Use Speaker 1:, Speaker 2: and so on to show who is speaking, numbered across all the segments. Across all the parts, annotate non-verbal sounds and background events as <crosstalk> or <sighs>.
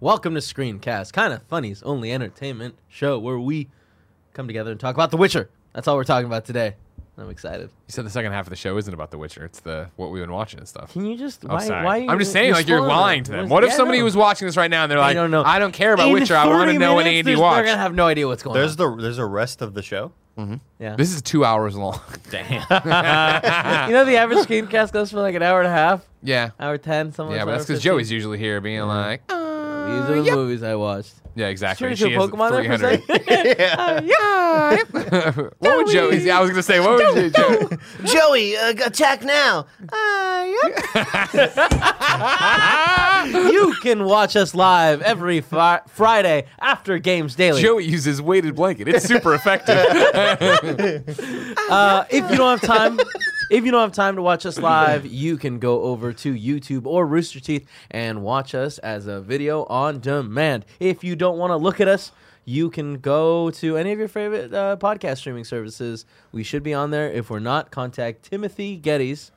Speaker 1: Welcome to Screencast, kind of funny's only entertainment show where we come together and talk about The Witcher. That's all we're talking about today. I'm excited.
Speaker 2: You said the second half of the show isn't about The Witcher. It's the what we've been watching and stuff.
Speaker 1: Can you just
Speaker 2: Oh,
Speaker 1: why?
Speaker 2: sorry.
Speaker 1: why are
Speaker 2: I'm
Speaker 1: you-
Speaker 2: just saying, like you're
Speaker 1: slow.
Speaker 2: lying to them.
Speaker 1: Where's-
Speaker 2: What if
Speaker 1: yeah, I
Speaker 2: somebody
Speaker 1: know.
Speaker 2: was watching this right now and they're like,
Speaker 1: don't know.
Speaker 2: I don't care about
Speaker 1: In
Speaker 2: Witcher. I want
Speaker 1: 30
Speaker 2: to know what
Speaker 1: minutes,
Speaker 2: Andy
Speaker 1: there's- They're gonna
Speaker 2: watched.
Speaker 1: have no idea what's going
Speaker 3: There's
Speaker 1: on.
Speaker 3: the there's a rest of the show.
Speaker 1: yeah.
Speaker 2: This is two hours long. <laughs>
Speaker 3: Damn.
Speaker 1: you know the average screencast goes for like an hour and a half,
Speaker 2: yeah.
Speaker 1: hour ten, something.
Speaker 2: Yeah,
Speaker 1: like
Speaker 2: but that's
Speaker 1: hour
Speaker 2: because
Speaker 1: 15.
Speaker 2: Joey's usually here being like,
Speaker 1: These
Speaker 2: uh,
Speaker 1: are the
Speaker 2: yep.
Speaker 1: movies I watched.
Speaker 2: yeah, exactly.
Speaker 1: Turn into a
Speaker 2: has
Speaker 1: Pokemon there for a
Speaker 2: 300.
Speaker 1: <laughs> second.
Speaker 3: <laughs> yeah.
Speaker 2: Yeah. <laughs> what would Joey? Yeah, I was gonna say, what would you,
Speaker 1: <laughs>
Speaker 2: Joey?
Speaker 3: Joey, uh, attack now. Uh,
Speaker 2: Ah!
Speaker 1: you can watch us live every fri- Friday after Games Daily.
Speaker 2: Joey uses weighted blanket. It's super
Speaker 1: <laughs>
Speaker 2: effective. <laughs>
Speaker 1: Uh, if you don't have time, if you don't have time to watch us live, you can go over to YouTube or Rooster Teeth and watch us as a video on demand. If you don't want to look at us, you can go to any of your favorite uh, podcast streaming services. We should be on there. If we're not, contact Timothy Geddes.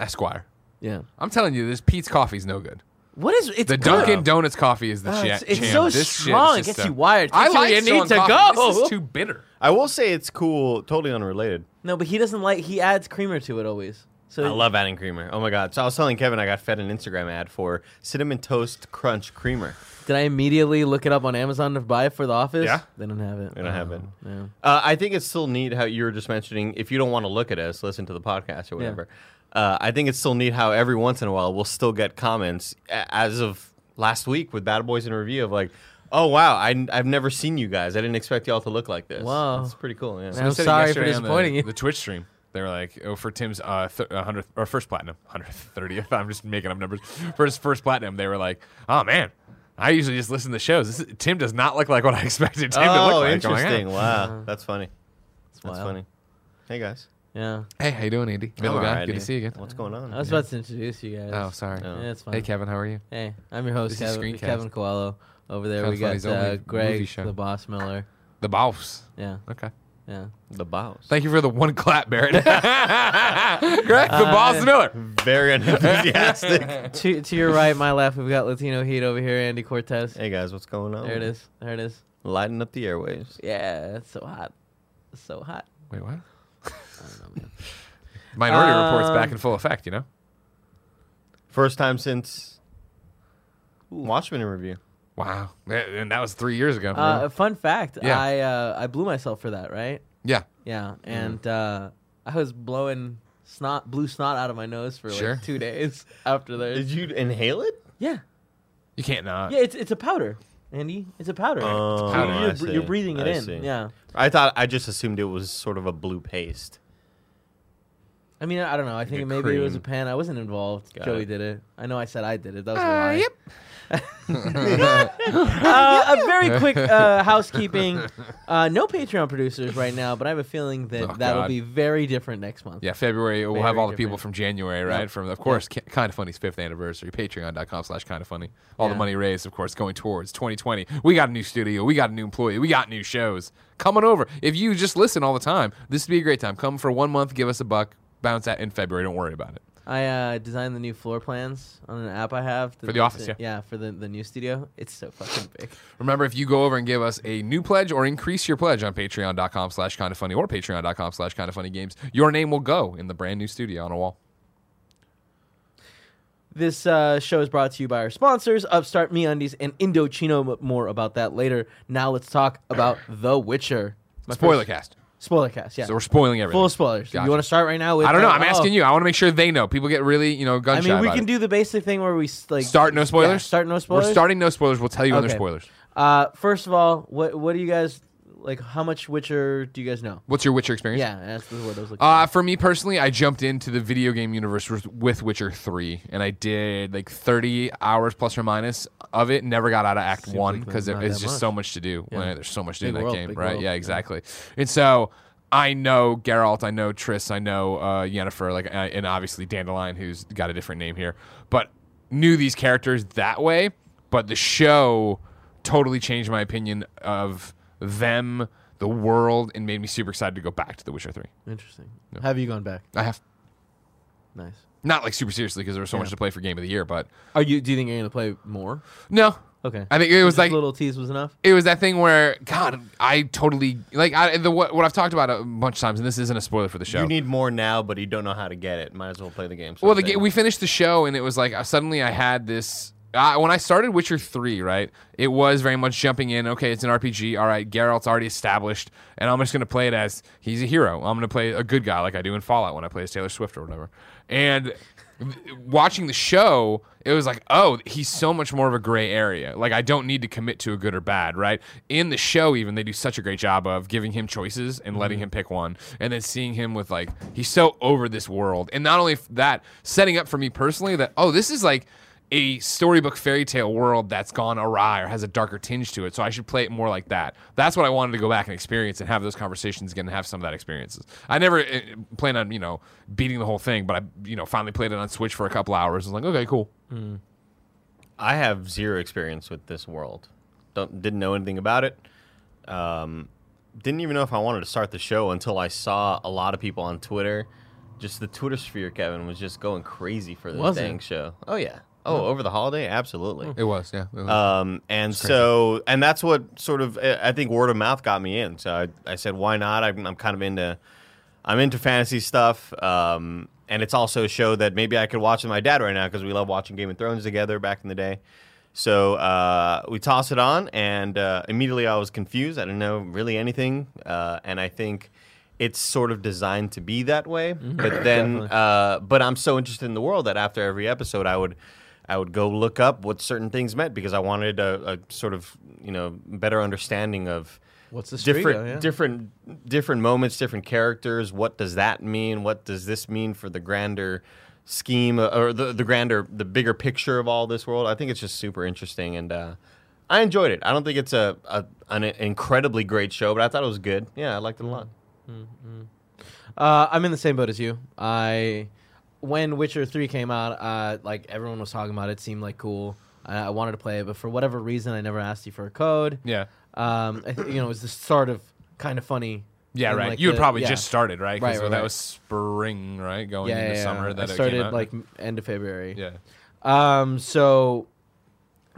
Speaker 2: Esquire.
Speaker 1: Yeah.
Speaker 2: I'm telling you, this Pete's coffee's no good.
Speaker 1: What is it's
Speaker 2: The
Speaker 1: good.
Speaker 2: Dunkin' Donuts coffee is the
Speaker 1: Oh,
Speaker 2: shit.
Speaker 1: it's- it's
Speaker 2: jam.
Speaker 1: so
Speaker 2: This shit
Speaker 1: strong.
Speaker 2: is
Speaker 1: It
Speaker 2: just
Speaker 1: gets
Speaker 2: a-
Speaker 1: you wired.
Speaker 2: I
Speaker 1: Gets you
Speaker 2: like
Speaker 1: where you
Speaker 2: strong
Speaker 1: need to
Speaker 2: coffee.
Speaker 1: go.
Speaker 2: This is too bitter.
Speaker 3: I will say it's cool. Totally unrelated.
Speaker 1: No, but he doesn't like. He adds creamer to it always. So
Speaker 3: I love adding creamer. Oh my god! So I was telling Kevin I got fed an Instagram ad for cinnamon toast crunch creamer.
Speaker 1: did I immediately look it up on Amazon to buy it for the office?
Speaker 3: Yeah.
Speaker 1: They don't have it.
Speaker 3: They don't have
Speaker 1: Oh,
Speaker 3: it.
Speaker 1: No.
Speaker 3: Uh, I think it's still neat how you were just mentioning if you don't want to look at us, listen to the podcast or whatever. Uh, I think it's still neat how every once in a while we'll still get comments a- as of last week with Bad Boys in Review of like, oh wow, I, have never seen you guys. I didn't expect y'all to look like this.
Speaker 1: Wow.
Speaker 3: It's pretty cool. Yeah.
Speaker 1: Man, <laughs> I'm
Speaker 2: They said it
Speaker 1: sorry for
Speaker 2: yesterday on
Speaker 1: disappointing
Speaker 2: the,
Speaker 1: you.
Speaker 2: The Twitch stream, they were like, "Oh, for Tim's uh, th- 100th or first platinum, <laughs> 130th." I'm just making up numbers. For his first platinum, they were like, "Oh man, I usually just listen to shows. This is, Tim does not look like what I <laughs> expected Tim to
Speaker 3: Oh,
Speaker 2: look like." I'm like,
Speaker 3: interesting.
Speaker 2: "Oh."
Speaker 3: Wow, that's funny. That's
Speaker 1: wild.
Speaker 3: funny. Hey guys,
Speaker 1: Yeah.
Speaker 2: Hey, how you doing, Andy?
Speaker 3: I'm
Speaker 2: Middle guy,
Speaker 3: alright,
Speaker 2: good to
Speaker 3: dude.
Speaker 2: see you again.
Speaker 3: What's going on?
Speaker 1: I was about to introduce you guys.
Speaker 2: Oh, sorry.
Speaker 3: Oh.
Speaker 1: Yeah, it's fine.
Speaker 2: Hey, Kevin, how are you?
Speaker 1: Hey, I'm your host,
Speaker 2: This is
Speaker 1: Kevin,
Speaker 2: Screencast.
Speaker 1: Kevin Coelho. Over there,
Speaker 2: Kinda
Speaker 1: we
Speaker 2: funny,
Speaker 1: got
Speaker 2: it's only
Speaker 1: uh,
Speaker 2: movie
Speaker 1: Greg,
Speaker 2: show.
Speaker 1: the boss Miller.
Speaker 2: The boss.
Speaker 1: Yeah,
Speaker 2: Okay.
Speaker 1: yeah.
Speaker 3: the boss. <laughs>
Speaker 2: Thank you for the one <laughs> clap,
Speaker 1: <laughs>
Speaker 2: Barrett. Greg,
Speaker 1: Uh,
Speaker 2: the boss Miller.
Speaker 3: Uh,
Speaker 1: <laughs>
Speaker 3: Very unenthusiastic.
Speaker 1: to, to your right, my left, we've got Latino Heat over here, Andy Cortez.
Speaker 3: hey guys, what's going on?
Speaker 1: There it is. There it is.
Speaker 3: Lighting up the airwaves.
Speaker 1: Yeah, it's so hot. It's so hot.
Speaker 2: Wait, what?
Speaker 1: I don't know, man.
Speaker 2: Minority reports
Speaker 1: Um,
Speaker 2: back in full effect. You know.
Speaker 3: First time since Watchmen in review.
Speaker 2: Wow. And that was three years ago.
Speaker 1: Uh, fun fact,
Speaker 2: Yeah.
Speaker 1: I uh, I blew myself for that, right?
Speaker 2: yeah.
Speaker 1: Yeah, and uh, I was blowing snot, blue snot out of my nose for like
Speaker 2: Sure.
Speaker 1: two days <laughs> after that.
Speaker 3: Did you inhale it?
Speaker 1: Yeah,
Speaker 2: You can't not.
Speaker 1: yeah. It's it's a powder, Andy. It's a powder. So
Speaker 3: powder,
Speaker 1: you're,
Speaker 3: I
Speaker 1: br-
Speaker 3: see.
Speaker 1: you're breathing it
Speaker 3: I
Speaker 1: in.
Speaker 3: see.
Speaker 1: Yeah.
Speaker 3: I thought I just assumed it was sort of a blue paste.
Speaker 1: I mean, I don't know. I think
Speaker 3: a
Speaker 1: maybe it was a
Speaker 3: cream.
Speaker 1: pan. I wasn't involved.
Speaker 3: Got
Speaker 1: Joey
Speaker 3: it.
Speaker 1: did it. I know I said I did it. That was a
Speaker 2: Uh,
Speaker 1: lie.
Speaker 2: yep. <laughs>
Speaker 1: <laughs> Uh, a
Speaker 2: <laughs>
Speaker 1: very quick uh, housekeeping. Uh, no Patreon producers right now, but I have a feeling that
Speaker 2: Oh,
Speaker 1: that'll
Speaker 2: God.
Speaker 1: be very different next month.
Speaker 2: Yeah, February. We'll have
Speaker 1: Very
Speaker 2: all the people
Speaker 1: different.
Speaker 2: from January, right?
Speaker 1: Yep.
Speaker 2: From, of course, Kind of Funny's fifth anniversary. Patreon.com slash Kind of Funny. All
Speaker 1: Yeah.
Speaker 2: the money raised, of course, going towards 2020. We got a new studio. We got a new employee. We got new shows. Come on over. If you just listen all the time, this would be a great time. Come for one month, give us a buck, bounce out in February. Don't worry about it.
Speaker 1: I uh, designed the new floor plans on an app I have
Speaker 2: For the office, yeah.
Speaker 1: yeah, for the, the new studio. It's so fucking big.
Speaker 2: Remember, if you go over and give us a new pledge or increase your pledge on patreon.com slash kind of funny or patreon.com slash kind of funny games, your name will go in the brand new studio on a wall.
Speaker 1: This uh, show is brought to you by our sponsors, Upstart, MeUndies, and Indochino. But More about that later. Now let's talk about
Speaker 2: <clears throat>
Speaker 1: The Witcher. My
Speaker 2: Spoiler
Speaker 1: first-
Speaker 2: cast.
Speaker 1: Spoilercast, yeah.
Speaker 2: So we're spoiling everything.
Speaker 1: Full spoilers.
Speaker 2: Gotcha.
Speaker 1: You want to start right now with?
Speaker 2: I don't know.
Speaker 1: uh,
Speaker 2: I'm
Speaker 1: oh.
Speaker 2: asking you. I want to make sure they know. People get really, you know, gun
Speaker 1: I
Speaker 2: shy
Speaker 1: mean, we
Speaker 2: about
Speaker 1: can
Speaker 2: it.
Speaker 1: do the basic thing where we s- like
Speaker 2: Start no
Speaker 1: yeah,
Speaker 2: spoilers.
Speaker 1: start no spoilers.
Speaker 2: We're starting no spoilers. We'll tell you when
Speaker 1: Okay.
Speaker 2: there's spoilers.
Speaker 1: Uh, first of all, what what do you guys like? How much Witcher do you guys know?
Speaker 2: What's your Witcher experience?
Speaker 1: Yeah, that's the word I was looking.
Speaker 2: Uh, for me personally, I jumped into the video game universe with- with Witcher 3, and I did like 30 hours plus or minus of it. Never got out of Act
Speaker 1: Seems
Speaker 2: 1
Speaker 1: like
Speaker 2: because
Speaker 1: not
Speaker 2: it's
Speaker 1: that
Speaker 2: just
Speaker 1: much.
Speaker 2: so much to do.
Speaker 1: Yeah.
Speaker 2: Like, there's so much to
Speaker 1: Big
Speaker 2: do in that
Speaker 1: world,
Speaker 2: game,
Speaker 1: big
Speaker 2: right?
Speaker 1: world,
Speaker 2: Yeah,
Speaker 1: yeah.
Speaker 2: exactly. And so I know Geralt, I know Triss, I know uh, Yennefer, like, uh, and obviously Dandelion, who's got a different name here, but knew these characters that way. But the show totally changed my opinion of them, the world, and made me super excited to go back to The Witcher 3.
Speaker 1: Interesting. Have you gone back?
Speaker 2: I have.
Speaker 1: Nice.
Speaker 2: Not like super seriously because there was so much to play for game of the year, but
Speaker 1: Are you? Do you think you're gonna play more?
Speaker 2: no.
Speaker 1: Okay.
Speaker 2: I think it was
Speaker 1: Just
Speaker 2: like
Speaker 1: little tease was enough.
Speaker 2: it was that thing where God, I totally like I, the what, what I've talked about a bunch of times, and this isn't a spoiler for the show.
Speaker 3: You need more now, but you don't know how to get it. Might as well play the game.
Speaker 2: Well, the
Speaker 3: someday.
Speaker 2: ga- we finished the show, and it was like uh, suddenly I had this. I when I started Witcher three, right, it was very much jumping in. Okay, it's an RPG. All right, Geralt's already established, and I'm just gonna play it as he's a hero. I'm gonna play a good guy like I do in Fallout when I play as Taylor Swift or whatever. And <laughs> th- watching the show, it was like, oh, he's so much more of a gray area. Like I don't need to commit to a good or bad, right? In the show, even they do such a great job of giving him choices and letting him pick one, and then seeing him with like he's so over this world, and not only f- that, setting up for me personally that oh, this is like a storybook fairy tale world that's gone awry or has a darker tinge to it. So I should play it more like that. That's what I wanted to go back and experience and have those conversations again and have some of that experiences. I never eh, plan on, you know, beating the whole thing, but I, you know, finally played it on Switch for a couple hours. I was like, okay, cool.
Speaker 3: I have zero experience with this world. Don't didn't know anything about it. Um, didn't even know if I wanted to start the show until I saw a lot of people on Twitter. Just the Twitter sphere, Kevin, was just going crazy for this
Speaker 1: Was it?
Speaker 3: dang show. Oh yeah. Oh, over the holiday, absolutely.
Speaker 2: It was, yeah.
Speaker 3: Um, and so, and that's what sort of I I think word of mouth got me in. So I, I said, why not? I'm, I'm kind of into, I'm into fantasy stuff. Um, and it's also a show that maybe I could watch with my dad right now because we love watching Game of Thrones together back in the day. So uh, we toss it on, and uh, immediately I was confused. I didn't know really anything, uh, and I think it's sort of designed to be that way. But then, uh, but I'm so interested in the world that after every episode, I would I would go look up what certain things meant because I wanted a, a sort of you know better understanding of
Speaker 1: What's the
Speaker 3: different
Speaker 1: Striga, yeah.
Speaker 3: different different moments, different characters. What does that mean? What does this mean for the grander scheme uh, or the, the grander the bigger picture of all this world? I think it's just super interesting and uh, I enjoyed it. I don't think it's a, a an incredibly great show, but I thought it was good. Yeah, I liked it a lot.
Speaker 1: Uh, I'm in the same boat as you. I when Witcher three came out, uh, like everyone was talking about, it, it seemed like cool. I, I wanted to play it, but for whatever reason, I never asked you for a code.
Speaker 2: yeah.
Speaker 1: Um, I th- you know, it was the start of kind of funny.
Speaker 2: Yeah,
Speaker 1: and,
Speaker 2: right.
Speaker 1: like,
Speaker 2: you had
Speaker 1: the-
Speaker 2: probably
Speaker 1: yeah.
Speaker 2: just started, right? 'Cause
Speaker 1: Right, right,
Speaker 2: that
Speaker 1: right.
Speaker 2: was spring, right? Going
Speaker 1: yeah,
Speaker 2: into
Speaker 1: yeah,
Speaker 2: summer
Speaker 1: yeah.
Speaker 2: that
Speaker 1: I
Speaker 2: it
Speaker 1: started
Speaker 2: came out.
Speaker 1: like m- end of February.
Speaker 2: yeah,
Speaker 1: Um, so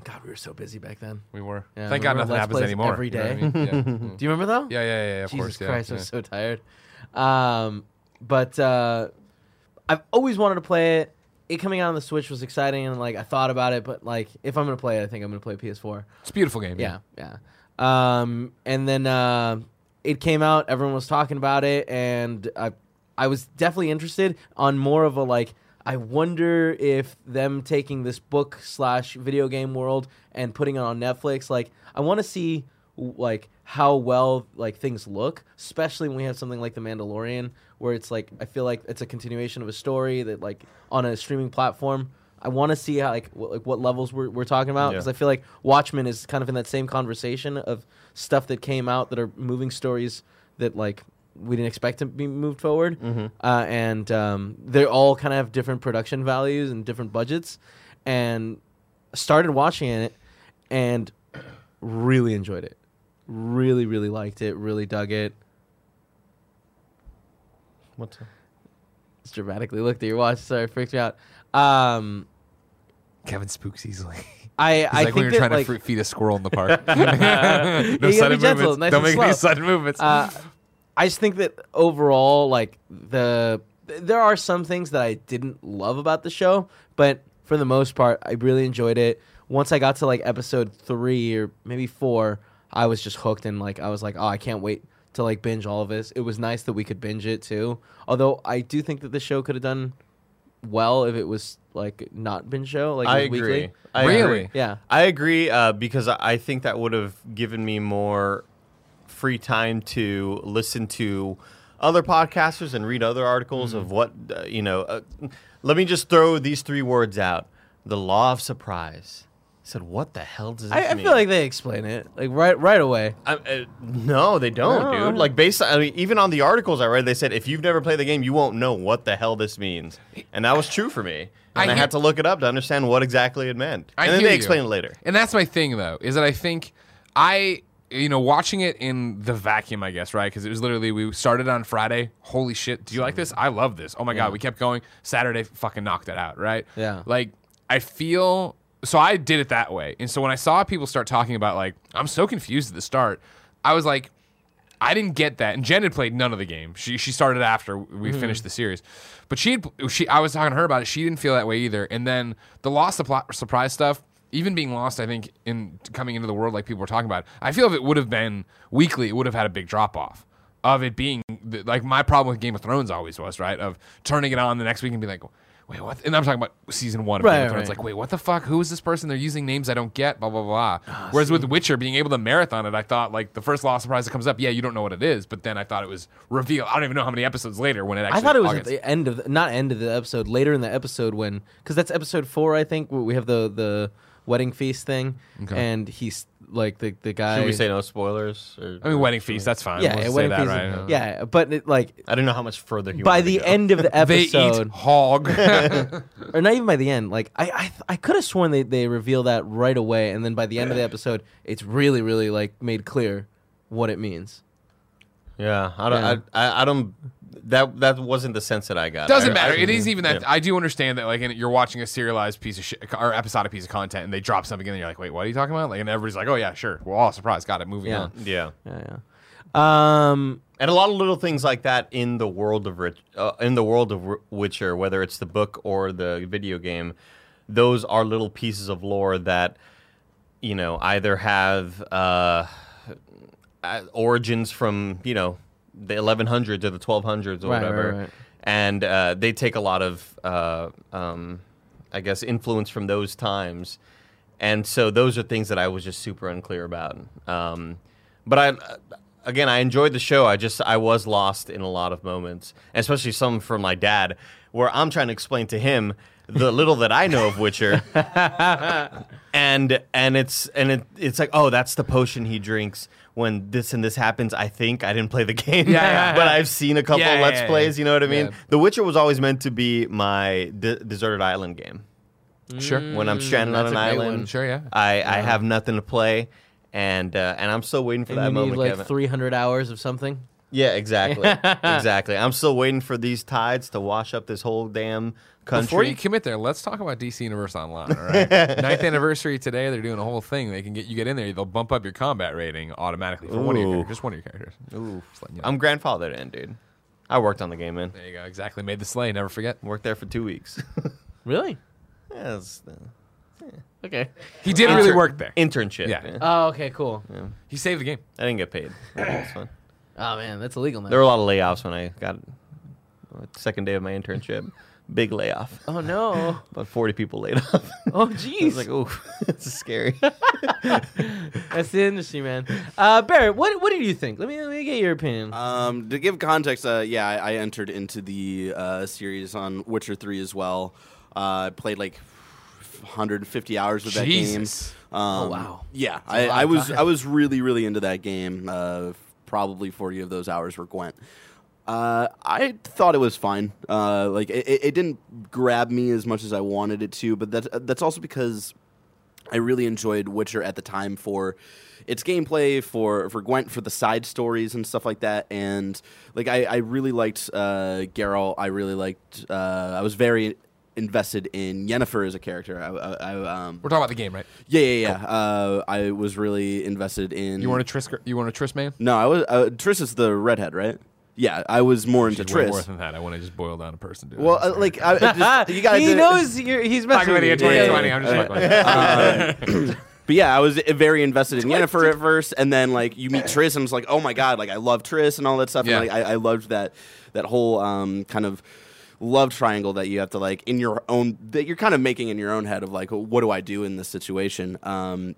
Speaker 1: God, we were so busy back then.
Speaker 2: we were.
Speaker 1: Yeah,
Speaker 2: Thank
Speaker 1: we
Speaker 2: God
Speaker 1: were
Speaker 2: nothing
Speaker 1: Let's
Speaker 2: happens
Speaker 1: Plays
Speaker 2: anymore.
Speaker 1: every
Speaker 2: you know what I
Speaker 1: day. <laughs>
Speaker 2: mean? Yeah.
Speaker 1: Do you remember though?
Speaker 2: Mm-hmm. Yeah, yeah, yeah, yeah, of
Speaker 1: Jesus
Speaker 2: course. yeah,
Speaker 1: Christ,
Speaker 2: yeah.
Speaker 1: I'm so tired. Um, but uh, I've always wanted to play it. It coming out on the Switch was exciting, and like I thought about it, but like if I'm gonna play it, I think I'm gonna play PS4.
Speaker 2: It's a beautiful game.
Speaker 1: Yeah, yeah. Um, and then uh, it came out. Everyone was talking about it, and I, I was definitely interested on more of a like. I wonder if them taking this book slash video game world and putting it on Netflix, like I want to see w- like how well like things look, especially when we have something like The Mandalorian, where it's like I feel like it's a continuation of a story that like on a streaming platform. I want to see how like what, like what levels we're, we're talking about because
Speaker 3: Yeah.
Speaker 1: I feel like Watchmen is kind of in that same conversation of stuff that came out that are moving stories that like we didn't expect to be moved forward,
Speaker 2: Mm-hmm.
Speaker 1: uh, and um, they all kind of have different production values and different budgets, and started watching it and really enjoyed it, really really liked it, really dug it.
Speaker 3: What's
Speaker 1: Just dramatically looked at your watch, sorry, it freaked me out. Um,
Speaker 2: Kevin spooks easily. <laughs>
Speaker 1: I I
Speaker 2: It's
Speaker 1: think
Speaker 2: like when you're
Speaker 1: that,
Speaker 2: trying
Speaker 1: like,
Speaker 2: to fr- feed a squirrel <laughs> in
Speaker 1: <laughs>
Speaker 2: the park. no
Speaker 1: be
Speaker 2: sudden
Speaker 1: gentle,
Speaker 2: movements.
Speaker 1: nice
Speaker 2: Don't
Speaker 1: and
Speaker 2: make
Speaker 1: slow.
Speaker 2: any sudden movements.
Speaker 1: uh, I just think that overall, like the th- there are some things that I didn't love about the show, but for the most part, I really enjoyed it. Once I got to like episode three or maybe four, I was just hooked and like I was like, oh, I can't wait to like binge all of this. It was nice that we could binge it too. Although I do think that the show could have done well if it was like not binge show like
Speaker 3: I
Speaker 1: it was
Speaker 3: agree.
Speaker 1: weekly.
Speaker 3: I
Speaker 2: Really?
Speaker 3: agree.
Speaker 1: Yeah.
Speaker 3: I agree uh, because I- I think that would have given me more free time to listen to other podcasters and read other articles of what uh, you know. Uh, let me just throw these three words out: the law of surprise. I said, what the hell does this
Speaker 1: I, I
Speaker 3: mean?
Speaker 1: feel like they explain it like right right away.
Speaker 3: I, uh, no, they don't,
Speaker 1: No.
Speaker 3: dude. Like based, on, I mean, even on the articles I read, they said if you've never played the game, you won't know what the hell this means, and that was true for me. And
Speaker 2: I
Speaker 3: I,
Speaker 2: hear-
Speaker 3: had to look it up to understand what exactly it meant,
Speaker 2: I
Speaker 3: and then
Speaker 2: hear
Speaker 3: they
Speaker 2: you.
Speaker 3: explained it later.
Speaker 2: And that's my thing, though, is that I think I you know, watching it in the vacuum, I guess, right? Because it was literally we started on Friday. Holy shit! Do you like this? I love this. Oh my god, we kept going. Saturday, fucking knocked it out, right?
Speaker 1: Yeah.
Speaker 2: Like I feel so. I did it that way, and so when I saw people start talking about like I'm so confused at the start, I was like, I didn't get that. And Jen had played none of the game. She she started after we
Speaker 1: Mm-hmm.
Speaker 2: finished the series, but she had, she I was talking to her about it. She didn't feel that way either. And then the lost suppli- surprise stuff, even being lost, I think in coming into the world like people were talking about. I feel if it would have been weekly, it would have had a big drop off of it being the, like my problem with Game of Thrones always was right of turning it on the next week and being like. Wait, what? And I'm talking about season one of
Speaker 1: Right,
Speaker 2: Game of Thrones.
Speaker 1: right.
Speaker 2: Like, wait, what the fuck? Who is this person? They're using names I don't get. Blah blah blah.
Speaker 1: Ah,
Speaker 2: Whereas with Witcher, being able to marathon it, I thought like the first Lost Surprise that comes up, yeah, you don't know what it is, but then I thought it was revealed. I don't even know how many episodes later when it actually.
Speaker 1: I thought it was at
Speaker 2: August.
Speaker 1: the end of the, not end of the episode, later in the episode when because that's episode four, I think. Where we have the the wedding feast thing, and he's like the the guy.
Speaker 3: Should we say no spoilers? Or,
Speaker 2: I mean, wedding feast. That's fine.
Speaker 1: yeah,
Speaker 2: We'll
Speaker 1: yeah,
Speaker 2: say
Speaker 1: wedding
Speaker 2: that,
Speaker 1: feast.
Speaker 2: right?
Speaker 1: Yeah, but it, like
Speaker 3: I don't know how much further he
Speaker 1: by
Speaker 3: wanted to
Speaker 1: the
Speaker 3: go.
Speaker 1: end of the
Speaker 2: <laughs> They eat
Speaker 1: episode,
Speaker 2: hog.
Speaker 1: <laughs> or not even by the end. Like I, I, I could have sworn they they reveal that right away, and then by the end of the episode, it's really, really like made clear what it means.
Speaker 3: Yeah, I don't.
Speaker 1: Yeah.
Speaker 3: I, I, I don't. That that wasn't the sense that I got.
Speaker 2: Doesn't
Speaker 3: I-
Speaker 2: matter.
Speaker 3: I-
Speaker 2: It isn't even that.
Speaker 3: yeah.
Speaker 2: I do understand that, like, and you're watching a serialized piece of shit or episodic piece of content, and they drop something, and you're like, "Wait, what are you talking about?" Like, and everybody's like, "Oh yeah, sure." Well, all surprise, got it. Moving
Speaker 1: Yeah.
Speaker 2: on.
Speaker 3: Yeah,
Speaker 1: Yeah, yeah. Um,
Speaker 3: and a lot of little things like that in the world of Rich, uh, in the world of Wi- Witcher, whether it's the book or the video game, those are little pieces of lore that you know either have uh, uh, origins from you know the 1100s or the 1200s or
Speaker 1: Right, right,
Speaker 3: whatever,
Speaker 1: right.
Speaker 3: and uh, they take a lot of uh, um, I guess influence from those times, and so those are things that I was just super unclear about. Um, but I again I enjoyed the show. I just I was lost in a lot of moments, especially some from my dad, where I'm trying to explain to him the little that I know
Speaker 2: <laughs>
Speaker 3: of Witcher and and it's and it, it's like oh that's the potion he drinks when this and this happens i think i didn't play the <laughs> game
Speaker 2: Yeah, yeah,
Speaker 3: but
Speaker 2: yeah.
Speaker 3: i've seen a couple
Speaker 2: Yeah, yeah,
Speaker 3: let's
Speaker 2: yeah,
Speaker 3: plays you know what i mean
Speaker 2: Yeah.
Speaker 3: the witcher was always meant to be my de- deserted island game
Speaker 2: Sure.
Speaker 1: Mm.
Speaker 3: when i'm stranded on
Speaker 2: Mm, that's
Speaker 3: an
Speaker 2: a great
Speaker 3: island
Speaker 2: one. Sure, yeah.
Speaker 3: i i have nothing to play and uh, and i'm still waiting for that
Speaker 1: and you
Speaker 3: moment
Speaker 1: need like
Speaker 3: Kevin.
Speaker 1: 300 hours of something.
Speaker 2: <laughs>
Speaker 3: yeah exactly exactly i'm still waiting for these tides to wash up this whole damn country
Speaker 2: Before you commit there, let's talk about DC Universe Online. All
Speaker 4: <laughs>
Speaker 2: right, ninth anniversary today. They're doing a whole thing. They can get you get in there. They'll bump up your combat rating automatically for one of your
Speaker 3: Ooh.
Speaker 2: characters, just one of your characters. Ooh,
Speaker 3: i'm grandfathered in dude i worked on the game man
Speaker 2: there you go. Exactly. Made the slay. Never forget.
Speaker 3: worked there for two weeks <laughs>
Speaker 1: Really?
Speaker 3: Yeah, it's, uh,
Speaker 1: Okay.
Speaker 2: He did really work there.
Speaker 3: internship.
Speaker 2: Yeah.
Speaker 3: man.
Speaker 1: Oh, okay, cool.
Speaker 2: He saved the game.
Speaker 3: I didn't get paid. That's fine.
Speaker 1: Oh man, that's illegal now.
Speaker 3: There were a lot of layoffs when I got uh, second day of my internship. Big layoff.
Speaker 1: oh <laughs> no.
Speaker 3: About forty people laid <laughs> off.
Speaker 1: Oh
Speaker 3: I was
Speaker 1: jeez.
Speaker 3: like, oh, this is scary.
Speaker 1: that's the industry, man. Uh, Barrett, what what did you think? Let me let me get your opinion.
Speaker 3: Uh,
Speaker 4: Um, to give context, uh, yeah, I, I entered into the uh, series on Witcher 3 as well. Uh, I played like 150 hours of that
Speaker 2: Jesus.
Speaker 4: game. Um,
Speaker 1: Oh, wow.
Speaker 4: Yeah, I, I was I was really really into that game. Uh, probably 40 of those hours were Gwent. Uh, I thought it was fine. Uh, like it, it it didn't grab me as much as I wanted it to, but that's that's also because I really enjoyed Witcher at the time for its gameplay, for for Gwent, for the side stories and stuff like that. And like I, I really liked uh, Geralt. I really liked. Uh, I was very invested in Yennefer as a character. I, I, I um,
Speaker 2: We're talking about the game, right?
Speaker 4: yeah, yeah, yeah. Uh, I was really invested in.
Speaker 2: You weren't a Trisk? You weren't a Trisk man?
Speaker 4: No, I was. Uh, Triss is the redhead, right? Yeah, I was more into
Speaker 2: Way more
Speaker 4: Triss.
Speaker 2: than that. I want to just boil down a person. Dude.
Speaker 4: Well,
Speaker 2: I'm
Speaker 4: uh,
Speaker 2: sorry.
Speaker 4: like I, I
Speaker 1: <laughs>
Speaker 4: just, you gotta.
Speaker 1: Ah, he
Speaker 4: do-
Speaker 1: knows you're, he's
Speaker 2: Talk
Speaker 1: messing
Speaker 2: about
Speaker 1: with
Speaker 2: the year
Speaker 1: you. Yeah,
Speaker 2: 2020.
Speaker 1: yeah,
Speaker 2: I'm
Speaker 1: yeah.
Speaker 2: just like,
Speaker 4: But yeah, I was uh, very invested in Yennefer at first, and then like you meet Triss, and I was like, oh my god, like I love Triss and all that stuff.
Speaker 2: Yeah.
Speaker 4: And like I, I loved that that whole um, kind of love triangle that you have to like in your own that you're kind of making in your own head of like, what do I do in this situation? Um,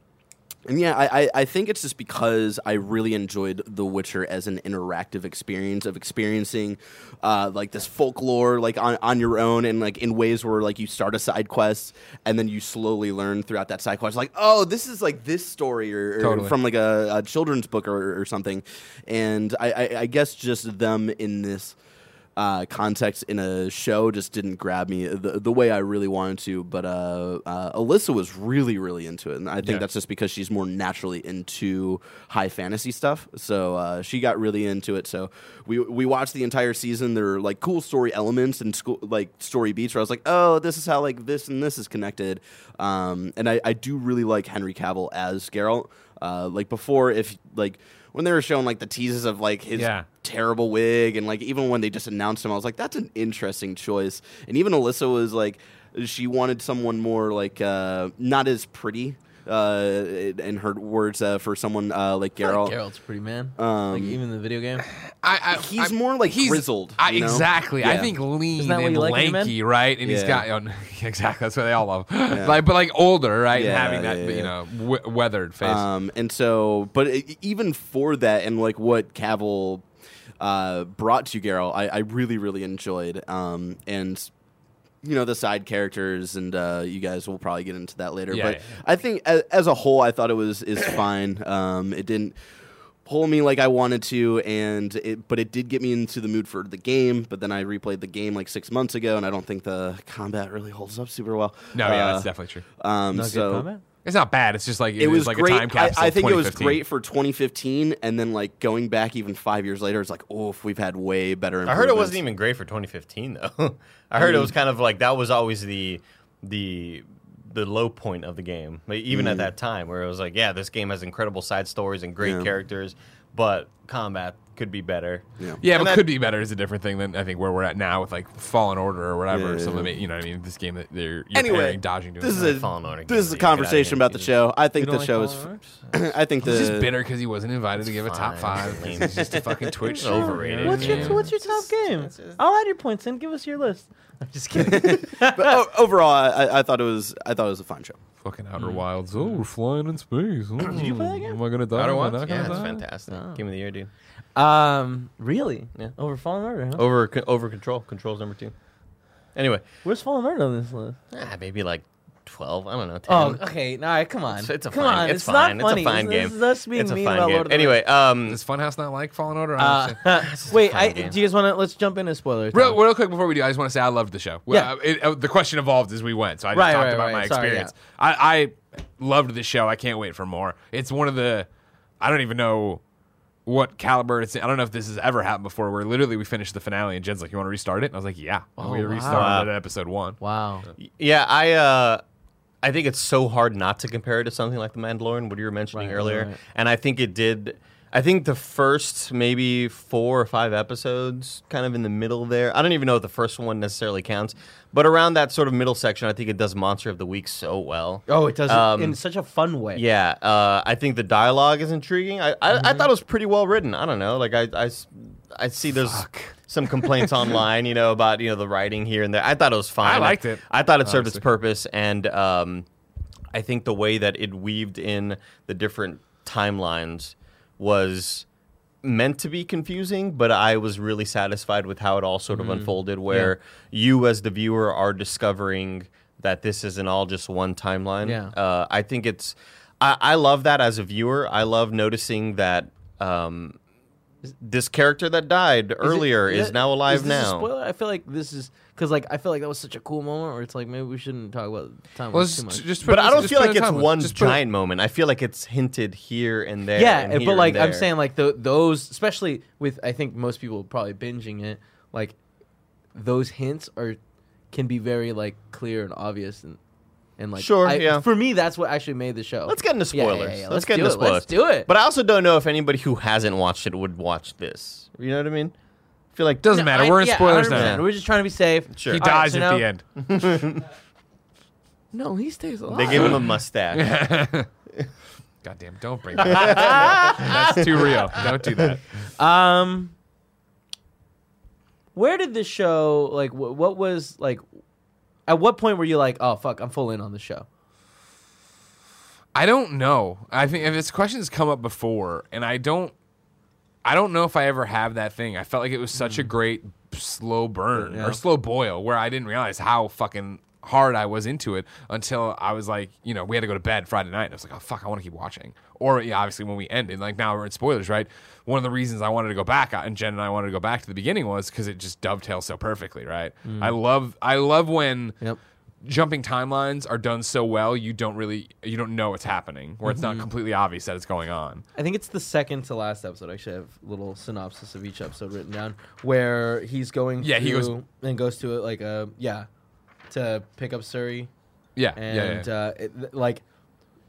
Speaker 4: and yeah, I, I, I think it's just because I really enjoyed The Witcher as an interactive experience of experiencing uh, like this folklore like on, on your own and like in ways where like you start a side quest and then you slowly learn throughout that side quest like oh this is like this story or, or
Speaker 2: Totally.
Speaker 4: from like a, a children's book or, or something, and I, I, I guess just them in this uh, context in a show just didn't grab me the, the way I really wanted to. But uh, uh, Alyssa was really, really into it. And I think
Speaker 2: Yeah.
Speaker 4: that's just because she's more naturally into high fantasy stuff. So uh, she got really into it. So we, we watched the entire season. There were like cool story elements and school, like story beats where I was like, oh, this is how like this and this is connected. Um, and I, I do really like Henry Cavill as Geralt. Uh, like before, if like when they were showing like the teases of like his
Speaker 2: Yeah.
Speaker 4: terrible wig and like even when they just announced him i was like that's an interesting choice and even alyssa was like she wanted someone more like uh not as pretty uh in her words uh, for someone uh like Geralt.
Speaker 1: Geralt's pretty man.
Speaker 4: Um,
Speaker 1: like even the video game.
Speaker 2: I, I,
Speaker 4: He's more like grizzled,
Speaker 2: I,
Speaker 4: you know?
Speaker 2: Exactly. I
Speaker 4: Yeah.
Speaker 2: think lean
Speaker 1: Isn't that what
Speaker 2: and
Speaker 1: you like in men?
Speaker 2: lanky, right? And he's got
Speaker 4: Yeah.
Speaker 2: oh, no, <laughs> exactly that's what they all love. <laughs> Like, but like older, right? and
Speaker 4: Yeah,
Speaker 2: having that
Speaker 4: yeah, yeah.
Speaker 2: you know we- weathered face.
Speaker 4: Um, and so, but e- even for that, and like what Cavill uh, brought to Geralt, I, I really, really enjoyed. Um, and you know the side characters, and uh, you guys will probably get into that later.
Speaker 2: Yeah,
Speaker 4: but
Speaker 2: yeah, yeah.
Speaker 4: I think as, as a whole, I thought it was is <coughs> fine. Um, it didn't pull me like I wanted to, and it, but it did get me into the mood for the game. But then I replayed the game like six months ago, and I don't think the combat really holds up super well.
Speaker 2: no, yeah,
Speaker 4: Uh,
Speaker 2: that's definitely true.
Speaker 4: um,
Speaker 1: Not
Speaker 4: so.
Speaker 1: good comment.
Speaker 2: It's not bad. It's just like
Speaker 4: It was
Speaker 2: like
Speaker 4: great.
Speaker 2: a time capsule.
Speaker 4: I, I think it was
Speaker 2: 2015.
Speaker 4: great for 2015, and then like going back even five years later, it's like, oh, if we've had way better.
Speaker 3: I heard it
Speaker 4: improvements.
Speaker 3: wasn't even great for 2015 though. <laughs> I heard it was kind of like that was always the the the low point of the game, like, even at that time, where it was like, yeah, this game has incredible side stories and great
Speaker 4: Yeah.
Speaker 3: characters, but combat could be better.
Speaker 4: Yeah.
Speaker 2: Yeah,
Speaker 3: And
Speaker 2: but
Speaker 3: that-
Speaker 2: could be better is a different thing than I think where we're at now with like Fallen Order or whatever.
Speaker 4: Yeah, yeah,
Speaker 2: some of
Speaker 4: yeah.
Speaker 2: it, you know what I mean? This game that they're you're
Speaker 4: Anyway,
Speaker 2: parrying, dodging, doing.
Speaker 4: This is
Speaker 2: stuff.
Speaker 4: a
Speaker 3: Fallen Order game
Speaker 4: this is
Speaker 3: that
Speaker 4: a
Speaker 3: you get out of
Speaker 4: conversation
Speaker 3: hand,
Speaker 4: about the
Speaker 3: Jesus.
Speaker 4: show. I think
Speaker 1: You don't
Speaker 4: the
Speaker 1: like
Speaker 4: show
Speaker 1: Fallen
Speaker 4: is.
Speaker 1: Order?
Speaker 4: <laughs> I think
Speaker 2: He's just
Speaker 4: the
Speaker 2: bitter because he wasn't invited to give a top
Speaker 3: fine.
Speaker 2: five. He's just a
Speaker 1: <laughs>
Speaker 2: fucking Twitch
Speaker 3: It's
Speaker 2: show.
Speaker 3: overrated,
Speaker 1: What's your
Speaker 3: Yeah.
Speaker 1: What's your top game? I'll add your points in. Give us your list. <laughs> I'm just kidding. <laughs>
Speaker 4: but o- overall, I, I thought it was I thought it was a fine show.
Speaker 2: fucking Outer Wilds? Oh, we're flying in space. Oh, Did
Speaker 1: you play that game?
Speaker 2: Am I gonna die?
Speaker 3: Outer
Speaker 2: Am I
Speaker 3: Wilds,
Speaker 2: not gonna
Speaker 3: yeah, it's
Speaker 2: die?
Speaker 3: fantastic. Game of the year, dude.
Speaker 1: um, really?
Speaker 3: Yeah.
Speaker 1: Over Fallen Order? Huh?
Speaker 3: Over c- over control. Control's number two. Anyway,
Speaker 1: Where's Fallen Order on this list?
Speaker 3: ah, maybe like 12. I don't know. 10.
Speaker 1: Oh, okay. All right, come on.
Speaker 3: It's- it's a
Speaker 1: come
Speaker 3: fine-
Speaker 1: on.
Speaker 3: it's
Speaker 1: It's, not
Speaker 3: fine, it's a
Speaker 1: funny.
Speaker 3: fine
Speaker 1: This- this
Speaker 3: game.
Speaker 1: is us being
Speaker 3: It's a
Speaker 1: mean
Speaker 3: fun
Speaker 1: about
Speaker 3: game.
Speaker 1: Lord of the
Speaker 3: Anyway, um,
Speaker 2: Does Funhouse not like Fallen Order? I don't
Speaker 1: Rings.
Speaker 2: understand.
Speaker 1: <laughs> Uh, wait,
Speaker 3: fun
Speaker 1: I,
Speaker 3: game.
Speaker 1: do you guys want to? Let's jump into spoilers.
Speaker 2: Real, real quick before we do, I just want to say I loved the show.
Speaker 1: Yeah.
Speaker 2: Well, it, uh, the question evolved as we went, so I just
Speaker 1: Right,
Speaker 2: talked
Speaker 1: right,
Speaker 2: about
Speaker 1: right.
Speaker 2: my
Speaker 1: Sorry,
Speaker 2: experience. I, I loved the show. I can't wait for more. It's one of the, I don't even know what caliber it's. in. I don't know if this has ever happened before. Where literally we finished the finale and Jen's like, "You want to restart it?" And I was like, "Yeah." And we
Speaker 1: wow.
Speaker 2: restarted
Speaker 3: Wow.
Speaker 2: it at episode one.
Speaker 1: wow.
Speaker 3: Yeah, I uh, I think it's so hard not to compare it to something like The Mandalorian, what you were mentioning
Speaker 1: Right,
Speaker 3: earlier.
Speaker 1: right.
Speaker 3: And I think it did. I think the first maybe four or five episodes, kind of in the middle there. I don't even know if the first one necessarily counts, but around that sort of middle section, I think it does Monster of the Week so well.
Speaker 1: Oh, it does it
Speaker 3: Um,
Speaker 1: in such a fun way.
Speaker 3: Yeah, uh, I think the dialogue is intriguing. I, I,
Speaker 2: Mm-hmm.
Speaker 3: I thought it was pretty well written. I don't know, like I, I s- I see there's
Speaker 2: <laughs>
Speaker 3: some complaints online, you know, about you know the writing here and there. I thought it was fine.
Speaker 2: I liked it.
Speaker 3: I thought it served its purpose, and um, I think the way that it weaved in the different timelines was meant to be confusing, but I was really satisfied with how it all sort of
Speaker 1: Mm-hmm.
Speaker 3: unfolded, where you as the viewer are discovering that this isn't all just one timeline.
Speaker 1: Yeah.
Speaker 3: Uh, I think it's, I, I love that as a viewer. I love noticing that um, this character that died
Speaker 1: Is it-
Speaker 3: earlier is,
Speaker 1: that-
Speaker 3: now alive
Speaker 1: this a
Speaker 3: now.
Speaker 1: spoiler? I feel like this is because like I feel like that was such a cool moment where it's like maybe we shouldn't talk about time
Speaker 2: Well,
Speaker 1: too
Speaker 2: just,
Speaker 1: much.
Speaker 2: just put
Speaker 3: but
Speaker 2: it-
Speaker 3: I don't
Speaker 2: just
Speaker 3: feel
Speaker 2: put it
Speaker 3: like
Speaker 2: in
Speaker 3: it's
Speaker 2: timeline.
Speaker 3: one
Speaker 2: Just put it-
Speaker 3: giant moment. I feel like it's hinted here and there.
Speaker 1: yeah,
Speaker 3: and
Speaker 1: and-
Speaker 3: here
Speaker 1: but
Speaker 3: and
Speaker 1: like I'm
Speaker 3: there.
Speaker 1: saying, like the, those, especially with I think most people probably binging it, like those hints are can be very like clear and obvious and and like
Speaker 3: Sure,
Speaker 1: I-
Speaker 3: yeah.
Speaker 1: For me, that's what actually made the show.
Speaker 3: Let's get into
Speaker 1: Yeah, yeah, yeah,
Speaker 3: spoilers.
Speaker 1: yeah,
Speaker 3: Let's, get
Speaker 1: do
Speaker 3: into
Speaker 1: it,
Speaker 3: spoilers.
Speaker 1: Let's do it.
Speaker 3: But I also don't know if anybody who hasn't watched it would watch this. You know what I mean? I feel like
Speaker 2: Doesn't matter. We're in spoilers now.
Speaker 1: We're just trying to be safe.
Speaker 3: Sure.
Speaker 2: He
Speaker 3: All
Speaker 2: dies
Speaker 3: right,
Speaker 1: so
Speaker 2: at
Speaker 1: now-
Speaker 2: the end.
Speaker 1: No, he stays alive.
Speaker 3: They
Speaker 2: <laughs>
Speaker 3: gave him a mustache.
Speaker 2: Goddamn! Don't bring that. up. That's too real. Don't do that.
Speaker 1: Um, where did this show like? Wh- what was like? At what point were you like, oh fuck, I'm full in on the show?
Speaker 2: I don't know. I think if this question has come up before, and I don't, I don't know if I ever have that thing. I felt like it was such a great slow burn or slow boil where I didn't realize how fucking hard I was into it until I was like, you know, we had to go to bed Friday night. And I was like, oh fuck, I want to keep watching. Or yeah, obviously when we ended, like now we're in spoilers, right? One of the reasons I wanted to go back and Jen and I wanted to go back to the beginning was because it just dovetails so perfectly, right? I love I love when
Speaker 1: Yep.
Speaker 2: jumping timelines are done so well you don't really you don't know what's happening or it's
Speaker 1: Mm-hmm.
Speaker 2: not completely obvious that it's going on
Speaker 1: I think it's the second to last episode. I actually have a little synopsis of each episode written down where he's going.
Speaker 2: Yeah, he goes-
Speaker 1: through and goes to it like a yeah to pick up Surrey
Speaker 2: yeah yeah, yeah,
Speaker 1: and Uh, it, th- like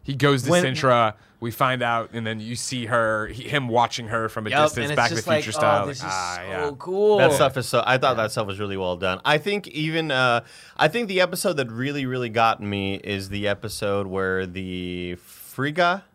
Speaker 2: he goes to
Speaker 1: when-
Speaker 2: Sintra we find out and then you see her he, him watching her from a
Speaker 1: yup,
Speaker 2: distance
Speaker 1: and it's
Speaker 2: back to the
Speaker 1: just
Speaker 2: future
Speaker 1: like,
Speaker 2: style
Speaker 1: Oh,
Speaker 2: like,
Speaker 1: this is
Speaker 2: ah,
Speaker 1: so
Speaker 2: yeah.
Speaker 1: cool.
Speaker 3: That stuff is so. I thought that stuff was really well done. I think even. Uh, I think the episode that really, really got me is the episode where the Frigga.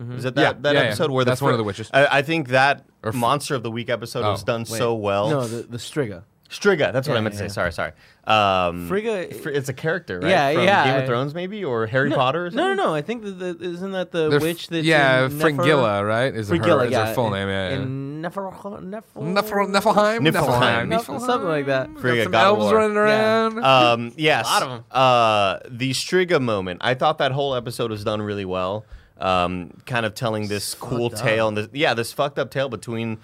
Speaker 1: Mm-hmm.
Speaker 3: Is it that,
Speaker 2: Yeah,
Speaker 3: that
Speaker 2: yeah, yeah.
Speaker 3: episode where
Speaker 2: That's
Speaker 3: the
Speaker 2: one of the witches.
Speaker 3: I, I think that
Speaker 2: Or Fr-
Speaker 3: monster of the week episode was
Speaker 2: Oh,
Speaker 3: done
Speaker 1: Wait.
Speaker 3: so well.
Speaker 1: No, the, the Striga.
Speaker 3: Striga. That's what
Speaker 1: Yeah,
Speaker 3: I meant
Speaker 1: yeah,
Speaker 3: to say. Sorry, sorry.
Speaker 2: Mm.
Speaker 3: Um,
Speaker 1: Frigga-
Speaker 3: Fr- it's a character, right?
Speaker 1: Yeah,
Speaker 3: From
Speaker 1: yeah,
Speaker 3: Game
Speaker 1: I-
Speaker 3: of Thrones, maybe, or Harry Potter. Or
Speaker 1: No,
Speaker 3: something?
Speaker 1: no, no. I think that the, isn't that the
Speaker 2: They're-
Speaker 1: witch that
Speaker 2: yeah Fringilla right is, her,
Speaker 1: Fringilla,
Speaker 2: is
Speaker 1: yeah.
Speaker 2: her full
Speaker 1: in-
Speaker 2: name yeah, yeah.
Speaker 1: In Nefer, Nefer,
Speaker 2: Nifl- Niflheim
Speaker 3: Niflheim.
Speaker 1: Nef- something like that.
Speaker 2: Got
Speaker 3: Frigga,
Speaker 2: some
Speaker 3: God of
Speaker 2: elves
Speaker 3: War.
Speaker 2: running
Speaker 1: Yeah.
Speaker 2: around
Speaker 3: Um, yes.
Speaker 1: lot of 'em.
Speaker 3: Uh, the Striga moment. I thought that whole episode was done really well. Um, kind of telling this cool
Speaker 1: fucked
Speaker 3: tale and this, yeah, this fucked up tale between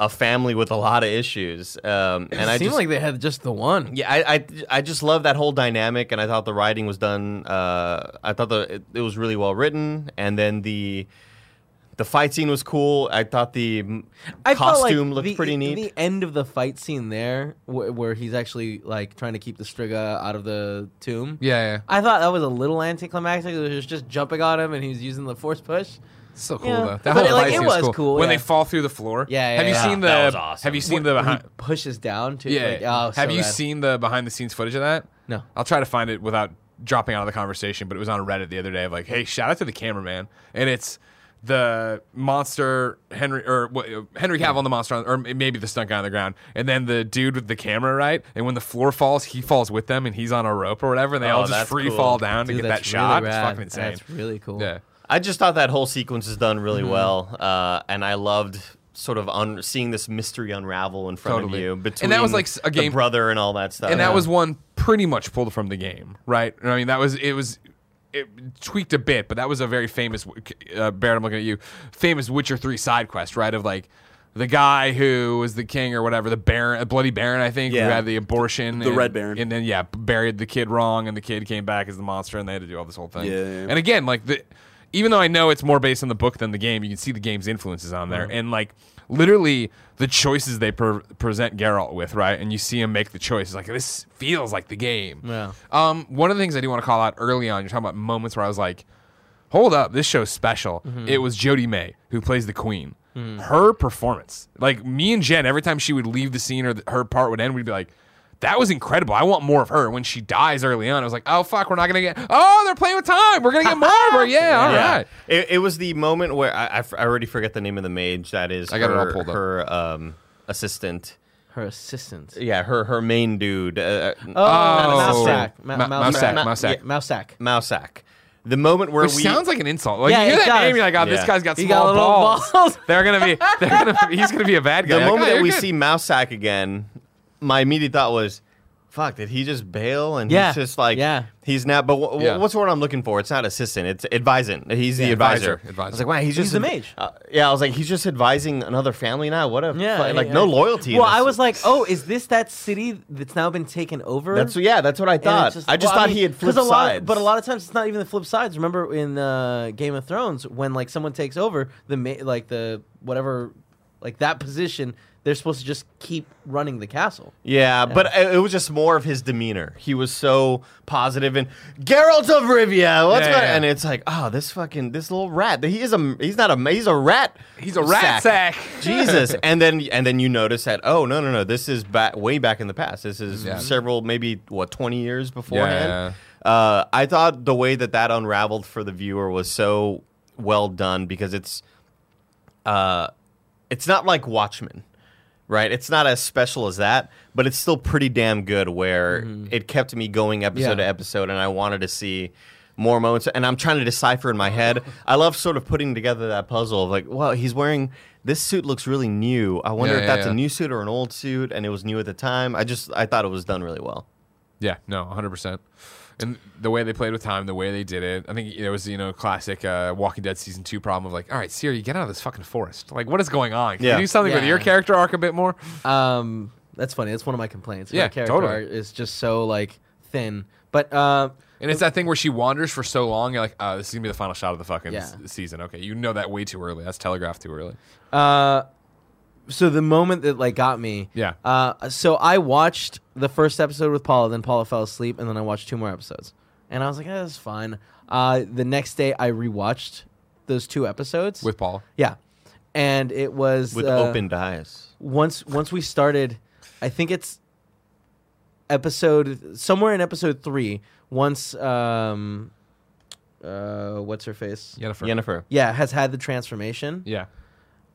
Speaker 3: a family with a lot of issues. Um, and
Speaker 1: And it
Speaker 3: I
Speaker 1: seemed
Speaker 3: just
Speaker 1: like they had just the one.
Speaker 3: yeah, I, I I just love that whole dynamic, and I thought the writing was done. Uh, I thought the it, it was really well written, and then the the fight scene was cool. I thought the mm,
Speaker 1: I felt like
Speaker 3: costume looked
Speaker 1: the- e,
Speaker 3: pretty neat.
Speaker 1: The end of the fight scene there, where, where he's actually like trying to keep the Striga out of the tomb.
Speaker 2: yeah yeah
Speaker 1: I thought that was a little anticlimactic. It was just jumping on him, and he was using the force push.
Speaker 2: So cool
Speaker 1: Yeah.
Speaker 2: though. That
Speaker 1: But
Speaker 2: whole
Speaker 1: it, like,
Speaker 2: fight
Speaker 1: it
Speaker 2: scene was
Speaker 1: was
Speaker 2: cool.
Speaker 1: cool,
Speaker 2: When
Speaker 1: yeah.
Speaker 2: they fall through the floor.
Speaker 1: Yeah, yeah,
Speaker 2: Have you
Speaker 1: yeah.
Speaker 2: seen the?
Speaker 3: That was awesome.
Speaker 2: Have you seen the
Speaker 1: Where
Speaker 2: behind?
Speaker 1: he pushes down to
Speaker 2: Yeah.
Speaker 1: like, oh, so
Speaker 2: have you
Speaker 1: bad.
Speaker 2: seen the behind the scenes footage of that?
Speaker 1: No.
Speaker 2: I'll try to find it without dropping out of the conversation. But it was on Reddit the other day. Of like, hey, shout out to the cameraman. And it's the monster Henry or what, uh, Henry Cavill, on the monster, on, or maybe the stunt guy on the ground, and then the dude with the camera, right? And when the floor falls, he falls with them, and he's on a rope or whatever, and they
Speaker 3: Oh,
Speaker 2: all just
Speaker 3: that's
Speaker 2: free
Speaker 3: cool.
Speaker 2: fall down
Speaker 1: Dude,
Speaker 2: to get
Speaker 1: that's
Speaker 2: that shot.
Speaker 1: Really
Speaker 2: It's
Speaker 1: rad.
Speaker 2: fucking insane.
Speaker 1: That's really cool.
Speaker 2: yeah.
Speaker 3: I just thought that whole sequence is done really
Speaker 2: Mm-hmm.
Speaker 3: well, uh, and I loved sort of un- seeing this mystery unravel in front
Speaker 2: Totally.
Speaker 3: of you
Speaker 2: And
Speaker 3: between
Speaker 2: that was like s- a
Speaker 3: the
Speaker 2: game-
Speaker 3: brother and all that stuff.
Speaker 2: and that was one pretty much pulled from the game, right? I mean, that was it was it tweaked a bit, but that was a very famous. Uh, Barrett, I'm looking at you. Famous Witcher three side quest, right? Of like the guy who was the king or whatever, the Baron, bloody Baron, I think, who
Speaker 3: Yeah.
Speaker 2: had the abortion,
Speaker 4: The
Speaker 2: and-
Speaker 4: Red Baron.
Speaker 2: and then yeah, buried the kid wrong, and the kid came back as the monster, and they had to do all this whole thing.
Speaker 4: Yeah, yeah, yeah.
Speaker 2: And again, like the. Even though I know it's more based on the book than the game, you can see the game's influences on there, and like literally the choices they pre- present Geralt with, right? And you see him make the choices, like this feels like the game.
Speaker 1: Yeah.
Speaker 2: Um, one of the things I do want to call out early on, you're talking about moments where I was like, hold up, this show's special.
Speaker 1: Mm-hmm.
Speaker 2: It was Jodie May who plays the queen.
Speaker 1: Mm.
Speaker 2: Her performance, like me and Jen, every time she would leave the scene or th- her part would end, we'd be like, that was incredible. I want more of her. When she dies early on, I was like, oh fuck, we're not gonna get. Oh, they're playing with time. We're
Speaker 1: <laughs>
Speaker 2: gonna get more of her. Yeah, all
Speaker 3: Yeah.
Speaker 2: right.
Speaker 3: It, it was the moment where I, I f- I already forget the name of the mage that is
Speaker 2: I got it all
Speaker 3: her,
Speaker 2: pulled up.
Speaker 3: her um, assistant.
Speaker 1: Her assistant.
Speaker 3: Yeah, her her main dude, uh,
Speaker 1: Oh,
Speaker 2: Oh.
Speaker 1: Mousak.
Speaker 2: Ma- Mousak, Mousak.
Speaker 1: Mousak.
Speaker 3: Mousak. The moment where
Speaker 2: Which
Speaker 3: we
Speaker 2: sounds like an insult. Like
Speaker 1: Yeah,
Speaker 2: you hear
Speaker 1: it
Speaker 2: that
Speaker 1: does.
Speaker 2: name, you're like, oh, this
Speaker 3: Yeah.
Speaker 2: guy's got
Speaker 1: He got
Speaker 2: small
Speaker 1: little <laughs>
Speaker 2: balls.
Speaker 1: balls.
Speaker 2: <laughs> they're gonna be. They're gonna. He's gonna be a bad guy.
Speaker 3: the
Speaker 2: Like,
Speaker 3: moment
Speaker 2: "Oh,
Speaker 3: that
Speaker 2: you're
Speaker 3: we
Speaker 2: good."
Speaker 3: see Mousak again, my immediate thought was, "Fuck! Did he just bail?" And
Speaker 1: Yeah.
Speaker 3: he's just like,
Speaker 1: Yeah.
Speaker 3: he's not." But wh- wh-
Speaker 2: Yeah.
Speaker 3: what's the word I'm looking for? It's not assistant. It's advisant. He's the
Speaker 2: advisor.
Speaker 3: advisor.
Speaker 2: Advisor.
Speaker 3: I was like, "Wow, he's
Speaker 1: He's
Speaker 3: just
Speaker 1: the mage.
Speaker 3: Uh, yeah, I was like, "He's just advising another family now. What a
Speaker 1: Yeah,
Speaker 3: fu-
Speaker 1: yeah,
Speaker 3: like
Speaker 1: yeah.
Speaker 3: no loyalty."
Speaker 1: Well,
Speaker 3: This-
Speaker 1: I was like, oh, is this that city that's now been taken over?
Speaker 3: That's yeah. That's what I
Speaker 1: And
Speaker 3: thought.
Speaker 1: it's
Speaker 3: I just
Speaker 1: well,
Speaker 3: thought
Speaker 1: mean,
Speaker 3: he had
Speaker 1: 'cause
Speaker 3: flipped
Speaker 1: a lot,
Speaker 3: sides.
Speaker 1: But a lot of times it's not even the flip sides. Remember in uh, Game of Thrones when like someone takes over the ma- like the whatever like that position, they're supposed to just keep running the castle.
Speaker 3: Yeah, but it, it was just more of his demeanor. He was so positive and Geralt of Rivia. What's
Speaker 2: Yeah,
Speaker 3: going-"
Speaker 2: yeah.
Speaker 3: And it's like, oh, this fucking this little rat. He is a he's not a he's a rat.
Speaker 2: He's a rat sack.
Speaker 3: <laughs>
Speaker 2: <laughs>
Speaker 3: Jesus. and then and then you notice that oh no no no this is back way back in the past. This is
Speaker 2: Yeah.
Speaker 3: several maybe what twenty years beforehand. Uh, I thought the way that that unraveled for the viewer was so well done because it's uh, it's not like Watchmen, right? It's not as special as that, but it's still pretty damn good. Where it kept me going episode
Speaker 1: Yeah.
Speaker 3: to episode, and I wanted to see more moments. And I'm trying to decipher in my head. I love sort of putting together that puzzle of like, well, he's wearing this suit looks really new. I wonder
Speaker 2: Yeah,
Speaker 3: if
Speaker 2: yeah,
Speaker 3: that's
Speaker 2: yeah.
Speaker 3: a new suit or an old suit, and it was new at the time. I just I thought it was done really well.
Speaker 2: Yeah, no, 100%. And the way they played with time, the way they did it, I think it was, you know, classic uh, Walking Dead season two problem of like, all right, Siri, get out of this fucking forest. Like, what is going on? Can
Speaker 3: Yeah.
Speaker 2: you do something with
Speaker 1: Yeah.
Speaker 2: your character arc a bit more?
Speaker 1: Um, that's funny. That's one of my complaints.
Speaker 2: Yeah,
Speaker 1: my character
Speaker 2: totally.
Speaker 1: art is just so like thin. But uh,
Speaker 2: And it's that thing where she wanders for so long, you're like, oh, this is going to be the final shot of the fucking
Speaker 1: Yeah.
Speaker 2: s- season. Okay, you know that way too early. That's telegraphed too early.
Speaker 1: uh, so the moment that like got me,
Speaker 2: Yeah.
Speaker 1: Uh, so I watched the first episode with Paula, then Paula fell asleep, and then I watched two more episodes, and I was like, eh, "That's fine." Uh, the next day, I rewatched those two episodes
Speaker 2: With Paul.
Speaker 1: yeah, and it was
Speaker 3: with
Speaker 1: uh,
Speaker 3: open eyes.
Speaker 1: once once we started i think it's episode somewhere in episode three once um uh what's her face
Speaker 2: Yennefer.
Speaker 3: Yennefer.
Speaker 1: yeah has had the transformation
Speaker 2: Yeah.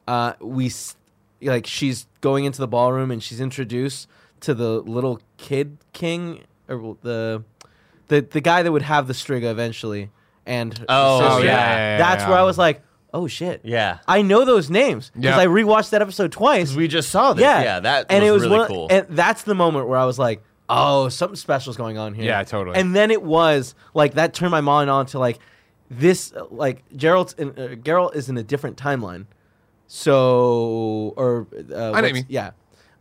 Speaker 1: uh we s- like she's going into the ballroom and she's introduced to the little kid king or the the the guy that would have the striga eventually and her
Speaker 3: Oh,
Speaker 1: sister.
Speaker 3: yeah,
Speaker 2: yeah, yeah,
Speaker 1: that's
Speaker 2: yeah.
Speaker 1: where i was like oh shit
Speaker 3: Yeah.
Speaker 1: i know those names because
Speaker 2: Yeah.
Speaker 1: i rewatched that episode twice
Speaker 3: We just saw this. Yeah, that
Speaker 1: and
Speaker 3: was,
Speaker 1: it was
Speaker 3: really
Speaker 1: one-
Speaker 3: cool.
Speaker 1: And that's the moment where I was like, "Oh, something special's going on here."
Speaker 2: Yeah, totally.
Speaker 1: And then it was like that turned my mind on to like this. uh, Like Gerald's in, uh, Gerald is in a different timeline, so or uh, what's-
Speaker 2: mean.
Speaker 1: yeah.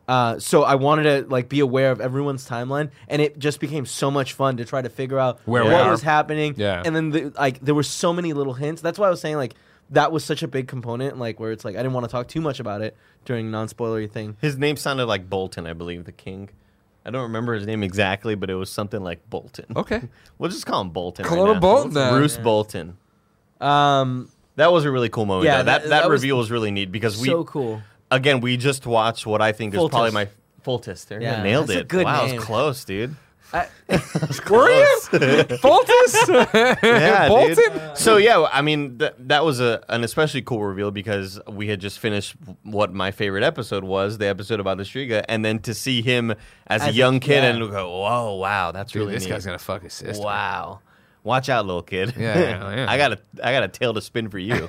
Speaker 1: Uh, so I wanted to like be aware of everyone's timeline, and it just became so much fun to try to figure out
Speaker 2: Where we
Speaker 1: what
Speaker 2: are.
Speaker 1: was happening.
Speaker 2: Yeah.
Speaker 1: and then the, like there were so many little hints. That's why I was saying like that was such a big component. Like where it's like I didn't want to talk too much about it during non spoilery thing.
Speaker 3: His name sounded like Bolton, I believe, the king. I don't remember his name exactly, but it was something like Bolton. <laughs>
Speaker 2: Okay.
Speaker 3: We'll just call him Bolton.
Speaker 2: Call
Speaker 3: right
Speaker 2: him
Speaker 3: now.
Speaker 2: Bolton then.
Speaker 3: Bruce Bolton.
Speaker 1: Um,
Speaker 3: That was a really cool moment.
Speaker 1: Yeah,
Speaker 3: Yeah, that,
Speaker 1: that-
Speaker 3: that,
Speaker 1: that was
Speaker 3: reveal was really neat because we
Speaker 1: so cool.
Speaker 3: again we just watched what I think
Speaker 1: Full
Speaker 3: is probably
Speaker 1: test.
Speaker 3: my full test. There, yeah,
Speaker 1: Yeah,
Speaker 3: nailed
Speaker 1: that's a
Speaker 3: it.
Speaker 1: good
Speaker 3: wow, it
Speaker 1: name.
Speaker 3: was close, dude.
Speaker 1: I,
Speaker 2: Were you?
Speaker 3: <laughs>
Speaker 2: Foltus? <laughs>
Speaker 3: Yeah,
Speaker 2: Bolton?
Speaker 3: dude. So yeah, I mean th- that was a an especially cool reveal because we had just finished what my favorite episode was, the episode about the Striga, and then to see him as,
Speaker 1: As a-
Speaker 3: a young kid
Speaker 1: yeah.
Speaker 3: and go, whoa, wow, that's
Speaker 2: Dude,
Speaker 3: really
Speaker 2: this
Speaker 3: neat.
Speaker 2: guy's going to fuck his sister.
Speaker 3: Wow. Watch out, little kid.
Speaker 2: Yeah,
Speaker 3: <laughs>
Speaker 2: yeah, yeah.
Speaker 3: I got a I got a tail to spin for you.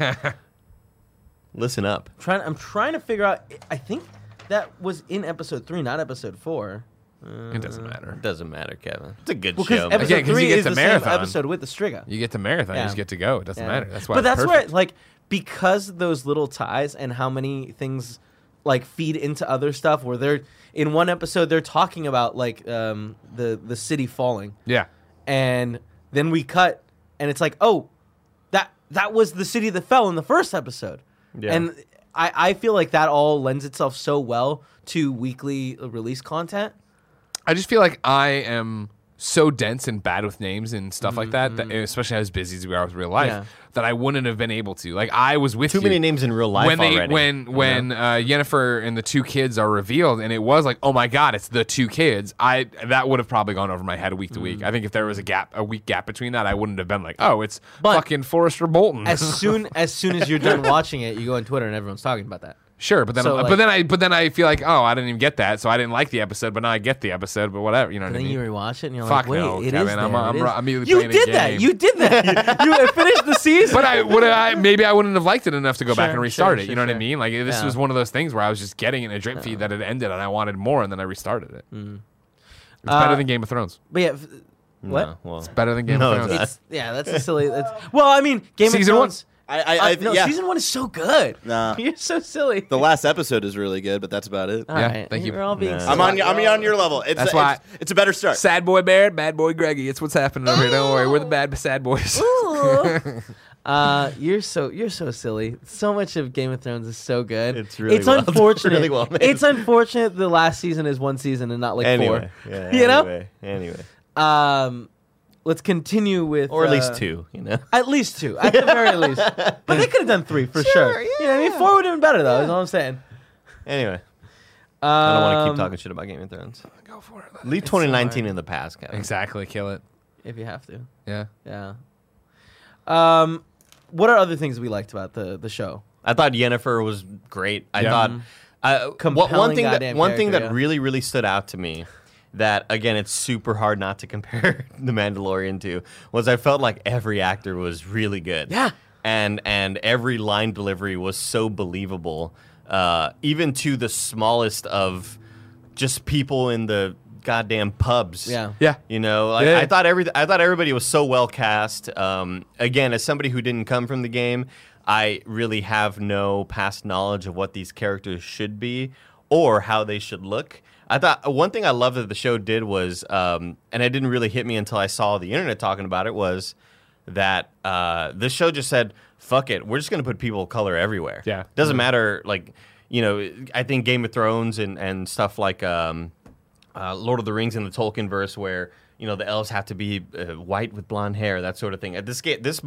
Speaker 3: Listen up.
Speaker 1: trying, I'm trying to figure out. I think that was in episode three, not episode four.
Speaker 2: It doesn't matter.
Speaker 3: Doesn't matter, Kevin. It's a good
Speaker 1: Well,
Speaker 3: show.
Speaker 1: because
Speaker 3: man.
Speaker 1: episode
Speaker 2: Again, 'cause you
Speaker 1: three
Speaker 2: get
Speaker 1: is
Speaker 2: the
Speaker 1: the
Speaker 2: marathon.
Speaker 1: same episode with the Striga.
Speaker 2: You get the marathon,
Speaker 1: Yeah.
Speaker 2: you just get to go. It doesn't
Speaker 1: Yeah.
Speaker 2: matter. That's why.
Speaker 1: But
Speaker 2: it's
Speaker 1: that's
Speaker 2: perfect.
Speaker 1: where, like, because of those little ties and how many things like feed into other stuff. Where they're in one episode, they're talking about like um, the the city falling,
Speaker 2: Yeah.
Speaker 1: and then we cut, and it's like, oh, that that was the city that fell in the first episode,
Speaker 3: Yeah.
Speaker 1: and I I feel like that all lends itself so well to weekly release content.
Speaker 2: I just feel like I am so dense and bad with names and stuff like that, that, especially as busy as we are with real life,
Speaker 1: Yeah.
Speaker 2: that I wouldn't have been able to. Like I was with
Speaker 3: Too
Speaker 2: you
Speaker 3: many names in real life
Speaker 2: when they
Speaker 3: already.
Speaker 2: when when uh, Yennefer and the two kids are revealed, and it was like, oh my god, it's the two kids. I that would have probably gone over my head week to week. I think if there was a gap, a week gap between that, I wouldn't have been like, oh, it's
Speaker 1: But-
Speaker 2: fucking Forrester Bolton. <laughs>
Speaker 1: As soon as soon as you're done watching it, you go on Twitter and everyone's talking about that.
Speaker 2: Sure, but then
Speaker 1: So,
Speaker 2: I'm-
Speaker 1: like-
Speaker 2: but then I but then I feel like oh I didn't even get that, so I didn't like the episode, but now I get the episode, but whatever, you know what I
Speaker 1: Then
Speaker 2: mean?
Speaker 1: you rewatch it and you're
Speaker 2: Fuck
Speaker 1: like, wait,
Speaker 2: no,
Speaker 1: it is
Speaker 2: Kevin,
Speaker 1: there,
Speaker 2: I'm- I'm
Speaker 1: it is-
Speaker 2: ro- I'm either
Speaker 1: you
Speaker 2: playing a
Speaker 1: did that.
Speaker 2: game.
Speaker 1: You did
Speaker 2: <laughs>
Speaker 1: that. you you finished the season.
Speaker 2: but I would uh, I maybe I wouldn't have liked it enough to go back
Speaker 1: Sure,
Speaker 2: and restart
Speaker 1: sure,
Speaker 2: it. You
Speaker 1: sure,
Speaker 2: know what I
Speaker 1: sure.
Speaker 2: mean? Like this
Speaker 1: Yeah.
Speaker 2: was one of those things where I was just getting it in a drip feed that had ended, and I wanted more, and then I restarted it. It's
Speaker 1: Uh,
Speaker 2: better than Game of Thrones.
Speaker 1: but yeah, f- what?
Speaker 3: No, well,
Speaker 2: Better than Game
Speaker 3: No,
Speaker 2: of
Speaker 3: it's
Speaker 2: Thrones.
Speaker 1: It's, yeah, that's a silly. That's, well, I mean, Game
Speaker 2: Season
Speaker 1: of
Speaker 2: one.
Speaker 1: Thrones.
Speaker 4: I, I,
Speaker 1: Uh,
Speaker 4: I
Speaker 1: no,
Speaker 4: yeah.
Speaker 1: season one is so good.
Speaker 4: Nah.
Speaker 1: <laughs> You're so silly.
Speaker 4: the last episode is really good, but that's about it.
Speaker 1: All
Speaker 2: Yeah,
Speaker 1: right,
Speaker 2: thank you.
Speaker 1: We're all being.
Speaker 3: Nah.
Speaker 1: silly.
Speaker 4: I'm on. I'm on your level. It's
Speaker 2: That's
Speaker 4: a,
Speaker 2: why-
Speaker 4: it's, it's a better start.
Speaker 2: Sad boy Baird, bad boy Greggy. It's what's happening over here. Don't worry, we're the bad sad boys. <laughs>
Speaker 1: Ooh. <laughs> uh, you're so you're so silly. So much of Game of Thrones is so good.
Speaker 3: It's really
Speaker 1: it's
Speaker 3: well- <laughs> it's
Speaker 1: unfortunate.
Speaker 3: really well made.
Speaker 1: It's unfortunate the last season is one season and not like
Speaker 3: anyway,
Speaker 1: four.
Speaker 3: yeah,
Speaker 1: You know?
Speaker 3: anyway, anyway,
Speaker 1: Um, let's continue with
Speaker 3: or at least
Speaker 1: uh,
Speaker 3: two. You know,
Speaker 1: At least two, at the
Speaker 3: <laughs>
Speaker 1: very least. But they could have done three for sure. You know what I mean? Four would have been better though. Is all I'm saying.
Speaker 3: anyway.
Speaker 1: Um,
Speaker 3: I don't want to keep talking shit about Game of Thrones.
Speaker 2: Go for it.
Speaker 3: Leave 2019 in the past, Kevin.
Speaker 2: Exactly, kill it.
Speaker 1: if you have to.
Speaker 2: Yeah.
Speaker 1: Yeah. Um, what are other things we liked about the the show?
Speaker 3: I thought Yennefer was great. I
Speaker 2: Yeah.
Speaker 3: thought uh, what-
Speaker 1: Compelling
Speaker 3: one thing that
Speaker 1: goddamn
Speaker 3: one thing that
Speaker 1: character, yeah.
Speaker 3: really really stood out to me that again it's super hard not to compare <laughs> the Mandalorian to was I felt like every actor was really good.
Speaker 1: Yeah.
Speaker 3: And and every line delivery was so believable, uh, even to the smallest of just people in the goddamn pubs.
Speaker 1: Yeah.
Speaker 2: Yeah.
Speaker 3: You know, like,
Speaker 2: Yeah.
Speaker 3: I thought every I thought everybody was so well cast. Um, again, as somebody who didn't come from the game, I really have no past knowledge of what these characters should be or how they should look. I thought uh, one thing I loved that the show did was, um, and it didn't really hit me until I saw the internet talking about it was that uh, this show just said, "Fuck it, we're just gonna put people of color everywhere."
Speaker 2: Yeah.
Speaker 3: doesn't matter. Like, you know, I think Game of Thrones and and stuff like um, uh, Lord of the Rings and the Tolkien verse, where you know the elves have to be uh, white with blonde hair, that sort of thing. At this ga- this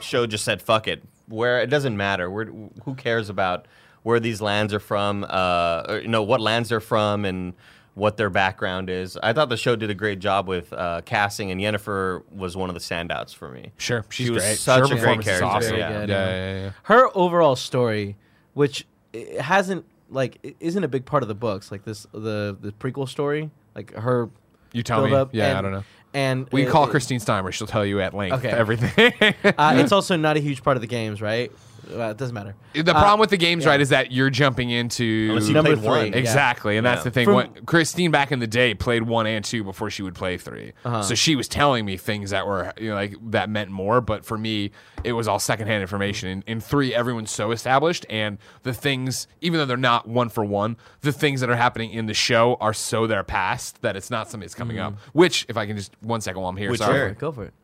Speaker 3: show just said fuck it, where it doesn't matter. Where who cares about where these lands are from? Uh, or, you know what lands they're from and what their background is. I thought the show did a great job with uh, casting, and Yennefer was one of the standouts for me.
Speaker 2: Sure. She's
Speaker 3: was
Speaker 2: great.
Speaker 3: such
Speaker 2: Her
Speaker 3: a great
Speaker 2: performance is
Speaker 3: character.
Speaker 2: awesome.
Speaker 3: Very
Speaker 2: Yeah.
Speaker 1: good,
Speaker 2: Yeah,
Speaker 1: yeah.
Speaker 2: yeah, yeah.
Speaker 1: her overall story, which i- hasn't like i- isn't a big part of the books, like this the the prequel story, like her.
Speaker 2: You tell me.
Speaker 1: build-up
Speaker 2: Yeah, I
Speaker 1: and-
Speaker 2: don't know.
Speaker 1: And
Speaker 2: We
Speaker 1: it-
Speaker 2: can call
Speaker 1: it-
Speaker 2: Christine Steimer. She'll tell you at length
Speaker 1: Okay.
Speaker 2: everything.
Speaker 1: Uh, it's also not a huge part of the games, right? Uh, it doesn't matter.
Speaker 2: <laughs> The problem with the games, right, is that you're jumping into
Speaker 3: Unless you
Speaker 1: Number
Speaker 3: played one.
Speaker 1: three. Yeah.
Speaker 2: Exactly, and that's
Speaker 3: Yeah.
Speaker 2: the thing.
Speaker 1: From-
Speaker 2: When- Christine back in the day played one and two before she would play 3
Speaker 3: Uh-huh.
Speaker 2: so she was telling me things that were you know, like that meant more. But for me, it was all secondhand information. In, in three, everyone's so established, and the things, even though they're not one for one, the things that are happening in the show are so their past that it's not something that's coming up. Which, if I can just one second while I'm here,
Speaker 3: Mm-hmm. Which
Speaker 2: sorry.
Speaker 3: sure.
Speaker 1: Go for it.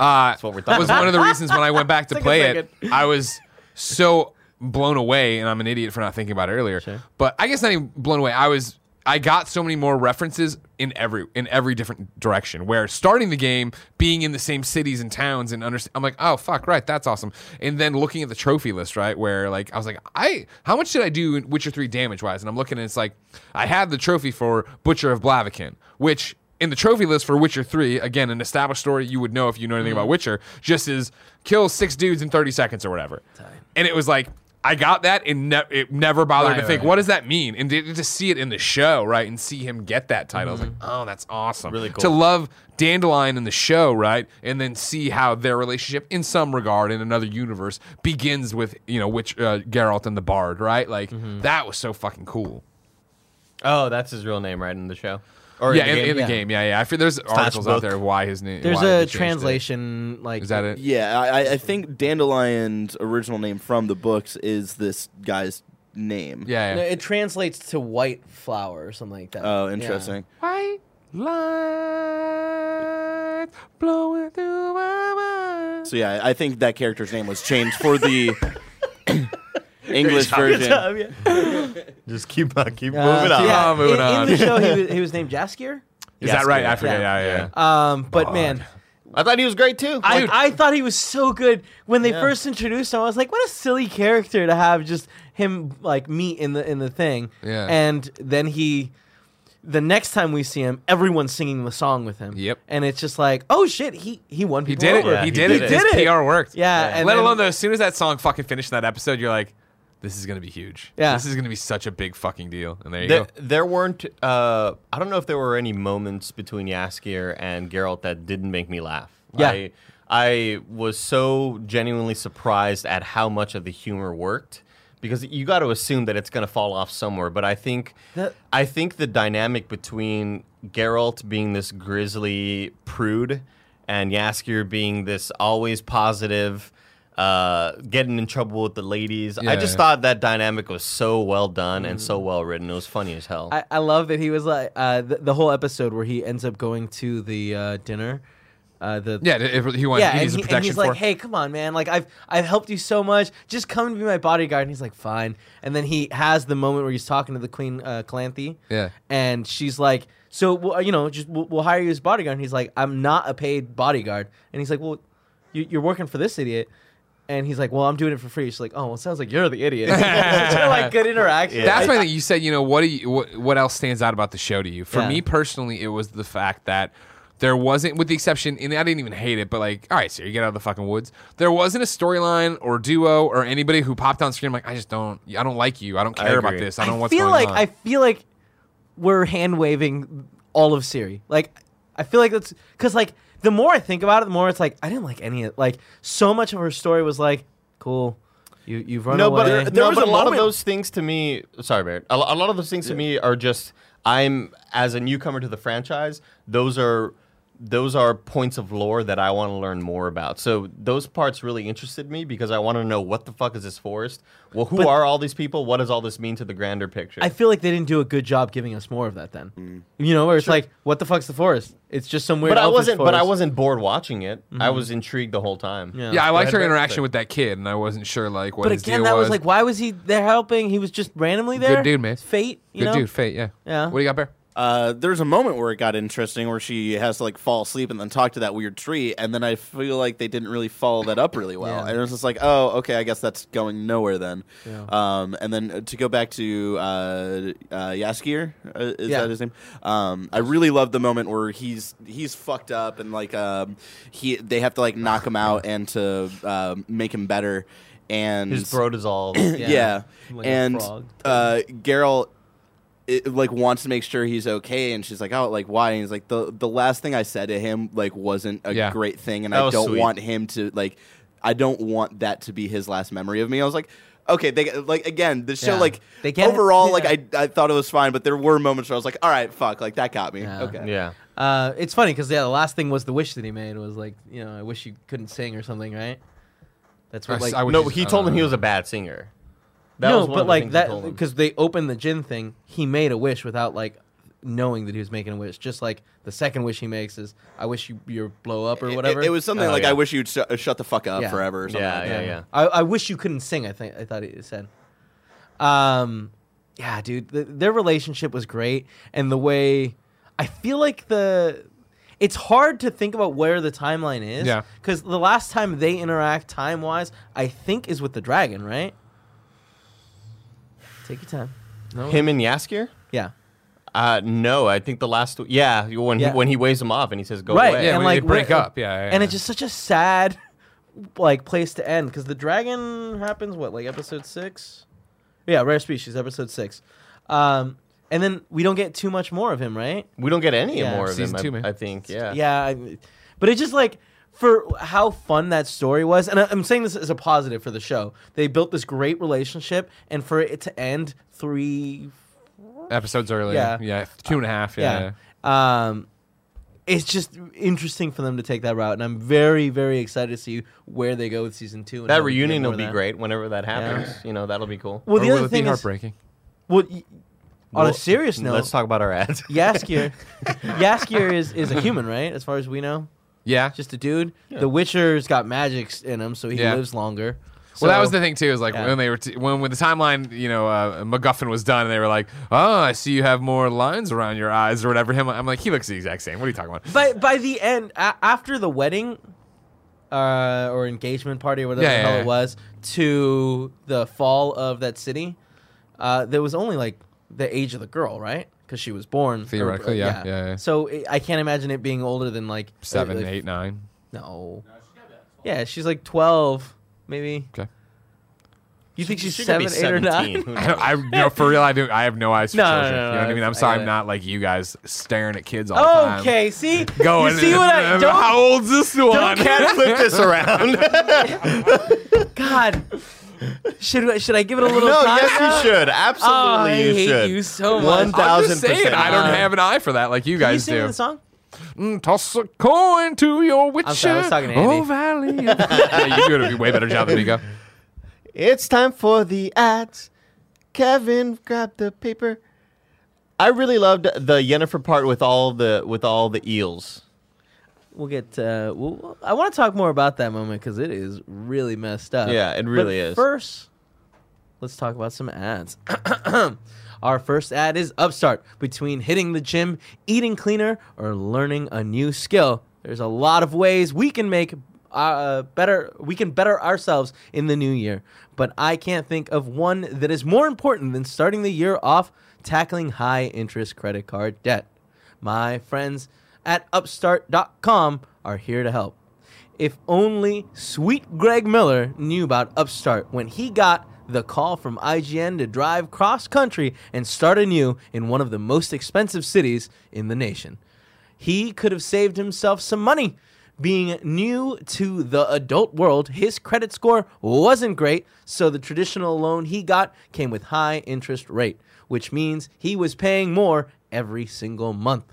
Speaker 2: Uh,
Speaker 3: what we're
Speaker 2: that was
Speaker 3: talking
Speaker 2: one of the reasons when I went back to
Speaker 1: Take a
Speaker 2: play it, I was so blown away, and I'm an idiot for not thinking about it earlier. But I guess not even blown away. I was I got so many more references in every in every different direction. Where starting the game, being in the same cities and towns, and understand, I'm like, oh fuck, right, that's awesome. And then looking at the trophy list, right, where like I was like, I how much did I do in Witcher three damage wise? And I'm looking, and it's like I had the trophy for Butcher of Blaviken, which in the trophy list for Witcher 3, again, an established story you would know if you know anything about Witcher, just is kill six dudes in 30 seconds or whatever. And it was like, I got that and ne- it never bothered
Speaker 1: Right,
Speaker 2: to think,
Speaker 1: right.
Speaker 2: what does that mean? And to, to see it in the show, right, and see him get that title, I was like, oh, that's awesome.
Speaker 3: Really cool.
Speaker 2: To love Dandelion in the show, right, and then see how their relationship in some regard in another universe begins with, you know, which uh, Geralt and the Bard, right? Like, that was so fucking cool.
Speaker 3: Oh, that's his real name, right in the show. Or
Speaker 2: yeah,
Speaker 3: in the
Speaker 2: in, in
Speaker 3: game?
Speaker 2: the
Speaker 1: Yeah.
Speaker 2: game, yeah, yeah. I feel there's articles out
Speaker 3: book.
Speaker 2: there why his name.
Speaker 1: There's
Speaker 2: why they
Speaker 1: a
Speaker 2: changed it.
Speaker 1: translation, like
Speaker 2: Is that it?
Speaker 4: Yeah, I, I- I think Dandelion's original name from the books is this guy's name.
Speaker 2: Yeah.
Speaker 1: No,
Speaker 2: yeah.
Speaker 1: it translates to white flower or something like that.
Speaker 4: Oh,
Speaker 1: Yeah. <laughs>
Speaker 4: interesting.
Speaker 2: White light blowing through my mind.
Speaker 4: So yeah, I I think that character's name was changed for
Speaker 1: <laughs>
Speaker 4: the English version.
Speaker 1: yeah.
Speaker 3: Just keep on, keep
Speaker 1: Uh,
Speaker 3: moving
Speaker 1: so
Speaker 3: on.
Speaker 1: yeah,
Speaker 2: Oh, moving
Speaker 1: in,
Speaker 2: on.
Speaker 1: In the show,
Speaker 2: <laughs>
Speaker 1: he was, he was named Jaskier.
Speaker 2: Is that right? I forget.
Speaker 1: Yeah.
Speaker 2: Yeah, yeah. yeah.
Speaker 1: Um, but man,
Speaker 3: I thought he was great too.
Speaker 1: I,
Speaker 2: Dude.
Speaker 1: I thought he was so good when they first introduced him. I was like, what a silly character to have just him like meet in the in the thing.
Speaker 2: Yeah.
Speaker 1: And then he, the next time we see him, everyone's singing the song with him.
Speaker 2: Yep.
Speaker 1: And it's just like, oh shit, he he won
Speaker 2: He
Speaker 1: people
Speaker 2: did it.
Speaker 1: over.
Speaker 3: Yeah,
Speaker 2: he did it.
Speaker 1: He
Speaker 2: His
Speaker 1: did it.
Speaker 2: PR worked.
Speaker 1: Yeah, and
Speaker 2: Let
Speaker 1: then-
Speaker 2: alone though, as soon as that song fucking finished in that episode, you're like, this is gonna be huge.
Speaker 1: Yeah.
Speaker 2: This is gonna be such a big fucking deal. And there you
Speaker 3: There,
Speaker 2: go.
Speaker 3: there weren't. Uh, I don't know if there were any moments between Yaskir and Geralt that didn't make me laugh.
Speaker 1: Yeah.
Speaker 3: I, I was so genuinely surprised at how much of the humor worked because you got to assume that it's going to fall off somewhere. But I think,
Speaker 1: That-
Speaker 3: I think the dynamic between Geralt being this grizzly prude and Yaskir being this always positive. Uh, getting in trouble with the ladies. I
Speaker 2: Yeah,
Speaker 3: just
Speaker 2: yeah.
Speaker 3: thought that dynamic was so well done and so well written. It was funny as hell.
Speaker 1: I, I love that he was like uh, the, the whole episode where he ends up going to the uh, dinner. Uh, the
Speaker 2: Yeah, if he wants
Speaker 1: yeah,
Speaker 2: he
Speaker 1: and,
Speaker 2: needs
Speaker 1: he,
Speaker 2: a
Speaker 1: and
Speaker 2: protection
Speaker 1: he's like,
Speaker 2: for
Speaker 1: "Hey, come on, man! Like, I've I've helped you so much. Just come and be my bodyguard." And he's like, "Fine." And then he has the moment where he's talking to the Queen uh, Calanthe.
Speaker 2: Yeah.
Speaker 1: and she's like, "So, well, uh, you know, just we'll, we'll hire you as bodyguard." And he's like, "I'm not a paid bodyguard." And he's like, "Well, you, you're working for this idiot." And he's like, "Well, I'm doing it for free." She's like, "Oh, well, it sounds like you're the idiot." <laughs> Such a, like
Speaker 2: <laughs>
Speaker 1: good interaction.
Speaker 2: That's
Speaker 1: I-
Speaker 2: my thing. You said, you know, what do you, what, what else stands out about the show to you? For
Speaker 1: Yeah.
Speaker 2: me personally, it was the fact that there wasn't, with the exception, and I didn't even hate it, but like, all right, so you get out of the fucking woods. There wasn't a storyline or duo or anybody who popped on screen like, I just don't, I don't like you. I don't care about
Speaker 3: agree.
Speaker 2: this. I don't know what's
Speaker 1: feel
Speaker 2: going
Speaker 1: like
Speaker 2: on.
Speaker 1: I feel like we're hand waving all of Siri. Like I feel like that's because like the more I think about it, the more it's like I didn't like any of like so much of her story was like cool. You you've run
Speaker 3: no,
Speaker 1: away.
Speaker 3: but there
Speaker 4: No,
Speaker 3: was
Speaker 4: but
Speaker 3: a
Speaker 4: a
Speaker 3: lot of
Speaker 4: moment-
Speaker 3: those things to me. Sorry, Barrett. A, lo- a lot of those things to me are just I'm as a newcomer to the franchise, those are those are points of lore that I want to learn more about. So those parts really interested me because I want to know what the fuck is this forest? Well, who are all these people? What does all this mean to the grander picture?
Speaker 1: I feel like they didn't do a Mm. good job giving us more of that. Then, you know, where it's like, what the fuck's the forest? It's just some weird.
Speaker 3: but I
Speaker 1: elfish
Speaker 3: wasn't but I
Speaker 1: forest.
Speaker 3: wasn't bored watching it. I was intrigued the whole time.
Speaker 1: Yeah.
Speaker 2: Yeah, I liked her
Speaker 3: ahead, Brett.
Speaker 2: interaction with that kid, and I wasn't sure like what
Speaker 1: But
Speaker 2: his
Speaker 1: again,
Speaker 2: deal
Speaker 1: that was.
Speaker 2: was
Speaker 1: like, why was he there helping? He was just randomly there.
Speaker 2: dude, man.
Speaker 1: Fate. You
Speaker 2: Good
Speaker 1: know?
Speaker 2: dude, fate. Yeah.
Speaker 1: Yeah.
Speaker 2: What do you got, Bear?
Speaker 5: Uh, there's a moment where it got interesting where she has to like fall asleep and then talk to that weird tree, and then I feel like they didn't really follow that up really well.
Speaker 1: Yeah.
Speaker 5: And it was just like, oh, okay, I guess that's going nowhere then.
Speaker 1: Yeah.
Speaker 5: Um, and then uh, to go back to uh, uh, Yaskier, uh, is
Speaker 1: Yeah.
Speaker 5: that his name? Um, I really love the moment where he's he's fucked up and like um, he they have to like knock him out and to uh, make him better. And
Speaker 3: His throat is <coughs>
Speaker 5: <laughs>
Speaker 3: all yeah.
Speaker 5: yeah,
Speaker 1: Like a
Speaker 5: and
Speaker 1: frog.
Speaker 5: uh Geralt it, like wants to make sure he's okay and she's like oh like why and he's like the the last thing I said to him like wasn't a
Speaker 2: Yeah.
Speaker 5: great thing and
Speaker 3: That
Speaker 5: I
Speaker 3: was
Speaker 5: don't
Speaker 3: sweet.
Speaker 5: want him to like I don't want that to be his last memory of me I was like okay they like again the show
Speaker 1: Yeah.
Speaker 5: like
Speaker 1: They get it.
Speaker 5: overall
Speaker 1: Yeah.
Speaker 5: like I I thought it was fine but there were moments where I was like all right fuck like that got me
Speaker 1: Yeah.
Speaker 5: okay
Speaker 1: Uh, it's funny because yeah, the last thing was the wish that he made was like, you know, I wish you couldn't sing or something, right? That's
Speaker 2: I
Speaker 1: what
Speaker 2: s-
Speaker 1: like
Speaker 2: I wish
Speaker 3: No,
Speaker 2: he's-
Speaker 3: he
Speaker 2: I
Speaker 3: told
Speaker 2: don't
Speaker 3: him he
Speaker 2: know.
Speaker 3: was a bad singer.
Speaker 1: no,
Speaker 3: was one
Speaker 1: but
Speaker 3: of the
Speaker 1: like
Speaker 3: things he
Speaker 1: that
Speaker 3: told him.
Speaker 1: because they opened the gin thing. He made a wish without like knowing that he was making a wish. Just like the second wish he makes is, I wish you you blow up or
Speaker 5: It-
Speaker 1: whatever.
Speaker 5: it, it was something
Speaker 3: Oh,
Speaker 5: like
Speaker 3: yeah.
Speaker 5: I wish you'd sh- uh, shut the fuck up
Speaker 1: Yeah.
Speaker 5: forever or something
Speaker 3: Yeah,
Speaker 5: like
Speaker 3: Oh, yeah,
Speaker 5: that.
Speaker 3: yeah.
Speaker 1: Um, I, I wish you couldn't sing. I think I thought it said. Um, yeah, dude, th their relationship was great, and the way I feel like the it's hard to think about where the timeline is.
Speaker 2: Yeah.
Speaker 1: because the last time they interact time wise, I think is with the dragon, right? Take your time. No.
Speaker 3: Him and Yaskier?
Speaker 1: Yeah.
Speaker 3: Uh, no, I think the last yeah when
Speaker 1: Yeah.
Speaker 3: He, when he waves him off and he says go
Speaker 1: right.
Speaker 3: away.
Speaker 2: Yeah,
Speaker 1: and
Speaker 2: when
Speaker 1: like
Speaker 2: they break
Speaker 1: where-
Speaker 2: up. Yeah, yeah,
Speaker 1: And
Speaker 2: yeah.
Speaker 1: it's just such a sad like place to end because the dragon happens what like episode six. Yeah, rare species episode six, um, and then we don't get too much more of him, right?
Speaker 3: We don't get any
Speaker 1: Yeah.
Speaker 3: more of
Speaker 2: Season
Speaker 3: him. I-
Speaker 2: two, man.
Speaker 3: I, think yeah.
Speaker 1: Yeah, I, but it just like for how fun that story was, and I, I'm saying this as a positive for the show. They built this great relationship, and for it to end three
Speaker 2: Episodes earlier.
Speaker 1: Yeah.
Speaker 2: Yeah. Two and a half. Yeah. yeah.
Speaker 1: Um, it's just interesting for them to take that route, and I'm very, very excited to see where they go with season two. and how
Speaker 3: That
Speaker 1: we can get
Speaker 3: reunion
Speaker 1: more
Speaker 3: will
Speaker 1: of
Speaker 3: be
Speaker 1: that.
Speaker 3: great whenever that happens. You know that'll be cool.
Speaker 1: Well,
Speaker 2: Or
Speaker 1: the
Speaker 2: will
Speaker 1: other
Speaker 2: it be
Speaker 1: thing is,
Speaker 2: heartbreaking?
Speaker 1: well, y- on
Speaker 3: Well,
Speaker 1: a serious note,
Speaker 3: let's talk about
Speaker 1: <laughs>
Speaker 3: our ads.
Speaker 2: <laughs>
Speaker 1: Yaskier, Yaskier is is a human, right? As far as we know,
Speaker 2: yeah.
Speaker 1: just a dude. The Witcher's got magic s- in him, so he
Speaker 2: Yeah.
Speaker 1: lives longer.
Speaker 2: Well, that was
Speaker 1: So-
Speaker 2: the thing too. Is like
Speaker 1: Yeah.
Speaker 2: when they were t- when when the timeline, you know, uh, MacGuffin was done, and they were like, "Oh, I see you have more lines around your eyes or whatever." Him, I'm like, he looks the exact same. What are you talking about?
Speaker 1: by by the end a- after the wedding uh, or engagement party or whatever
Speaker 2: Yeah,
Speaker 1: the
Speaker 2: yeah,
Speaker 1: hell
Speaker 2: yeah.
Speaker 1: it was to the fall of that city uh, there was only like the age of the girl right because she was born or- uh,
Speaker 2: Theoretically, yeah, yeah, yeah.
Speaker 1: so i i can't imagine it being older than like uh,
Speaker 2: Seven,
Speaker 1: like-
Speaker 2: eight, nine.
Speaker 1: no yeah she's like 12 maybe
Speaker 2: Okay.
Speaker 1: you think she's
Speaker 3: She could be
Speaker 1: seven, eight, or nine?
Speaker 3: 17.
Speaker 2: I,
Speaker 3: Who knows?
Speaker 2: don't, I no, for real, I do. I have no eyes for
Speaker 1: No, no,
Speaker 2: children.
Speaker 1: no,
Speaker 2: you know what
Speaker 1: no,
Speaker 2: I mean?
Speaker 1: it's-
Speaker 2: I'm
Speaker 1: I
Speaker 2: sorry,
Speaker 1: get
Speaker 2: I'm
Speaker 1: it.
Speaker 2: not like you guys staring at kids all the
Speaker 1: <laughs>
Speaker 2: time.
Speaker 1: Okay, see,
Speaker 2: Going.
Speaker 1: you see what I don't
Speaker 2: <laughs> How old's this one?
Speaker 3: Can't flip
Speaker 2: <laughs>
Speaker 3: this around.
Speaker 1: <laughs> God. Should should I give it
Speaker 3: <laughs>
Speaker 1: a little
Speaker 3: no,
Speaker 1: time? now?
Speaker 3: yes, you should.
Speaker 1: Oh, I
Speaker 3: Absolutely, you
Speaker 1: hate
Speaker 3: should.
Speaker 1: you so
Speaker 3: One
Speaker 1: much.
Speaker 2: I'm
Speaker 3: thousand
Speaker 2: just saying,
Speaker 3: percent.
Speaker 2: I don't
Speaker 1: Uh,
Speaker 2: have an eye for that like you
Speaker 1: Can you
Speaker 2: guys
Speaker 1: sing
Speaker 2: do.
Speaker 1: the song?
Speaker 2: Mm, toss a coin to your witcher.
Speaker 1: sorry, I was talking to
Speaker 2: oh,
Speaker 1: Andy.
Speaker 2: valley. <laughs> yeah, you do a way better job than me, go.
Speaker 3: It's time for the ads. Kevin, grab the paper. I really loved the Yennefer part with all the with all the eels.
Speaker 1: We'll get. Uh, we'll, I want to talk more about that moment because it is really messed up.
Speaker 3: Yeah, it
Speaker 1: But
Speaker 3: really is.
Speaker 1: First, let's talk about some ads. <clears throat> Our first ad is Upstart. Between hitting the gym, eating cleaner, or learning a new skill, there's a lot of ways we can make uh, better. We can better ourselves in the new year. But I can't think of one that is more important than starting the year off tackling high interest credit card debt. My friends at Upstart.com are here to help. If only sweet Greg Miller knew about Upstart when he got the call from IGN to drive cross country and start anew in one of the most expensive cities in the nation. He could have saved himself some money. Being new to the adult world, his credit score wasn't great, so the traditional loan he got came with high interest rate, which means he was paying more every single month.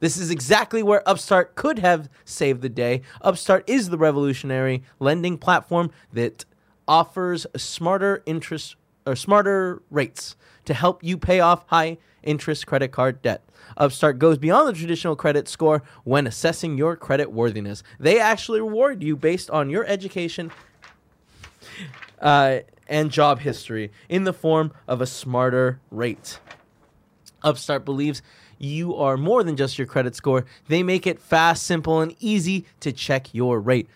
Speaker 1: This is exactly where Upstart could have saved the day. Upstart is the revolutionary lending platform that offers smarter interest or smarter rates to help you pay off high interest credit card debt. Upstart goes beyond the traditional credit score when assessing your credit worthiness. They actually reward you based on your education uh, and job history in the form of a smarter rate. Upstart believes you are more than just your credit score. They make it fast, simple, and easy to check your rate.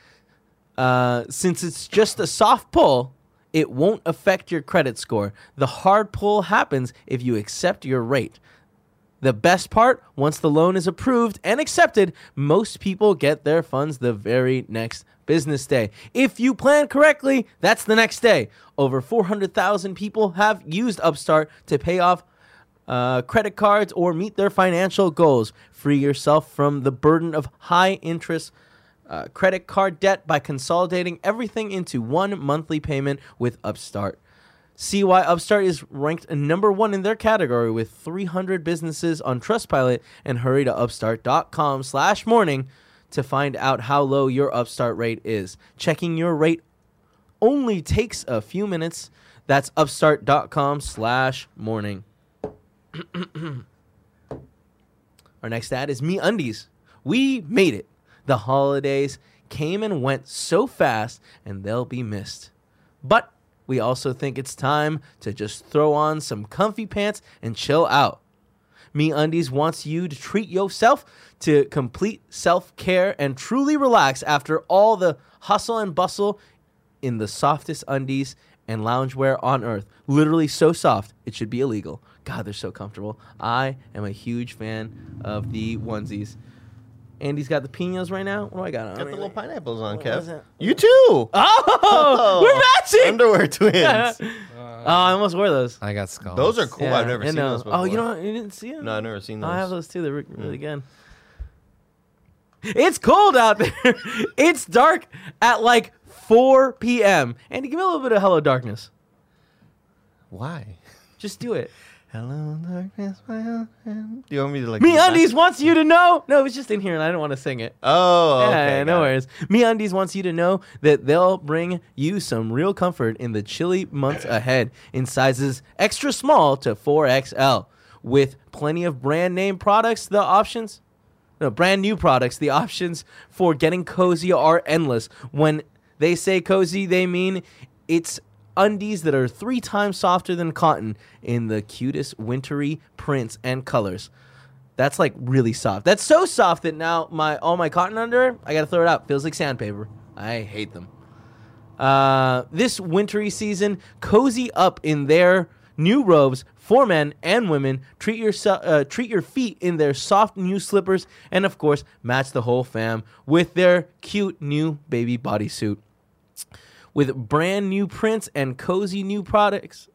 Speaker 1: Uh, since it's just a soft pull, it won't affect your credit score. The hard pull happens if you accept your rate. The best part, once the loan is approved and accepted, most people get their funds the very next business day. If you plan correctly, that's the next day. Over 400,000 people have used Upstart to pay off uh, credit cards or meet their financial goals. Free yourself from the burden of high interest uh, credit card debt by consolidating everything into one monthly payment with Upstart. See why Upstart is ranked number one in their category with 300 businesses on Trustpilot and hurry to upstart.com slash morning to find out how low your Upstart rate is. Checking your rate only takes a few minutes. That's upstart.com slash morning. <clears throat> Our next ad is Me Undies. We made it. The holidays came and went so fast, and they'll be missed. But we also think it's time to just throw on some comfy pants and chill out. Me Undies wants you to treat yourself to complete self care and truly relax after all the hustle and bustle in the softest undies and loungewear on earth. Literally so soft, it should be illegal. God, they're so comfortable. I am a huge fan of the onesies. Andy's got the pinos right now. What do I got on?
Speaker 3: Got the little pineapples on,
Speaker 1: was
Speaker 3: Kev.
Speaker 1: it?
Speaker 3: You too.
Speaker 1: oh, we're matching.
Speaker 3: Underwear
Speaker 1: <laughs>
Speaker 3: twins.
Speaker 1: oh, I almost wore those.
Speaker 2: I got skulls.
Speaker 3: Those are Uh, cool.
Speaker 1: Yeah,
Speaker 3: I've never
Speaker 1: I
Speaker 3: seen
Speaker 1: know.
Speaker 3: those before.
Speaker 1: Oh, you know, you didn't see them? Oh,
Speaker 3: No, I've never seen those. Mm.
Speaker 1: I have those too. They're re- really good. It's cold out there. <laughs> it's dark at like 4 p.m. Andy, give me a little bit of Hello Darkness.
Speaker 3: Why?
Speaker 1: Just do it.
Speaker 3: Hello, darkness, my old friend. Do you want me to like?
Speaker 1: Me
Speaker 3: do that?
Speaker 1: Undies wants you to know. No, it was just in here and I didn't want to sing it.
Speaker 3: Oh, okay.
Speaker 1: yeah, no
Speaker 3: got it.
Speaker 1: worries. MeUndies wants you to know that they'll bring you some real comfort in the chilly
Speaker 3: <clears throat>
Speaker 1: months ahead in sizes extra small to 4XL with plenty of brand name products, the options no, brand new products, the options for getting cozy are endless. When they say cozy, they mean it's undies that are three times softer than cotton in the cutest wintry prints and colors. That's like really soft. That's so soft that now my all my cotton underwear, I gotta throw it out. Feels like sandpaper. I hate them. Uh, this wintry season, cozy up in their new robes for men and women. Treat your uh, treat your feet in their soft new slippers, and of course, match the whole fam with their cute new baby bodysuit. With brand new prints and cozy new products,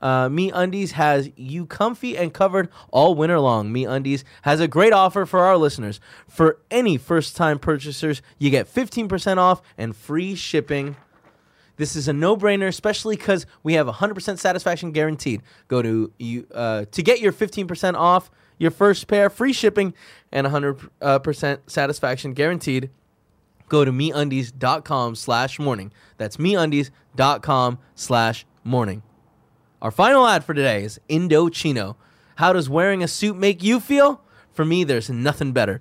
Speaker 1: uh, Me Undies has you comfy and covered all winter long. Me Undies has a great offer for our listeners. For any first time purchasers, you get 15% off and free shipping. This is a no-brainer, especially because we have 100% satisfaction guaranteed. Go to you uh, to get your 15% off your first pair, free shipping, and 100% satisfaction guaranteed. Go to meundies.com slash morning. That's meundies.com slash morning. Our final ad for today is Indochino. How does wearing a suit make you feel? For me, there's nothing better.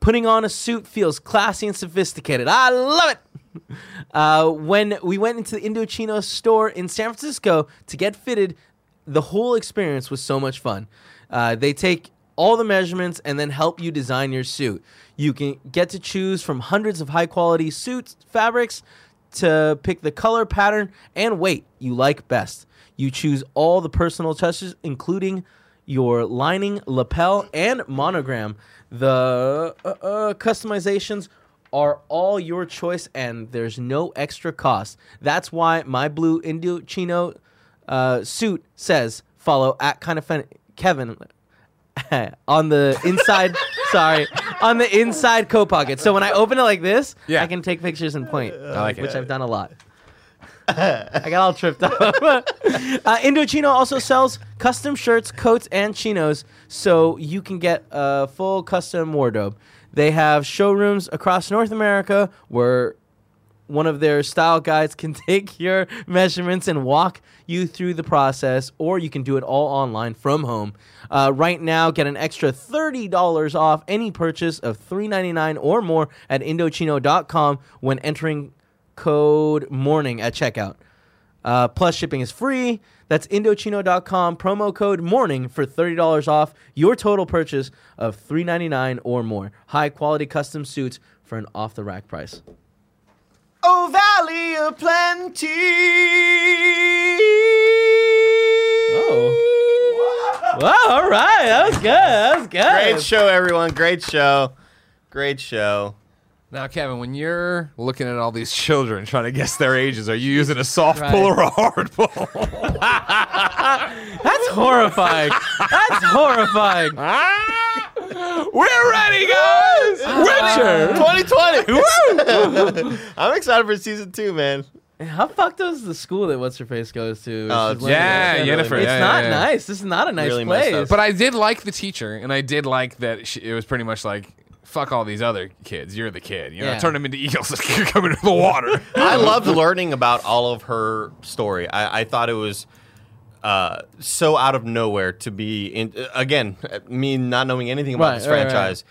Speaker 1: Putting on a suit feels classy and sophisticated. I love it. <laughs> Uh, when we went into the Indochino store in San Francisco to get fitted, the whole experience was so much fun. Uh, they take all the measurements and then help you design your suit. You can get to choose from hundreds of high quality suits, fabrics to pick the color, pattern, and weight you like best. You choose all the personal touches, including your lining, lapel, and monogram. The uh, uh, customizations are all your choice, and there's no extra cost. That's why my blue Indochino uh, suit says follow at kind of Kevin <laughs> on the inside. sorry, on the inside coat pocket. So when I open it like this,
Speaker 2: Yeah.
Speaker 1: I can take pictures and point,
Speaker 2: I like
Speaker 1: which
Speaker 2: it.
Speaker 1: I've done a lot. <laughs> I got all tripped up. <laughs> uh, Indochino also sells custom shirts, coats, and chinos, so you can get a full custom wardrobe. They have showrooms across North America where one of their style guides can <laughs> take your measurements and walk you through the process, or you can do it all online from home. Uh, right now, get an extra $30 off any purchase of $3.99 or more at Indochino.com when entering code morning at checkout. Uh, plus, shipping is free. That's Indochino.com, promo code morning for $30 off your total purchase of $3.99 or more. High quality custom suits for an off the rack price.
Speaker 3: Oh, Valley of Plenty.
Speaker 1: Oh. Wow, all right. That was good. That was good.
Speaker 3: Great show, everyone. Great show. Great show.
Speaker 2: Now, Kevin, when you're looking at all these <laughs> children trying to guess their ages, are you using a soft pull or a hard
Speaker 3: <laughs>
Speaker 2: pull?
Speaker 1: <laughs> That's horrifying. That's horrifying.
Speaker 2: <laughs> We're ready, guys.
Speaker 3: <laughs>
Speaker 2: Witcher.
Speaker 3: 2020. <laughs> I'm excited for season two, man.
Speaker 1: How fucked up is the school that What's Her Face goes to?
Speaker 3: Oh,
Speaker 1: She's
Speaker 3: yeah,
Speaker 1: learning that.
Speaker 2: yeah, Yennefer,
Speaker 1: It's
Speaker 2: yeah,
Speaker 1: not
Speaker 2: yeah, yeah.
Speaker 1: nice. This is not a nice
Speaker 3: Really messed
Speaker 1: place.
Speaker 3: up.
Speaker 2: But I did like the teacher, and I did like that she, it was pretty much like. Fuck all these other kids. You're the kid. You know,
Speaker 1: Yeah.
Speaker 2: turn them into eagles <laughs> that can come into the
Speaker 3: <laughs>
Speaker 2: water.
Speaker 3: I loved learning about all of her story. I, I thought it was uh, so out of nowhere to be in. Again, me not knowing anything about
Speaker 1: Right,
Speaker 3: this
Speaker 1: right, right.
Speaker 3: franchise,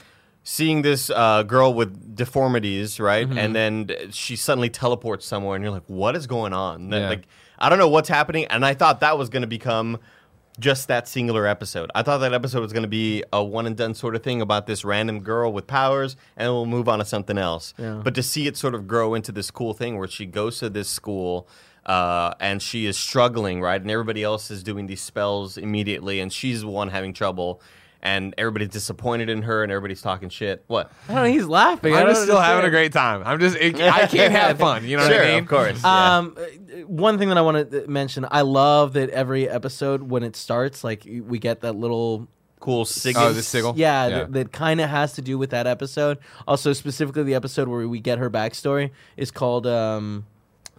Speaker 3: seeing this uh, girl with deformities, right,
Speaker 1: Mm-hmm.
Speaker 3: and then she suddenly teleports somewhere, and you're like, "What is going on?" Then,
Speaker 2: Yeah.
Speaker 3: Like, I don't know what's happening, and I thought that was going to become. Just that singular episode. I thought that episode was going to be a one and done sort of thing about this random girl with powers, and then we'll move on to something else.
Speaker 1: Yeah.
Speaker 3: But to see it sort of grow into this cool thing where she goes to this school uh, and she is struggling, right? And everybody else is doing these spells immediately, and she's the one having trouble, and everybody's disappointed in her, and everybody's talking shit. What?
Speaker 1: I don't know. He's laughing. I
Speaker 2: I'm
Speaker 1: don't
Speaker 2: just still having a
Speaker 1: understand.
Speaker 2: great time. I'm just, it, I
Speaker 1: <laughs>
Speaker 2: can't have fun. You know
Speaker 1: Oh,
Speaker 3: sure,
Speaker 2: what I mean?
Speaker 3: of course. yeah.
Speaker 1: Um, uh, one thing that I want to mention, I love that every episode when it starts, like we get that little
Speaker 3: Cool signal.
Speaker 2: Oh, the sigil.
Speaker 1: Yeah,
Speaker 2: Yeah.
Speaker 1: That, that kind of has to do with that episode. Also, specifically the episode where we get her backstory is called um,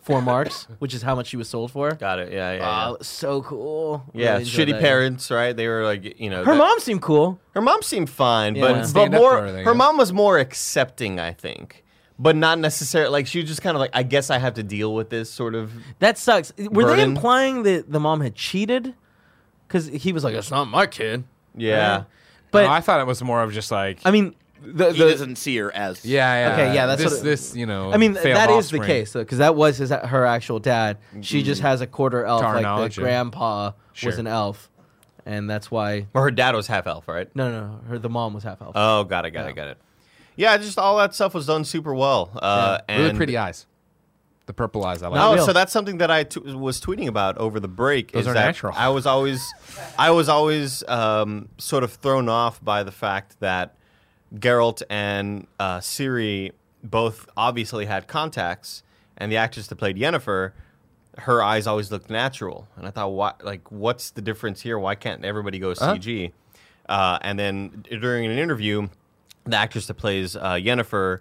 Speaker 1: Four Marks, which is how much she was sold for.
Speaker 3: Got it. Yeah, yeah. Yeah,
Speaker 1: Oh, so cool.
Speaker 3: yeah
Speaker 1: Really enjoyed
Speaker 3: shitty
Speaker 1: that.
Speaker 3: parents, right? They were like, you know,
Speaker 1: Her
Speaker 3: that-
Speaker 1: mom seemed cool.
Speaker 3: Her mom seemed fine,
Speaker 1: Yeah. Wouldn't
Speaker 3: but but
Speaker 2: stand up
Speaker 3: more
Speaker 2: for everything,
Speaker 3: her
Speaker 2: yeah.
Speaker 3: mom was more accepting, I think. But not necessarily like she was just kind of like I guess I have to deal with this sort of
Speaker 1: That sucks. Were they
Speaker 3: Burden.
Speaker 1: implying that the mom had cheated? Because he was like, "It's not my kid."
Speaker 3: yeah.
Speaker 1: But
Speaker 2: No, I thought it was more of just like,
Speaker 1: I mean,
Speaker 2: the,
Speaker 4: he
Speaker 2: the-
Speaker 4: doesn't see her as
Speaker 2: yeah, yeah.
Speaker 1: Okay, yeah, that's
Speaker 2: this,
Speaker 1: what it-
Speaker 2: this, you know.
Speaker 1: I mean,
Speaker 2: failed
Speaker 1: that is the
Speaker 2: offspring.
Speaker 1: case though, because that was his her actual dad. She just has a quarter elf,
Speaker 2: To our
Speaker 1: like
Speaker 2: knowledge,
Speaker 1: the
Speaker 2: yeah.
Speaker 1: grandpa
Speaker 2: Sure.
Speaker 1: was an elf, and that's why.
Speaker 3: Or her dad was half elf, right?
Speaker 1: No, no, no, her the mom was half elf.
Speaker 3: Oh, got it, got it, got it. Yeah, just all that stuff was done super well. Uh, and
Speaker 2: Really pretty eyes. The purple eyes. I like.
Speaker 1: Not
Speaker 3: Oh,
Speaker 1: real.
Speaker 3: so that's something that I t- was tweeting about over the break.
Speaker 2: Those
Speaker 3: is
Speaker 2: are
Speaker 3: that
Speaker 2: natural.
Speaker 3: I was always, I was always um, sort of thrown off by the fact that Geralt and uh, Siri both obviously had contacts, and the actress that played Yennefer, her eyes always looked natural. And I thought, why, like, what's the difference here? Why can't everybody go
Speaker 2: Uh-huh.
Speaker 3: CG? Uh, and then during an interview, the actress that plays uh, Yennefer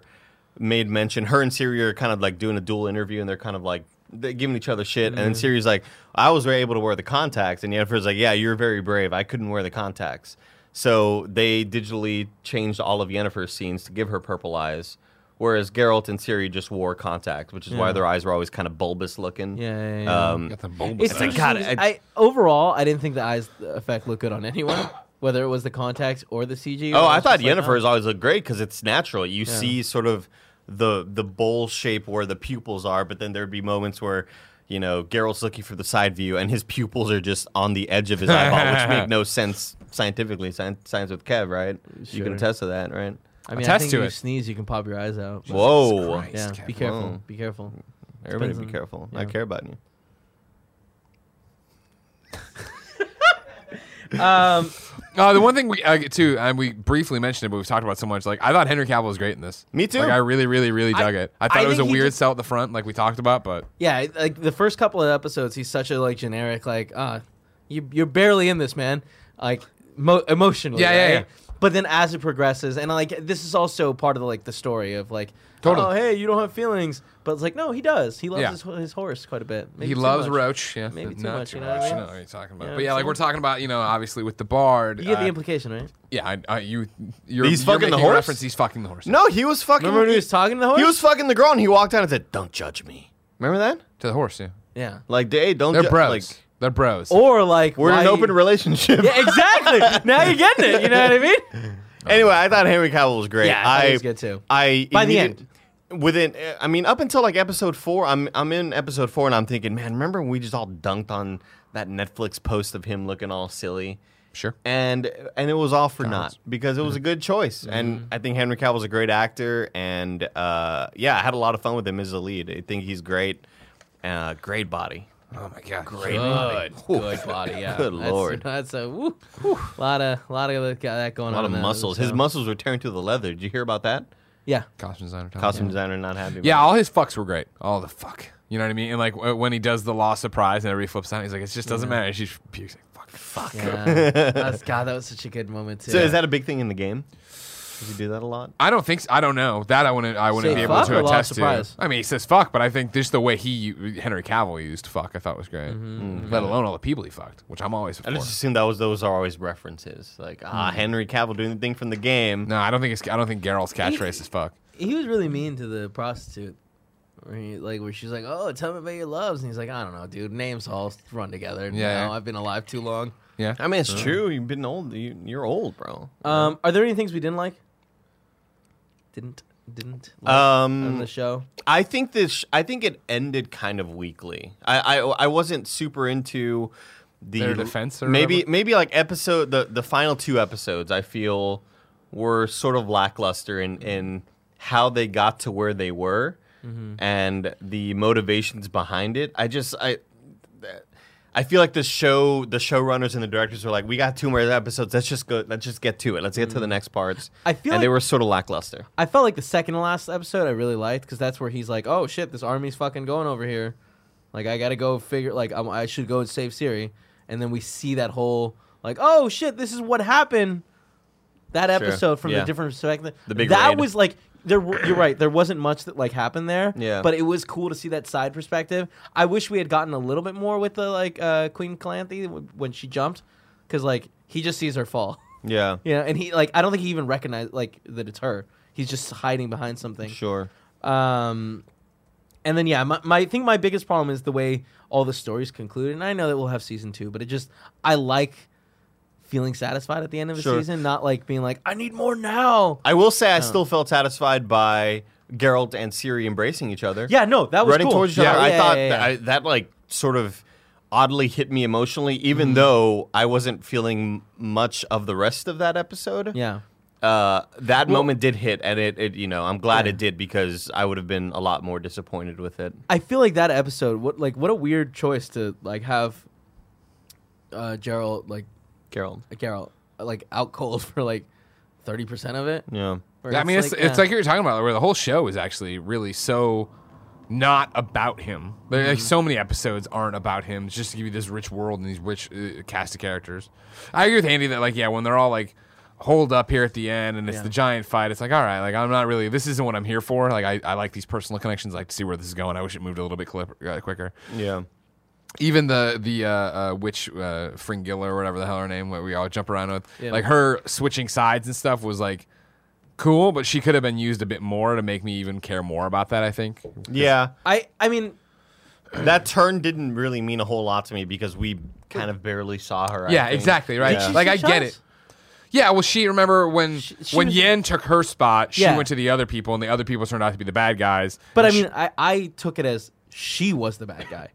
Speaker 3: made mention. Her and Siri are kind of like doing a dual interview, and they're kind of like they're giving each other shit. And then
Speaker 1: Mm-hmm.
Speaker 3: Siri's like, "I was able to wear the contacts," and Yennefer's like, "Yeah, you're very brave. I couldn't wear the contacts." So they digitally changed all of Yennefer's scenes to give her purple eyes, whereas Geralt and Siri just wore contacts, which is why their eyes were always kind of bulbous looking.
Speaker 1: Yeah, yeah, yeah.
Speaker 3: Um,
Speaker 2: Got the bulbous
Speaker 1: It's
Speaker 2: eyes.
Speaker 1: interesting.
Speaker 3: God,
Speaker 1: because
Speaker 3: I-
Speaker 1: I, overall, I didn't think the eyes effect looked good on anyone, whether it was the contacts or the CG.
Speaker 3: Oh,
Speaker 1: was
Speaker 3: I
Speaker 1: just
Speaker 3: thought
Speaker 1: like,
Speaker 3: Yennefer
Speaker 1: oh.
Speaker 3: has always looked great because it's natural. You see sort of the the bowl shape where the pupils are, but then there'd be moments where you know Geralt's looking for the side view and his <laughs> pupils are just on the edge of his eyeball, which
Speaker 1: <laughs>
Speaker 3: make no sense scientifically. Science, science with Kev, right? You
Speaker 1: Sure.
Speaker 3: can attest to that, right?
Speaker 1: I mean, I think
Speaker 2: Attest to
Speaker 1: if you
Speaker 2: it.
Speaker 1: sneeze, you can pop your eyes out. but-
Speaker 3: Whoa!
Speaker 2: Christ.
Speaker 1: Yeah,
Speaker 2: Kev,
Speaker 1: be careful.
Speaker 3: whoa.
Speaker 1: Be careful.
Speaker 3: Everybody,
Speaker 1: Depends
Speaker 3: be
Speaker 1: on-
Speaker 3: careful.
Speaker 1: yeah.
Speaker 3: I care about you.
Speaker 1: Um,
Speaker 2: Uh, the one thing we uh, too, and we briefly mentioned it, but we've talked about it so much. Like, I thought Henry Cavill was great in this.
Speaker 3: Me too.
Speaker 2: Like, I really, really, really dug it. I thought
Speaker 1: I
Speaker 2: it was a
Speaker 1: think he
Speaker 2: weird
Speaker 1: just-
Speaker 2: sell at the front, like we talked about, but
Speaker 1: yeah, like the first couple of episodes, he's such a like "Ah, generic, like, uh, you, you're barely in this, man. Like, mo- emotionally.
Speaker 2: Yeah, yeah,
Speaker 1: right? But then as it progresses, and like this is also part of the, like the story of like,
Speaker 2: Totally.
Speaker 1: oh hey, you don't have feelings, but it's like no, he does. He loves
Speaker 2: Yeah.
Speaker 1: his, ho- his horse quite a bit. Maybe
Speaker 2: he
Speaker 1: too
Speaker 2: loves
Speaker 1: much.
Speaker 2: Roach. Yeah,
Speaker 1: Maybe too
Speaker 2: not
Speaker 1: much,
Speaker 2: Too
Speaker 1: you know what I
Speaker 2: much.
Speaker 1: mean?
Speaker 2: what you're talking about.
Speaker 1: Yeah,
Speaker 2: but yeah,
Speaker 1: I'm
Speaker 2: like we're
Speaker 1: saying.
Speaker 2: talking about, you know, obviously with the bard.
Speaker 1: You get
Speaker 2: uh,
Speaker 1: the implication, right?
Speaker 2: yeah, I, I, you, you're,
Speaker 3: He's
Speaker 2: you're
Speaker 3: fucking
Speaker 2: making
Speaker 3: the horse?
Speaker 2: Reference, he's fucking the horse.
Speaker 3: No, he was fucking.
Speaker 1: Remember when he was talking to the horse?
Speaker 3: He was fucking the girl, and he walked out and said, "Don't judge me." Remember that?
Speaker 2: to the horse. Yeah,
Speaker 1: yeah.
Speaker 3: Like, hey, don't.
Speaker 2: they're
Speaker 3: ju-
Speaker 2: bros.
Speaker 3: Like,
Speaker 2: they're bros.
Speaker 1: Or like
Speaker 3: we're in
Speaker 1: why
Speaker 3: an
Speaker 1: you-
Speaker 3: open
Speaker 1: <laughs>
Speaker 3: relationship.
Speaker 1: Yeah, exactly. now you're getting it. You know what I mean?
Speaker 3: anyway, I thought Henry Cavill was great.
Speaker 1: Oh. Yeah, I thought he was good too.
Speaker 3: I
Speaker 1: By the
Speaker 3: immediate- Within, uh, I mean, up until like episode four, I'm I'm in episode four, and I'm thinking, man, remember when we just all dunked on that Netflix post of him looking all silly,
Speaker 2: sure.
Speaker 1: Oh
Speaker 3: and and it was all for naught because it was
Speaker 1: <laughs>
Speaker 3: a good choice,
Speaker 1: Mm-hmm.
Speaker 3: and I think Henry Cavill's a great actor, and uh, yeah, I had a lot of fun with him as a lead. I think he's great, uh, great body.
Speaker 2: Oh my god,
Speaker 3: Great
Speaker 1: <laughs> Good,
Speaker 3: body.
Speaker 1: good body. Yeah.
Speaker 3: Good
Speaker 1: That's- <laughs>
Speaker 3: lord.
Speaker 1: That's a woo, lot of lot of that going on.
Speaker 3: A lot of
Speaker 1: in that,
Speaker 3: muscles. His
Speaker 1: so-
Speaker 3: muscles were tearing to the leather. Did you hear about that?
Speaker 1: Yeah.
Speaker 2: Costume designer. Tom.
Speaker 3: Costume designer not happy.
Speaker 2: Yeah,
Speaker 3: about
Speaker 2: all his fucks were great. All the fuck. You know what I mean? And like w- when he does the law surprise and everybody flips out, he's like, it just doesn't matter. She's pukes. Like, fuck, fuck.
Speaker 1: Yeah. That's, God, that was such a good moment too.
Speaker 3: it. So is that a big thing in the game? Does he do that a lot?
Speaker 2: I don't think. So. I don't know that. I wouldn't. I wouldn't
Speaker 1: Say
Speaker 2: be able
Speaker 1: fuck
Speaker 2: to
Speaker 1: or law
Speaker 2: attest to.
Speaker 1: surprise?
Speaker 2: I mean, he says fuck, but I think just the way he u- Henry Cavill used fuck, I thought was great.
Speaker 1: Mm-hmm.
Speaker 2: Let alone all the people he fucked, which I'm always
Speaker 3: I
Speaker 2: for.
Speaker 3: just assume that was those are always references. Like ah, Henry Cavill doing the thing from the game.
Speaker 2: No, I don't think it's. I don't think Geralt's catchphrase is fuck.
Speaker 1: he was really mean to the prostitute. Where he, like where she's like, "Oh, tell me about your loves," and he's like, "I don't know, dude. Names all run together.
Speaker 2: Yeah.
Speaker 1: Yeah, I've been alive too long."
Speaker 2: Yeah.
Speaker 3: I mean, it's true. You've been old. You, you're old, bro.
Speaker 1: Um, are there any things we didn't like? Didn't didn't like on
Speaker 3: Um,
Speaker 1: the show?
Speaker 3: I think this. I think it ended kind of weakly. I I, I wasn't super into the
Speaker 2: Their defense or
Speaker 3: maybe
Speaker 2: whatever?
Speaker 3: maybe like episode the the final two episodes. I feel were sort of lackluster in
Speaker 2: Mm-hmm.
Speaker 3: in how they got to where they were
Speaker 2: Mm-hmm.
Speaker 3: and the motivations behind it. I just I. I feel like the show, the showrunners and the directors were like, "We got two more episodes. Let's just go. Let's just get to it. Let's get
Speaker 2: Mm-hmm.
Speaker 3: to the next parts."
Speaker 1: I feel
Speaker 3: and they
Speaker 1: like-
Speaker 3: were sort of lackluster.
Speaker 1: I felt like the second to last episode I really liked because that's where he's like, "Oh shit, this army's fucking going over here. Like I gotta go figure. Like I'm, I should go and save Siri." And then we see that whole like, "Oh shit, this is what happened." That episode from
Speaker 3: Yeah.
Speaker 1: the different perspective.
Speaker 3: The big
Speaker 1: that
Speaker 3: raid.
Speaker 1: was like there. w- You're right. There wasn't much that like happened there.
Speaker 3: Yeah.
Speaker 1: But it was cool to see that side perspective. I wish we had gotten a little bit more with the like uh, Queen Calanthe w- when she jumped, because like he just sees her fall. <laughs>
Speaker 3: Yeah,
Speaker 1: Yeah, and he like I don't think he even recognized like that it's her. He's just hiding behind something.
Speaker 3: sure.
Speaker 1: Um, and then yeah, my, my I think my biggest problem is the way all the stories conclude. And I know that we'll have season two, but it just I like feeling satisfied at the end of a
Speaker 3: Sure.
Speaker 1: season, not like being like I need more now.
Speaker 3: I will
Speaker 1: Oh.
Speaker 3: say I still felt satisfied by Geralt and Ciri embracing each other.
Speaker 1: Yeah, no, that was
Speaker 3: running
Speaker 1: cool.
Speaker 3: towards each other. I
Speaker 1: yeah,
Speaker 3: thought
Speaker 1: yeah,
Speaker 3: that,
Speaker 1: yeah.
Speaker 3: I, that like sort of oddly hit me emotionally,
Speaker 1: Mm-hmm.
Speaker 3: even though I wasn't feeling much of the rest of that episode.
Speaker 1: yeah.
Speaker 3: Uh, that moment did hit, and it, it you know I'm glad it did because I would have been a lot more disappointed with it.
Speaker 1: I feel like that episode. What like what a weird choice to like have. Uh, Gerald like
Speaker 3: Geralt.
Speaker 1: Gerald like out cold <laughs> for like thirty percent of it.
Speaker 3: Yeah.
Speaker 1: Where uh,
Speaker 2: I mean, it's it's
Speaker 1: yeah.
Speaker 2: like you were talking about, where the whole show is actually really so not about him. There- Like so many episodes aren't about him. It's just to give you this rich world and these rich uh, cast of characters. I agree with Andy that like yeah, when they're all like holed up here at the end and it's
Speaker 1: Yeah.
Speaker 2: the giant fight, it's like all right, like I'm not really this isn't what I'm here for. Like I, I like these personal connections. I like to see where this is going. I wish it moved a little bit clip, uh, quicker
Speaker 3: Yeah.
Speaker 2: even the the uh, uh, witch uh, Fringilla or whatever the hell her name, what we all jump around with,
Speaker 1: Yeah.
Speaker 2: like her switching sides and stuff was like cool, but she could have been used a bit more to make me even care more about that. I think.
Speaker 3: Yeah.
Speaker 1: I I mean
Speaker 3: That turn didn't really mean a whole lot to me because we kind of barely saw her. I
Speaker 2: yeah,
Speaker 3: think.
Speaker 2: exactly. Right.
Speaker 1: Did she
Speaker 2: Like I
Speaker 1: switch
Speaker 2: get
Speaker 1: sides?
Speaker 2: it. Yeah, well, she remember when
Speaker 1: She- she
Speaker 2: when
Speaker 1: was-
Speaker 2: Yen took her spot, she
Speaker 1: Yeah.
Speaker 2: went to the other people, and the other people turned out to be the bad guys.
Speaker 1: but I
Speaker 2: She-
Speaker 1: mean I I took it as she was the bad
Speaker 2: <coughs>
Speaker 1: guy.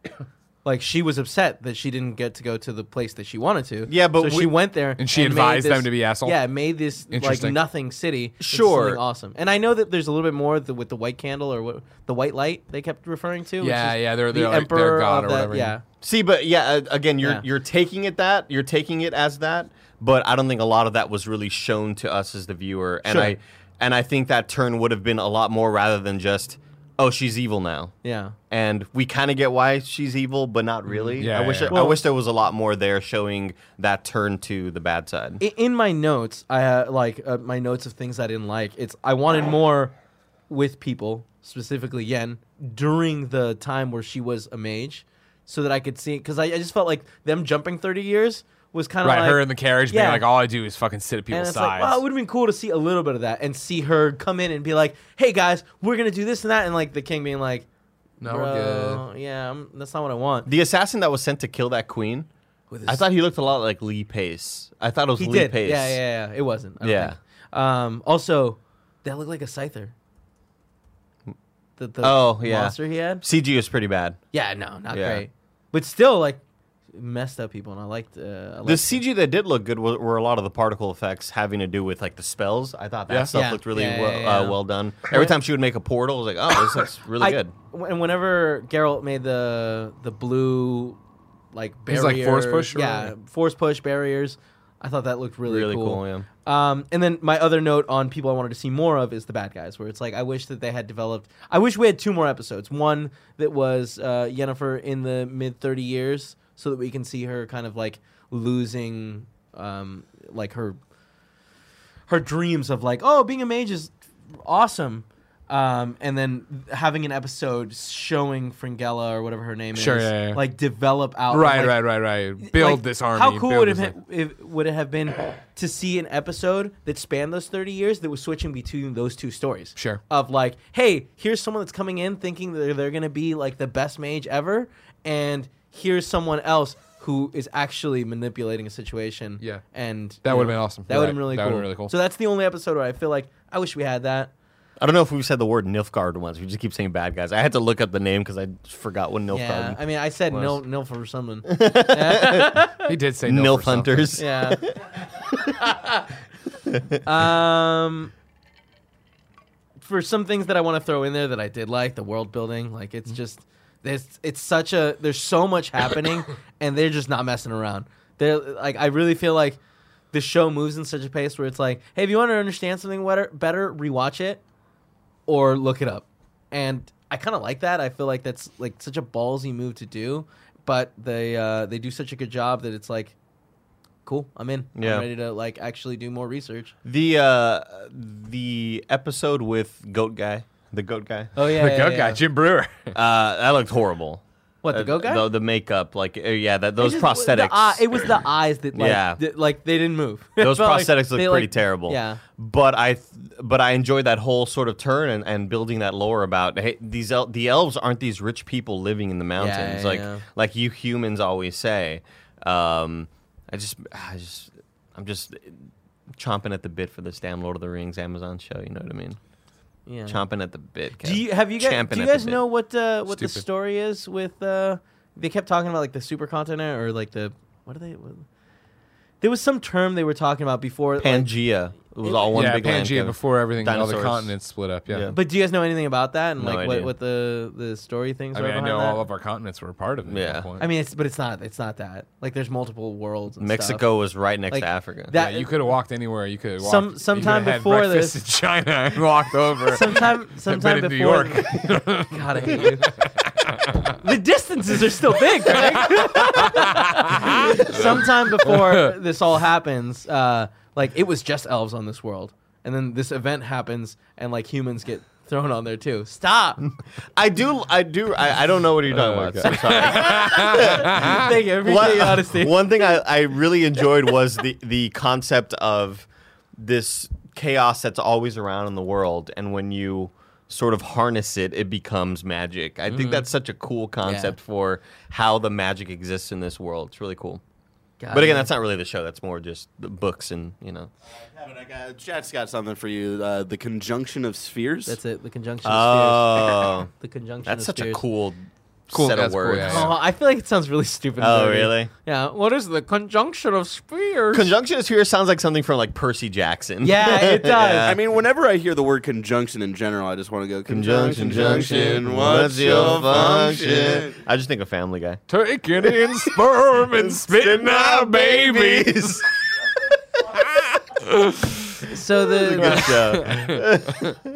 Speaker 1: Like she was upset that she didn't get to go to the place that she wanted to.
Speaker 3: Yeah, but
Speaker 1: so
Speaker 3: we-
Speaker 1: she went there
Speaker 2: And she
Speaker 1: made
Speaker 2: advised them
Speaker 1: this-
Speaker 2: to be assholes?
Speaker 1: Yeah, made this like
Speaker 2: Interesting.
Speaker 1: nothing city. into
Speaker 3: Sure.
Speaker 1: something awesome. And I know that there's a little bit more the, with the white candle or what the white light they kept referring to. which
Speaker 2: Yeah,
Speaker 1: is
Speaker 2: yeah, they're-
Speaker 1: the
Speaker 2: they're like their
Speaker 1: emperor
Speaker 2: god
Speaker 1: of
Speaker 2: or
Speaker 1: that-
Speaker 2: whatever, yeah.
Speaker 1: Yeah,
Speaker 3: See, but yeah, uh, again, you're
Speaker 1: Yeah.
Speaker 3: you're taking it that you're taking it as that, but I don't think a lot of that was really shown to us as the viewer, and
Speaker 1: Sure.
Speaker 3: I and I think that turn would have been a lot more rather than just oh, she's evil now.
Speaker 1: Yeah. Mm-hmm.
Speaker 3: And we kind of get why she's evil, but not really.
Speaker 2: Yeah,
Speaker 3: I wish
Speaker 2: yeah.
Speaker 3: I, wish there was a lot more there showing that turn to the bad side.
Speaker 1: I- In my notes, I uh, like uh, my notes of things I didn't like. It's I wanted more with people, specifically Yen, during the time where she was a mage, so that I could see. Because I, I just felt like them jumping thirty years was kind of
Speaker 2: Right,
Speaker 1: like,
Speaker 2: her in the carriage
Speaker 1: yeah.
Speaker 2: being like, all I do is fucking sit at
Speaker 1: And
Speaker 2: people's
Speaker 1: it's like,
Speaker 2: sides.
Speaker 1: wow, it would have been cool to see a little bit of that and see her come in and be like, "Hey guys, we're gonna do this and that," and like the king being like,
Speaker 2: no,
Speaker 1: "Bro, yeah, I'm, that's not what I want."
Speaker 3: The assassin that was sent to kill that queen, I thought he looked a lot like Lee Pace. I thought it was
Speaker 1: He
Speaker 3: Lee
Speaker 1: did,
Speaker 3: Pace.
Speaker 1: yeah, yeah, yeah. It wasn't. I don't
Speaker 3: Yeah.
Speaker 1: think. Um, also, that looked like a scyther. The, the
Speaker 3: Oh, yeah.
Speaker 1: monster he had.
Speaker 3: CG is pretty bad.
Speaker 1: Yeah, no, not
Speaker 3: Yeah.
Speaker 1: great. But still, like messed up people, and I liked. Uh, I
Speaker 3: The
Speaker 1: liked
Speaker 3: CG that did look good were, were a lot of the particle effects having to do with like the spells. I thought that
Speaker 2: Yeah.
Speaker 3: stuff
Speaker 1: Yeah.
Speaker 3: looked really
Speaker 1: Yeah,
Speaker 3: well,
Speaker 1: yeah, yeah.
Speaker 3: Uh, well done. Every time she would make a portal, I was like, oh,
Speaker 1: <laughs>
Speaker 3: this looks really
Speaker 1: I-
Speaker 3: good.
Speaker 1: w- And whenever Geralt made the the blue, like
Speaker 2: It's
Speaker 1: barrier,
Speaker 2: like force push or-
Speaker 1: yeah, force push barriers. I thought that looked really,
Speaker 3: Really
Speaker 1: cool.
Speaker 3: cool, yeah.
Speaker 1: Um, and then my other note on people I wanted to see more of is the bad guys, where it's like I wish that they had developed. I wish we had two more episodes. One that was uh, Yennefer in the mid thirty years, so that we can see her kind of like losing, um, like her her dreams of like, oh, being a mage is awesome. Um, and then having an episode showing Fringella or whatever her name
Speaker 2: Sure,
Speaker 1: is,
Speaker 2: yeah, yeah.
Speaker 1: like develop out,
Speaker 2: Right,
Speaker 1: like,
Speaker 2: right, right, right. Build
Speaker 1: like,
Speaker 2: this army.
Speaker 1: How cool
Speaker 2: build
Speaker 1: would it,
Speaker 2: this
Speaker 1: have, if, would it have been to see an episode that spanned those 30 years that was switching between those two stories?
Speaker 2: Sure.
Speaker 1: Of like, hey, here's someone that's coming in thinking that they're, they're going to be like the best mage ever, and here's someone else who is actually manipulating a situation.
Speaker 2: Yeah.
Speaker 1: And
Speaker 2: That
Speaker 1: you
Speaker 2: would've
Speaker 1: know,
Speaker 2: been awesome.
Speaker 1: That
Speaker 2: You're
Speaker 1: would have
Speaker 2: right.
Speaker 1: been really
Speaker 2: That
Speaker 1: cool.
Speaker 2: would've been really cool.
Speaker 1: So that's the only episode where I feel like I wish we had that.
Speaker 3: I don't know if we've said the word Nilfgaard once. We just keep saying bad guys. I had to look up the name because I forgot what Nilfgaard.
Speaker 1: Yeah. I mean, I said no,
Speaker 3: was.
Speaker 1: no for someone.
Speaker 2: He did say no
Speaker 3: Nilf
Speaker 2: for something. <laughs>
Speaker 3: hunters.
Speaker 1: Yeah. <laughs> um, for some things that I want to throw in there that I did like, the world building, like it's just there's it's such a there's so much happening and they're just not messing around. They're like I really feel like the show moves in such a pace where it's like, hey, if you want to understand something better, better rewatch it or look it up. And I kind of like that. I feel like that's like such a ballsy move to do, but they uh, they do such a good job that it's like, cool, I'm in.
Speaker 3: Yeah.
Speaker 1: I'm ready to like actually do more research.
Speaker 3: The uh, the episode with Goat Guy, the Goat Guy.
Speaker 1: <laughs> Oh yeah,
Speaker 2: The goat guy, Jim Brewer.
Speaker 3: Uh, that looked horrible.
Speaker 1: What the
Speaker 3: Uh,
Speaker 1: go guy?
Speaker 3: The, the makeup, like uh, yeah, that those
Speaker 1: It just-
Speaker 3: prosthetics.
Speaker 1: the eye- it was the eyes that like,
Speaker 3: Yeah.
Speaker 1: that, like they didn't move. <laughs> It
Speaker 3: <laughs> those
Speaker 1: felt like
Speaker 3: prosthetics look
Speaker 1: they,
Speaker 3: pretty
Speaker 1: like-
Speaker 3: terrible.
Speaker 1: Yeah.
Speaker 3: But I, th- but I enjoyed that whole sort of turn and, and building that lore about hey, these el- the elves aren't these rich people living in the mountains
Speaker 1: yeah,
Speaker 3: like
Speaker 1: yeah.
Speaker 3: like you humans always say. Um, I just, I just, I'm just chomping at the bit for this damn Lord of the Rings Amazon show. You know what I mean?
Speaker 1: Yeah.
Speaker 3: Chomping at the bit. Kev.
Speaker 1: Do you have you guys
Speaker 3: Champing
Speaker 1: do you
Speaker 3: at the
Speaker 1: guys
Speaker 3: bit.
Speaker 1: know what uh, what the
Speaker 2: Stupid.
Speaker 1: story is with uh, they kept talking about like the supercontinent or like the what are they what, there was some term they were talking about before like-
Speaker 3: Pangea? It was all one
Speaker 2: yeah,
Speaker 3: big land,
Speaker 2: Pangea
Speaker 3: Kev.
Speaker 2: before everything, all
Speaker 3: Dinosaurs.
Speaker 2: the continents split up. Yeah.
Speaker 3: Yeah.
Speaker 1: but do you guys know anything about that and
Speaker 3: No
Speaker 1: like what,
Speaker 3: idea.
Speaker 1: what the the story things
Speaker 2: I
Speaker 1: are
Speaker 2: mean, I
Speaker 1: behind
Speaker 2: know
Speaker 1: that?
Speaker 2: all of our continents were a part of it. At
Speaker 3: Yeah.
Speaker 2: that point.
Speaker 1: I mean it's but it's not it's not that like there's multiple worlds and stuff.
Speaker 3: Mexico was right next
Speaker 1: Like,
Speaker 3: to Africa.
Speaker 1: that
Speaker 2: yeah, you could have walked anywhere. You could have
Speaker 1: Some-
Speaker 2: walked.
Speaker 1: sometime
Speaker 2: you could have
Speaker 1: before
Speaker 2: had breakfast
Speaker 1: this-
Speaker 2: in China and
Speaker 1: <laughs>
Speaker 2: walked over.
Speaker 1: <laughs>
Speaker 2: <laughs>
Speaker 1: sometime
Speaker 2: and
Speaker 1: sometime
Speaker 2: been in New
Speaker 1: before <laughs>
Speaker 2: York. <laughs>
Speaker 1: God I hate you the distances are still big Greg. <laughs> sometime
Speaker 2: <laughs>
Speaker 1: before this all happens, uh, like it was just elves on this world, and then this event happens, and like humans get thrown on there too.
Speaker 2: <laughs>
Speaker 1: Stop!
Speaker 3: I do, I do, I, I don't know what you're talking
Speaker 2: Oh,
Speaker 3: about.
Speaker 2: okay.
Speaker 3: So sorry.
Speaker 1: Thank you. I Appreciate
Speaker 3: One-
Speaker 1: your honesty.
Speaker 3: <laughs> One thing I, I really enjoyed was the, the concept of this chaos that's always around in the world, and when you sort of harness it, it becomes magic. I
Speaker 1: Mm-hmm.
Speaker 3: think that's such a cool concept for how the magic exists in this world. It's really cool.
Speaker 1: God,
Speaker 3: But again,
Speaker 1: yeah.
Speaker 3: that's not really the show. That's more just the books and you know.
Speaker 5: Kevin, I got, Chad's got something for you. Uh, the conjunction of spheres.
Speaker 1: that's it. The conjunction. of spheres. <laughs>
Speaker 3: Oh,
Speaker 1: The conjunction.
Speaker 3: that's
Speaker 1: of
Speaker 3: such a
Speaker 1: spheres.
Speaker 3: cool,
Speaker 2: Cool,
Speaker 3: set of
Speaker 2: that's cool,
Speaker 3: words.
Speaker 2: yeah, yeah.
Speaker 1: Oh, I feel like it sounds really stupid. and
Speaker 3: Oh,
Speaker 1: dirty.
Speaker 3: really?
Speaker 1: Yeah. What is the conjunction of spheres?
Speaker 3: Conjunction of spheres sounds like something from like Percy Jackson.
Speaker 1: yeah, it
Speaker 3: <laughs>
Speaker 1: does.
Speaker 5: I mean, whenever I hear the word conjunction in general, I just want to go
Speaker 3: Conjunction,
Speaker 5: conjunction,
Speaker 3: junction,
Speaker 5: junction. What's your function?
Speaker 3: I just think of Family Guy.
Speaker 2: Taking in
Speaker 1: <laughs>
Speaker 2: sperm and spitting out babies. <laughs>
Speaker 3: <laughs>
Speaker 1: so the,
Speaker 3: Good show.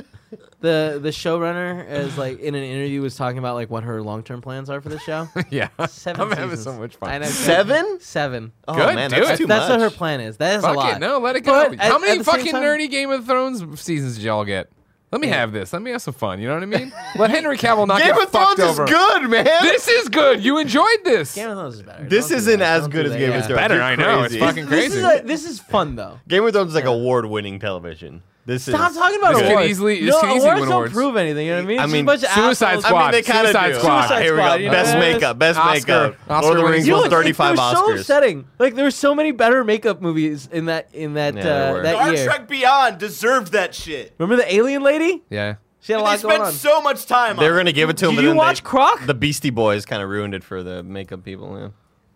Speaker 1: the the showrunner is like in an interview was talking about like what her long term plans are for the
Speaker 3: <laughs>
Speaker 1: show.
Speaker 2: yeah.
Speaker 1: <laughs> Seven.
Speaker 2: I'm having
Speaker 1: seasons.
Speaker 2: so much fun.
Speaker 1: I know, good.
Speaker 3: Seven?
Speaker 1: Seven.
Speaker 3: Oh
Speaker 2: Good,
Speaker 3: man,
Speaker 2: do
Speaker 3: that's
Speaker 2: it.
Speaker 3: too
Speaker 1: That's
Speaker 3: much.
Speaker 1: what her plan is. That is a
Speaker 2: Fuck
Speaker 1: lot.
Speaker 2: it. No, let it go.
Speaker 1: But at-
Speaker 2: How
Speaker 1: at
Speaker 2: many
Speaker 1: the same
Speaker 2: fucking
Speaker 1: time-
Speaker 2: nerdy Game of Thrones seasons did y'all get? Let me have this. Let me have some fun. You know what
Speaker 1: <laughs>
Speaker 2: I mean? Let Henry Cavill not
Speaker 3: Game
Speaker 2: get
Speaker 3: of Thrones
Speaker 2: fucked
Speaker 3: is
Speaker 2: over.
Speaker 3: good, man. This,
Speaker 2: This is good. You enjoyed this.
Speaker 1: Game of Thrones is better. Don't do
Speaker 3: isn't
Speaker 1: that.
Speaker 3: as
Speaker 1: Don't
Speaker 3: good
Speaker 1: do
Speaker 3: as
Speaker 1: that.
Speaker 3: Game
Speaker 1: Yeah.
Speaker 3: of Thrones.
Speaker 2: Better,
Speaker 3: You're
Speaker 2: I know. It's
Speaker 3: crazy.
Speaker 2: fucking
Speaker 1: This
Speaker 2: crazy.
Speaker 1: is a, this is fun though.
Speaker 3: Game of Thrones is like award-winning television. This
Speaker 1: Stop
Speaker 3: is
Speaker 1: talking about
Speaker 2: This could
Speaker 1: awards.
Speaker 2: easily- this
Speaker 1: no,
Speaker 2: could easily
Speaker 1: awards
Speaker 2: win
Speaker 1: don't
Speaker 2: awards.
Speaker 1: prove anything. You know what I mean?
Speaker 3: I
Speaker 1: It's just
Speaker 3: mean,
Speaker 1: a bunch of
Speaker 2: Suicide
Speaker 1: assholes.
Speaker 2: Squad.
Speaker 3: I mean, they kind of
Speaker 2: Suicide
Speaker 3: do.
Speaker 2: Squad.
Speaker 1: Suicide
Speaker 3: Here we
Speaker 1: Squad,
Speaker 3: go.
Speaker 1: you know?
Speaker 3: Best makeup. Best
Speaker 2: Oscar.
Speaker 3: makeup.
Speaker 2: Oscar
Speaker 3: Lord of the
Speaker 2: wins.
Speaker 1: Dude,
Speaker 2: You
Speaker 3: Rings
Speaker 2: know,
Speaker 3: won
Speaker 1: it-
Speaker 3: thirty-five
Speaker 1: it was so
Speaker 3: Oscars.
Speaker 1: upsetting. Like there were so many better makeup movies in that in that
Speaker 3: Yeah, there
Speaker 1: uh,
Speaker 3: were.
Speaker 1: that
Speaker 5: Star
Speaker 1: year.
Speaker 5: Trek Beyond deserved that shit.
Speaker 1: Remember the alien lady?
Speaker 2: Yeah.
Speaker 1: She had a
Speaker 5: They
Speaker 1: lot going
Speaker 5: spent
Speaker 1: on.
Speaker 5: so much time
Speaker 3: they
Speaker 5: on.
Speaker 3: were
Speaker 5: it.
Speaker 3: gonna give it to him.
Speaker 1: Did
Speaker 3: but
Speaker 1: you
Speaker 3: then
Speaker 1: watch
Speaker 3: they-
Speaker 1: Croc?
Speaker 3: The Beastie Boys kind of ruined it for the makeup people. Yeah.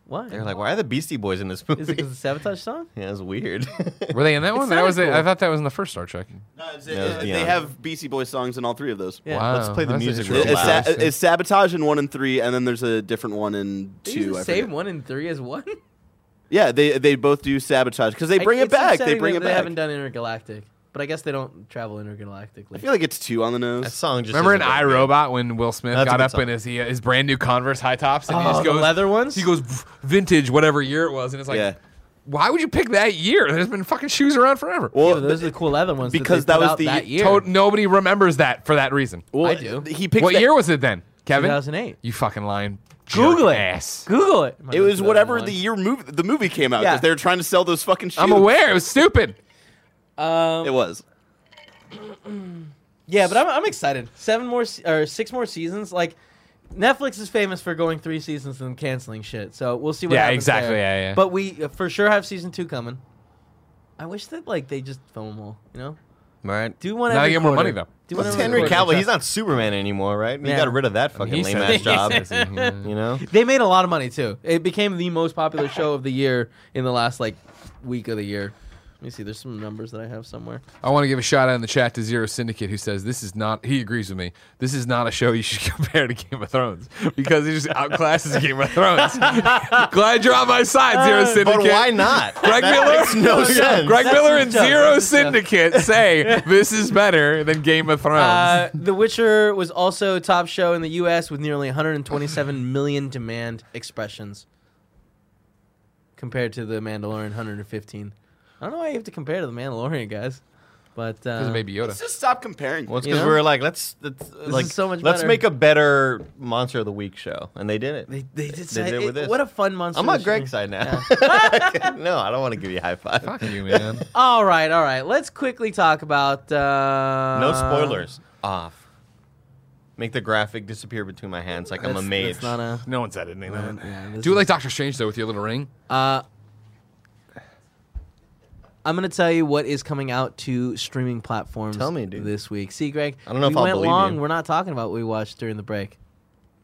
Speaker 1: Why?
Speaker 3: They're like, why are the Beastie Boys in this movie?
Speaker 1: Is
Speaker 5: <laughs>
Speaker 1: it
Speaker 3: <laughs>
Speaker 1: because the sabotage song?
Speaker 3: yeah,
Speaker 1: <laughs>
Speaker 3: it's weird.
Speaker 2: Were they in that one? That
Speaker 1: sounded
Speaker 2: was. it.
Speaker 1: cool.
Speaker 2: I thought that was in the first Star Trek.
Speaker 5: No, it's-
Speaker 3: No, it's
Speaker 5: uh, they
Speaker 3: Beyond.
Speaker 5: have BC Boy songs in all three of those.
Speaker 1: Yeah.
Speaker 2: Wow.
Speaker 3: Let's play the
Speaker 2: that's
Speaker 3: music
Speaker 2: interesting.
Speaker 3: real
Speaker 5: It's,
Speaker 3: loud.
Speaker 5: sa- it's sabotage in one and three, and then there's a different one in
Speaker 1: They
Speaker 5: two.
Speaker 1: use
Speaker 5: I
Speaker 1: the same
Speaker 5: forget.
Speaker 1: one in three as one.
Speaker 5: Yeah, they they both do sabotage because they bring
Speaker 1: I-
Speaker 5: it
Speaker 1: it's
Speaker 5: back. They
Speaker 1: upsetting
Speaker 5: bring
Speaker 1: that
Speaker 5: it
Speaker 1: They
Speaker 5: back.
Speaker 1: haven't done intergalactic, but I guess they don't travel intergalactically.
Speaker 5: I feel like it's two on the
Speaker 3: that
Speaker 5: nose.
Speaker 3: song just
Speaker 2: Remember in
Speaker 3: isn't very
Speaker 2: I
Speaker 3: good.
Speaker 2: Robot when Will Smith
Speaker 3: That's a
Speaker 2: got
Speaker 3: good
Speaker 2: up
Speaker 3: song.
Speaker 2: in his he, his brand new Converse high tops and he
Speaker 1: oh,
Speaker 2: just
Speaker 1: the
Speaker 2: goes
Speaker 1: leather ones.
Speaker 2: he goes "V- vintage whatever year it was and it's like
Speaker 5: Yeah.
Speaker 2: why would you pick that year? There's been fucking shoes around forever.
Speaker 1: Yeah,
Speaker 5: Well,
Speaker 1: but those are the cool leather ones
Speaker 5: because that
Speaker 1: that, they put
Speaker 5: was
Speaker 1: out
Speaker 5: the
Speaker 1: that year.
Speaker 2: To- nobody remembers that for that reason.
Speaker 5: well,
Speaker 1: I do.
Speaker 5: He picked
Speaker 2: what
Speaker 5: that-
Speaker 2: year was it then, Kevin?
Speaker 1: 2008.
Speaker 2: You fucking lying.
Speaker 1: Google
Speaker 2: jerk
Speaker 1: it.
Speaker 2: Ass.
Speaker 1: Google it.
Speaker 5: It was whatever the year movie the movie came out
Speaker 1: Yeah.
Speaker 5: because they were trying to sell those fucking shoes.
Speaker 2: I'm aware. It was stupid.
Speaker 1: Um,
Speaker 5: It was.
Speaker 1: yeah, but I'm, I'm excited. Seven more se- or six more seasons. Like Netflix is famous for going three seasons and canceling shit. So we'll see what.
Speaker 2: Yeah,
Speaker 1: happens
Speaker 2: exactly,
Speaker 1: there.
Speaker 2: yeah, yeah.
Speaker 1: But we uh, for sure have season two coming. I wish that like they just film them all. You know,
Speaker 3: Right.
Speaker 1: do one.
Speaker 2: Now
Speaker 1: every
Speaker 2: they get more
Speaker 1: quarter.
Speaker 2: money, though.
Speaker 1: Do one
Speaker 3: What's
Speaker 1: every
Speaker 3: Henry
Speaker 1: quarter.
Speaker 3: Cavill? He's not Superman anymore, right? He
Speaker 1: Yeah.
Speaker 3: got rid of that fucking
Speaker 2: He
Speaker 3: lame
Speaker 2: said
Speaker 1: <laughs>
Speaker 3: ass
Speaker 2: that.
Speaker 3: job.
Speaker 2: Yeah.
Speaker 3: <laughs> You know.
Speaker 1: They made a lot of money too. It became the most popular show of the year in the last like week of the year. Let me see. There's some numbers that I have somewhere.
Speaker 2: I want to give a shout out in the chat to Zero Syndicate, who says this is not. He agrees with me. This is not a show you should <laughs> compare to Game of Thrones because it just outclasses Game
Speaker 1: <laughs>
Speaker 2: of Thrones. Glad you're on my side, Zero Syndicate.
Speaker 3: But
Speaker 1: <laughs>
Speaker 3: why not?
Speaker 2: Greg
Speaker 3: That
Speaker 2: Miller? <laughs>
Speaker 3: makes no sense.
Speaker 2: Greg
Speaker 1: That's
Speaker 2: Miller
Speaker 1: his
Speaker 2: and
Speaker 1: job.
Speaker 2: Zero
Speaker 1: That's his job.
Speaker 2: Syndicate say this is better than Game of Thrones.
Speaker 1: Uh, the Witcher was also top show in the U.S. with nearly
Speaker 3: <sighs>
Speaker 1: 127 million demand expressions, compared to the Mandalorian 115. I don't know why you have to compare to the Mandalorian, guys. But uh,
Speaker 2: Because of Baby
Speaker 5: Let's
Speaker 2: Yoda.
Speaker 5: just stop comparing.
Speaker 3: Well, it's
Speaker 1: You
Speaker 3: because
Speaker 1: know?
Speaker 3: we were like, let's, let's like,
Speaker 1: is so much
Speaker 3: let's
Speaker 1: better.
Speaker 3: make a better Monster of the Week show, and they did it.
Speaker 1: they they
Speaker 3: did
Speaker 1: did, say,
Speaker 3: it with this.
Speaker 1: what a fun monster.
Speaker 3: I'm on
Speaker 1: this
Speaker 3: Greg's
Speaker 1: year.
Speaker 3: side now. <laughs> no, I don't want to give you a high five.
Speaker 2: Fuck you, man.
Speaker 1: All right, all right. Let's quickly talk about uh,
Speaker 3: no spoilers. Off. Make the graphic disappear between my hands like I'm a
Speaker 1: That's-
Speaker 3: mage.
Speaker 1: that's not uh, a-
Speaker 2: No one said anything. about it.
Speaker 1: yeah, this
Speaker 2: Do it
Speaker 1: is-
Speaker 2: like Doctor Strange though with your little ring.
Speaker 1: Uh, I'm gonna tell you what is coming out to streaming platforms.
Speaker 3: Tell me, dude.
Speaker 1: This week, see, Greg.
Speaker 3: I don't know
Speaker 1: we
Speaker 3: if I'll
Speaker 1: went
Speaker 3: believe
Speaker 1: long.
Speaker 3: you.
Speaker 1: We're not talking about what we watched during the break.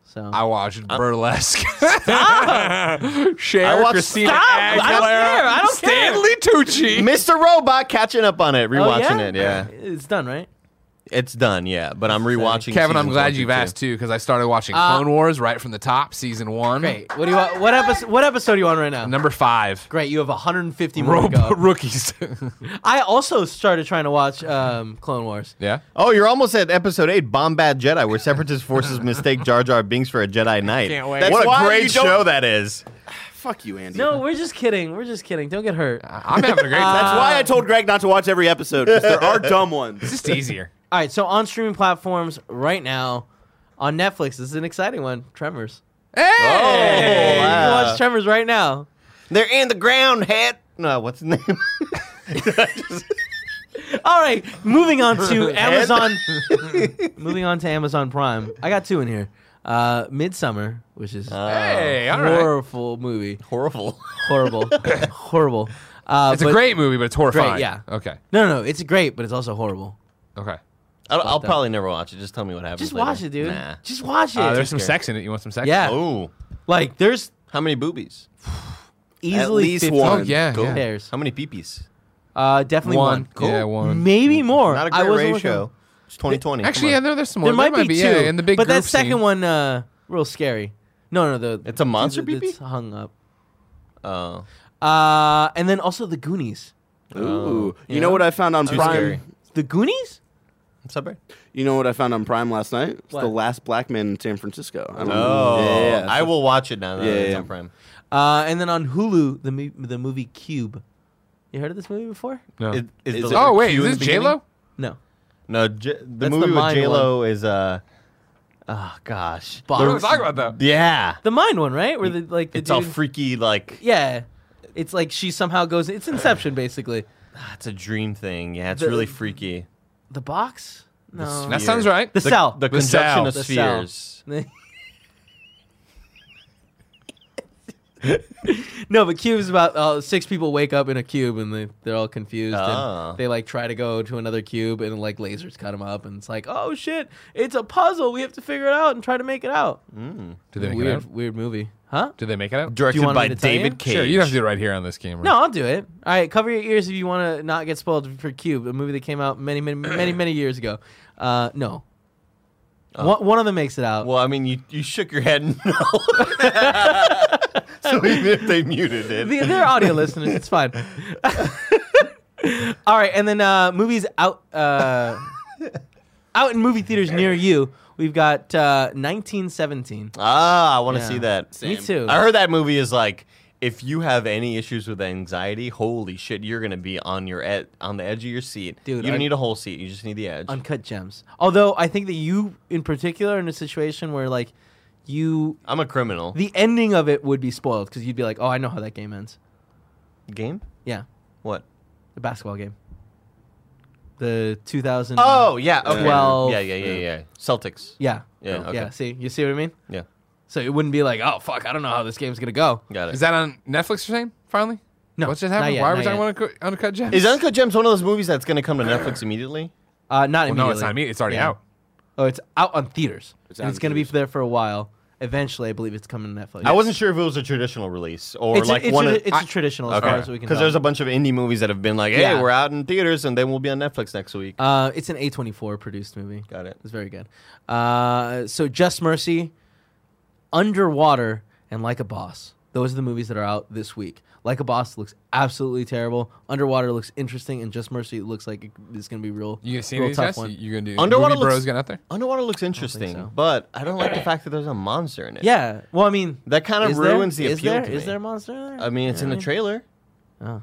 Speaker 1: So
Speaker 2: I watched burlesque. <laughs> Cher,
Speaker 3: I watched-
Speaker 2: Christina
Speaker 1: Stop! Uh, I
Speaker 2: Aguilera,
Speaker 1: don't care, I don't care.
Speaker 2: Stanley Tucci.
Speaker 3: Mr. Robot catching up on it,
Speaker 1: Oh,
Speaker 3: rewatching it. Yeah,
Speaker 1: it's done, right?
Speaker 3: it's done. Yeah, but I'm rewatching.
Speaker 2: Kevin, I'm
Speaker 3: seasons one
Speaker 2: glad
Speaker 3: through
Speaker 2: you've
Speaker 3: two.
Speaker 2: asked too because I started watching Clone Wars right from the top, season one.
Speaker 1: Uh, Great. What do you want? What episode? What episode are you on right now?
Speaker 2: Number five.
Speaker 1: Great. You have 150 more to
Speaker 2: Robo
Speaker 1: go.
Speaker 2: rookies. <laughs>
Speaker 1: I also started trying to watch um, Clone Wars.
Speaker 2: yeah.
Speaker 3: Oh, you're almost at episode eight, Bombad Jedi, where separatist forces mistake Jar Jar Binks for a Jedi Knight.
Speaker 2: Can't wait.
Speaker 3: What
Speaker 5: That's
Speaker 3: a
Speaker 5: why
Speaker 3: great
Speaker 5: you don't-
Speaker 3: show that is.
Speaker 5: Fuck you, Andy.
Speaker 1: No, we're just kidding. We're just kidding. Don't get hurt.
Speaker 3: Ah.
Speaker 1: All
Speaker 2: I'm having a great time.
Speaker 1: Uh,
Speaker 5: That's why I told Greg not to watch every episode because there
Speaker 1: <laughs>
Speaker 5: are dumb ones.
Speaker 2: It's just easier.
Speaker 1: right. So on streaming platforms right now, on Netflix, this is an exciting one. Tremors.
Speaker 2: Hey!
Speaker 1: You can
Speaker 3: Wow.
Speaker 1: watch Tremors right now.
Speaker 3: They're in the ground, hat. No, what's his name?
Speaker 1: All right, moving on
Speaker 2: <laughs>
Speaker 1: to Amazon. moving on to Amazon Prime. I got two in here. Uh, Midsummer, which is a
Speaker 2: Hey, Uh, all right.
Speaker 1: horrible movie,
Speaker 3: Uh, Horrible.
Speaker 2: <laughs>
Speaker 1: horrible, horrible. Uh,
Speaker 2: It's a
Speaker 1: but-
Speaker 2: great movie, but it's horrifying.
Speaker 1: yeah.
Speaker 2: Okay.
Speaker 1: No, no, no, it's great, but it's also horrible.
Speaker 2: Okay. Uh,
Speaker 3: I'll, I'll
Speaker 1: that.
Speaker 3: probably never watch it. Just tell me what happens.
Speaker 1: Just
Speaker 3: later.
Speaker 1: watch it, dude.
Speaker 3: Nah.
Speaker 1: Just watch it.
Speaker 2: Uh, there's some
Speaker 3: scary.
Speaker 2: sex in it. You want some sex?
Speaker 1: yeah,
Speaker 3: Oh,
Speaker 1: like there's
Speaker 3: how many boobies?
Speaker 1: easily
Speaker 5: least
Speaker 1: 15
Speaker 5: one.
Speaker 2: Oh yeah.
Speaker 3: Cool.
Speaker 2: yeah.
Speaker 1: pairs.
Speaker 3: How many peepees?
Speaker 1: Uh, definitely
Speaker 2: One.
Speaker 1: one.
Speaker 2: Yeah, one.
Speaker 1: Maybe more.
Speaker 3: Not a
Speaker 1: I
Speaker 3: great
Speaker 1: wasn't
Speaker 3: ratio.
Speaker 1: looking.
Speaker 3: It's 2020. Come
Speaker 2: Actually,
Speaker 3: on.
Speaker 2: yeah, there, there's some
Speaker 1: There
Speaker 2: more.
Speaker 1: might be two
Speaker 2: Yeah, in the big
Speaker 1: but that
Speaker 2: group
Speaker 1: second
Speaker 2: scene.
Speaker 1: one, uh, real scary. No, no, the
Speaker 3: It's a monster
Speaker 1: it's-
Speaker 3: pee-pee?
Speaker 1: It's hung up.
Speaker 3: Oh.
Speaker 1: Uh, and then also the Goonies.
Speaker 5: Ooh, you know what I found on Prime?
Speaker 3: scary.
Speaker 1: The Goonies?
Speaker 3: Subway.
Speaker 4: You know what I found on Prime last night? It's
Speaker 1: What?
Speaker 4: the last black man in San Francisco. I don't
Speaker 3: Oh,
Speaker 4: yeah, yeah.
Speaker 3: I will watch it now. That
Speaker 4: Yeah,
Speaker 3: it's
Speaker 4: yeah.
Speaker 3: on Prime.
Speaker 1: Uh, and then on Hulu, the mo- the movie Cube. You heard of this movie before?
Speaker 2: No.
Speaker 3: Is- is
Speaker 4: Is
Speaker 3: the
Speaker 4: it-
Speaker 2: oh
Speaker 3: letter
Speaker 2: wait,
Speaker 3: Q in
Speaker 2: is this
Speaker 3: the
Speaker 2: J
Speaker 3: beginning?
Speaker 2: Lo?
Speaker 1: No.
Speaker 3: No, J- the
Speaker 1: That's the
Speaker 3: movie with
Speaker 1: mine
Speaker 3: J Lo is uh, oh gosh,
Speaker 2: I don't talk about that.
Speaker 3: yeah,
Speaker 1: The mind one, right? Where the like the
Speaker 3: it's all
Speaker 1: dude,
Speaker 3: freaky. Like
Speaker 1: yeah. It's like she somehow goes. It's Inception, basically.
Speaker 3: that's a dream thing. Yeah, it's
Speaker 1: The-
Speaker 3: really freaky.
Speaker 1: The box. No.
Speaker 2: That sounds right.
Speaker 1: the, cell.
Speaker 3: the,
Speaker 2: The cell.
Speaker 3: conjunction of
Speaker 1: The cell.
Speaker 3: spheres.
Speaker 1: <laughs> no, but cube is about uh, six people wake up in a cube and they, they're all confused.
Speaker 3: Ah.
Speaker 1: And they like try to go to another cube and like lasers cut them up. And it's like, oh shit, it's a puzzle. We have to figure it out and try to make it out.
Speaker 2: Do they make
Speaker 1: Weird,
Speaker 2: it out?
Speaker 1: weird movie. Huh?
Speaker 2: Do they make it out?
Speaker 1: Do you
Speaker 3: Directed
Speaker 1: want me
Speaker 3: by
Speaker 1: to tell you?
Speaker 3: David Cage.
Speaker 2: Sure, you have to do it right here on this camera.
Speaker 1: No, I'll do it. All right, cover your ears if you want to not get spoiled for Cube, a movie that came out many, many, many, many years ago. Uh, no.
Speaker 2: Oh.
Speaker 1: One, one of them makes it out.
Speaker 3: Well, I mean, you, you shook your head <laughs> no. so even if they muted it,
Speaker 1: The- they're
Speaker 2: <laughs>
Speaker 1: audio listeners. It's fine. <laughs> All right, and then uh, movies out uh, out in movie theaters near you. We've got uh, 1917.
Speaker 3: ah, I want to
Speaker 1: Yeah.
Speaker 3: see that.
Speaker 1: Me too.
Speaker 3: I heard that movie is like if you have any issues with anxiety, holy shit, you're gonna be on your ed- on the edge of your seat.
Speaker 1: Dude,
Speaker 3: you don't
Speaker 1: I-
Speaker 3: need a whole seat; you just need the edge.
Speaker 1: Uncut gems. Although I think that you, in particular, are in a situation where like you,
Speaker 3: I'm a criminal.
Speaker 1: the ending of it would be spoiled because you'd be like, oh, I know how that game ends.
Speaker 3: game?
Speaker 1: Yeah,
Speaker 3: What?
Speaker 1: the basketball game. The 2000.
Speaker 3: Oh yeah. Okay.
Speaker 1: Twelve.
Speaker 3: Yeah, yeah, yeah, yeah. Celtics.
Speaker 1: yeah,
Speaker 3: Yeah, okay.
Speaker 1: yeah. See, you see what I mean?
Speaker 3: Yeah.
Speaker 1: So it wouldn't be like, oh fuck, I don't know how this game's gonna go.
Speaker 3: Got it.
Speaker 2: Is
Speaker 3: Is,
Speaker 2: that on Netflix? You're saying finally?
Speaker 1: No,
Speaker 2: What just
Speaker 1: not
Speaker 2: happened?
Speaker 1: yet,
Speaker 2: Why are
Speaker 1: not
Speaker 2: we talking
Speaker 1: yet.
Speaker 2: about Uncut- Uncut Gems?
Speaker 3: Uncut Gems one of those movies that's gonna come to Netflix immediately?
Speaker 1: Uh, not
Speaker 2: Well,
Speaker 1: immediately.
Speaker 2: no, it's not me. It's already
Speaker 1: Yeah.
Speaker 2: out.
Speaker 1: Oh, it's out on theaters.
Speaker 4: It's
Speaker 1: And
Speaker 4: out
Speaker 1: it's
Speaker 4: in
Speaker 1: going to be
Speaker 4: theaters.
Speaker 1: there for a while. Eventually, I believe it's coming to Netflix.
Speaker 3: I wasn't sure if it was a traditional release or
Speaker 1: It's,
Speaker 3: like
Speaker 1: a, it's,
Speaker 3: one
Speaker 1: a,
Speaker 3: of
Speaker 1: it's a traditional as far as we can
Speaker 3: Because
Speaker 1: tell.
Speaker 3: there's a bunch of indie movies that have been like, hey,
Speaker 1: Yeah.
Speaker 3: we're out in theaters and then we'll be on Netflix next week.
Speaker 1: uh, it's an A24 produced movie.
Speaker 3: Got it.
Speaker 1: It's very good. Uh, so, Just Mercy, Underwater, and Like a Boss. Those are the movies that are out this week. Like a Boss looks absolutely terrible. Underwater looks interesting, and Just Mercy looks like it- it's going to be real.
Speaker 2: You gonna see
Speaker 1: real
Speaker 2: these
Speaker 1: tough
Speaker 2: guys?
Speaker 1: one.
Speaker 2: You gonna do
Speaker 3: Underwater
Speaker 2: Movie
Speaker 3: looks-
Speaker 2: Bros got out there?
Speaker 3: Underwater looks interesting,
Speaker 1: <clears throat> so.
Speaker 3: but I don't like the fact that there's a monster in it.
Speaker 1: Yeah. Well, I mean,
Speaker 3: That kind of
Speaker 1: is there-
Speaker 3: ruins the
Speaker 1: is
Speaker 3: appeal
Speaker 1: there-
Speaker 3: to
Speaker 1: is
Speaker 3: me.
Speaker 1: there a monster in there?
Speaker 3: I mean, it's in the
Speaker 1: Yeah.
Speaker 3: trailer.
Speaker 1: Oh.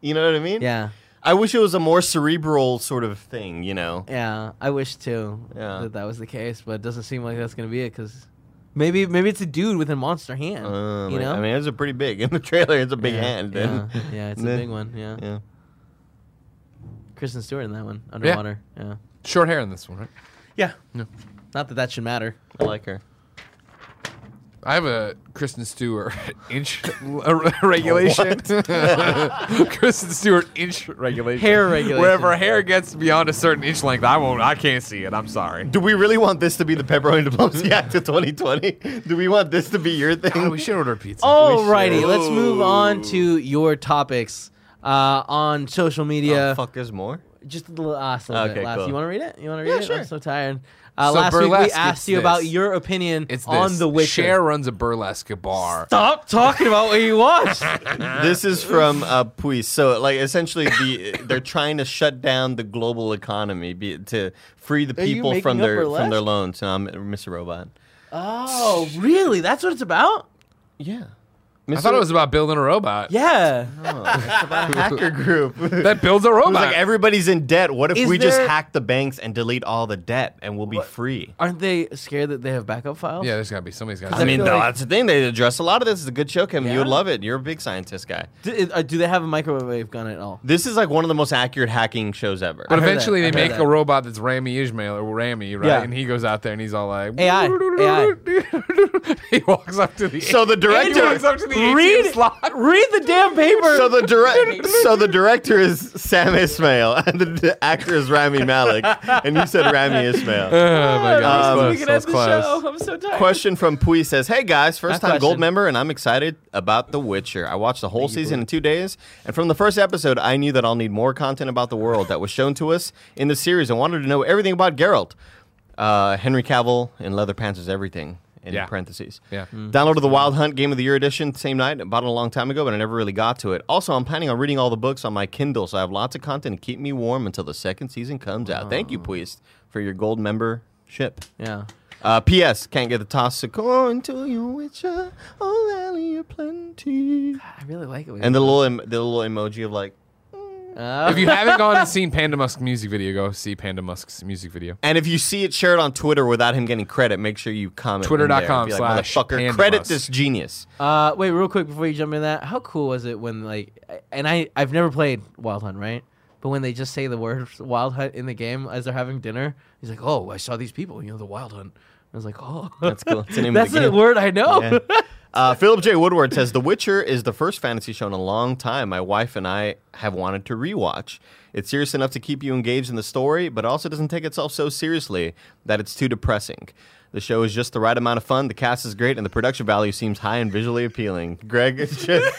Speaker 3: You know what I mean?
Speaker 1: Yeah.
Speaker 3: I wish it was a more cerebral sort of thing, you know?
Speaker 1: Yeah, I wish too
Speaker 3: Yeah.
Speaker 1: that that was the case, but it doesn't seem like that's gonna be it because maybe maybe it's a dude with a monster hand.
Speaker 3: Um,
Speaker 1: you know,
Speaker 3: I mean, it's a pretty big. <laughs> In the trailer, it's a big
Speaker 1: yeah,
Speaker 3: hand.
Speaker 1: Yeah,
Speaker 3: and-
Speaker 1: yeah,
Speaker 3: <laughs>
Speaker 1: it's a
Speaker 3: and then-
Speaker 1: big one. Yeah.
Speaker 3: Yeah.
Speaker 1: Kristen Stewart in that one, underwater. Yeah. yeah,
Speaker 2: Short hair in this one, right?
Speaker 1: Not that that should
Speaker 3: <laughs>
Speaker 1: matter.
Speaker 3: I like her.
Speaker 2: I have a Kristen Stewart <laughs> inch r- regulation. <laughs> Kristen Stewart inch regulation.
Speaker 1: Hair regulation.
Speaker 2: Wherever hair gets beyond a certain inch length, I won't. I can't see it. I'm sorry.
Speaker 3: Do we really want this to be the
Speaker 1: <laughs>
Speaker 3: Pepperoni Diplomacy Act of 2020? Do we want this to be your thing?
Speaker 2: God, we should order pizza.
Speaker 1: Alrighty, let's move on to your topics uh, on social media.
Speaker 3: Oh, fuck, there's more?
Speaker 1: Just a little last little
Speaker 3: Okay,
Speaker 1: bit. Last,
Speaker 3: cool.
Speaker 1: you want to read it? You want to read
Speaker 3: Yeah,
Speaker 1: it?
Speaker 3: sure.
Speaker 1: I'm so tired. Uh,
Speaker 2: So
Speaker 1: last week we
Speaker 2: burlesque,
Speaker 1: asked
Speaker 2: it's
Speaker 1: you about
Speaker 2: this.
Speaker 1: your opinion
Speaker 2: It's this.
Speaker 1: on the Witcher.
Speaker 2: Cher runs a burlesque bar.
Speaker 1: Stop talking about what you watched.
Speaker 3: <laughs> this is from uh, Puis. So, like, essentially, the, <laughs> they're trying to shut down the global economy be, to free the
Speaker 1: Are you
Speaker 3: people from
Speaker 1: making up
Speaker 3: their from their
Speaker 1: burlesque?
Speaker 3: loans. No, I'm Mr. Robot.
Speaker 1: oh, really? That's what it's about?
Speaker 3: Yeah,
Speaker 2: I thought it was about building a robot.
Speaker 1: Yeah.
Speaker 3: hacker group. it
Speaker 2: That builds a robot.
Speaker 3: was like everybody's in debt. What if
Speaker 1: Is
Speaker 3: we
Speaker 1: there-
Speaker 3: just hack the banks and delete all the debt and we'll be free?
Speaker 1: Aren't they scared that they have backup files?
Speaker 2: yeah, there's gotta be somebody's got.
Speaker 1: I
Speaker 3: I, mean,
Speaker 1: feel
Speaker 3: no,
Speaker 1: like-
Speaker 3: that's the thing. They address a lot of this. It's a good show, Kim. You would
Speaker 1: Yeah?
Speaker 3: love it. You're a big scientist guy.
Speaker 1: Do, uh, do they have a microwave gun at all?
Speaker 3: This is like one of the most accurate hacking shows ever.
Speaker 2: But
Speaker 1: heard
Speaker 2: eventually
Speaker 1: that. I
Speaker 2: they
Speaker 1: heard
Speaker 2: make
Speaker 1: that.
Speaker 2: a robot that's Rami Ismail or Rami, right?
Speaker 1: Yeah.
Speaker 2: And he goes out there and he's all like
Speaker 1: AI.
Speaker 2: <laughs> he walks up to the
Speaker 3: <laughs> So the
Speaker 2: he walks
Speaker 3: director.
Speaker 2: up to the ATM
Speaker 1: Read-
Speaker 2: slot.
Speaker 1: Read the damn paper.
Speaker 3: So the direct. So the director is Sam Ismail, <laughs> and the d- actor is Rami Malik. And you said Rami Ismail.
Speaker 2: <laughs> Oh my
Speaker 3: Um,
Speaker 2: god,
Speaker 1: we can
Speaker 2: that's close.
Speaker 1: end
Speaker 2: That's
Speaker 1: the
Speaker 2: close.
Speaker 1: show. I'm so tired.
Speaker 3: <laughs> Question from Pui says, "Hey guys, first
Speaker 1: My
Speaker 3: time gold
Speaker 1: question.
Speaker 3: member, and I'm excited about The Witcher. I watched the whole season in two days, and from the first episode, I knew that I'll need more content about the world that was shown to us in the series. I wanted to know everything about Geralt. Uh, Henry Cavill in leather pants is everything. in
Speaker 2: Yeah.
Speaker 3: parentheses.
Speaker 2: Yeah.
Speaker 3: Downloaded the Wild Hunt Game of the Year edition same night. I bought it a long time ago, but I never really got to it. Also, I'm planning on reading all the books on my Kindle, so I have lots of content to keep me warm until the second season comes out. Thank
Speaker 2: Oh.
Speaker 3: you, Puist, for your gold membership.
Speaker 1: Yeah.
Speaker 3: Uh, P.S. Can't get the toss to corn to your witcher. Oh, valley of plenty.
Speaker 1: I really like it. when
Speaker 3: And
Speaker 1: you-
Speaker 3: the little em- the little emoji of like.
Speaker 1: Uh,
Speaker 2: If you haven't gone and seen Panda Musk's music video, go see Panda Musk's music video.
Speaker 3: And if you see it shared on Twitter without him getting credit, make sure you comment. in there.
Speaker 2: Twitter.com
Speaker 3: Be like,
Speaker 2: slash
Speaker 3: motherfucker.
Speaker 2: Panda
Speaker 3: Credit
Speaker 2: Musk.
Speaker 3: this genius.
Speaker 1: Uh, wait, real quick before you jump in that, how cool was it when like, and I I've never played Wild Hunt, right? But when they just say the word Wild Hunt in the game as they're having dinner, he's like, "Oh, I saw these people, you know, the Wild Hunt." I was like, "Oh,
Speaker 3: That's cool. It's the name of
Speaker 1: <laughs> That's
Speaker 3: the
Speaker 1: a
Speaker 3: game.
Speaker 1: word I know."
Speaker 3: Yeah. Uh, Philip J. Woodward says The Witcher is the first fantasy show in a long time my wife and I have wanted to rewatch. It's serious enough to keep you engaged in the story, but also doesn't take itself so seriously that it's too depressing. The show is just the right amount of fun, the cast is great, and the production value seems high and visually appealing. Greg <laughs> is just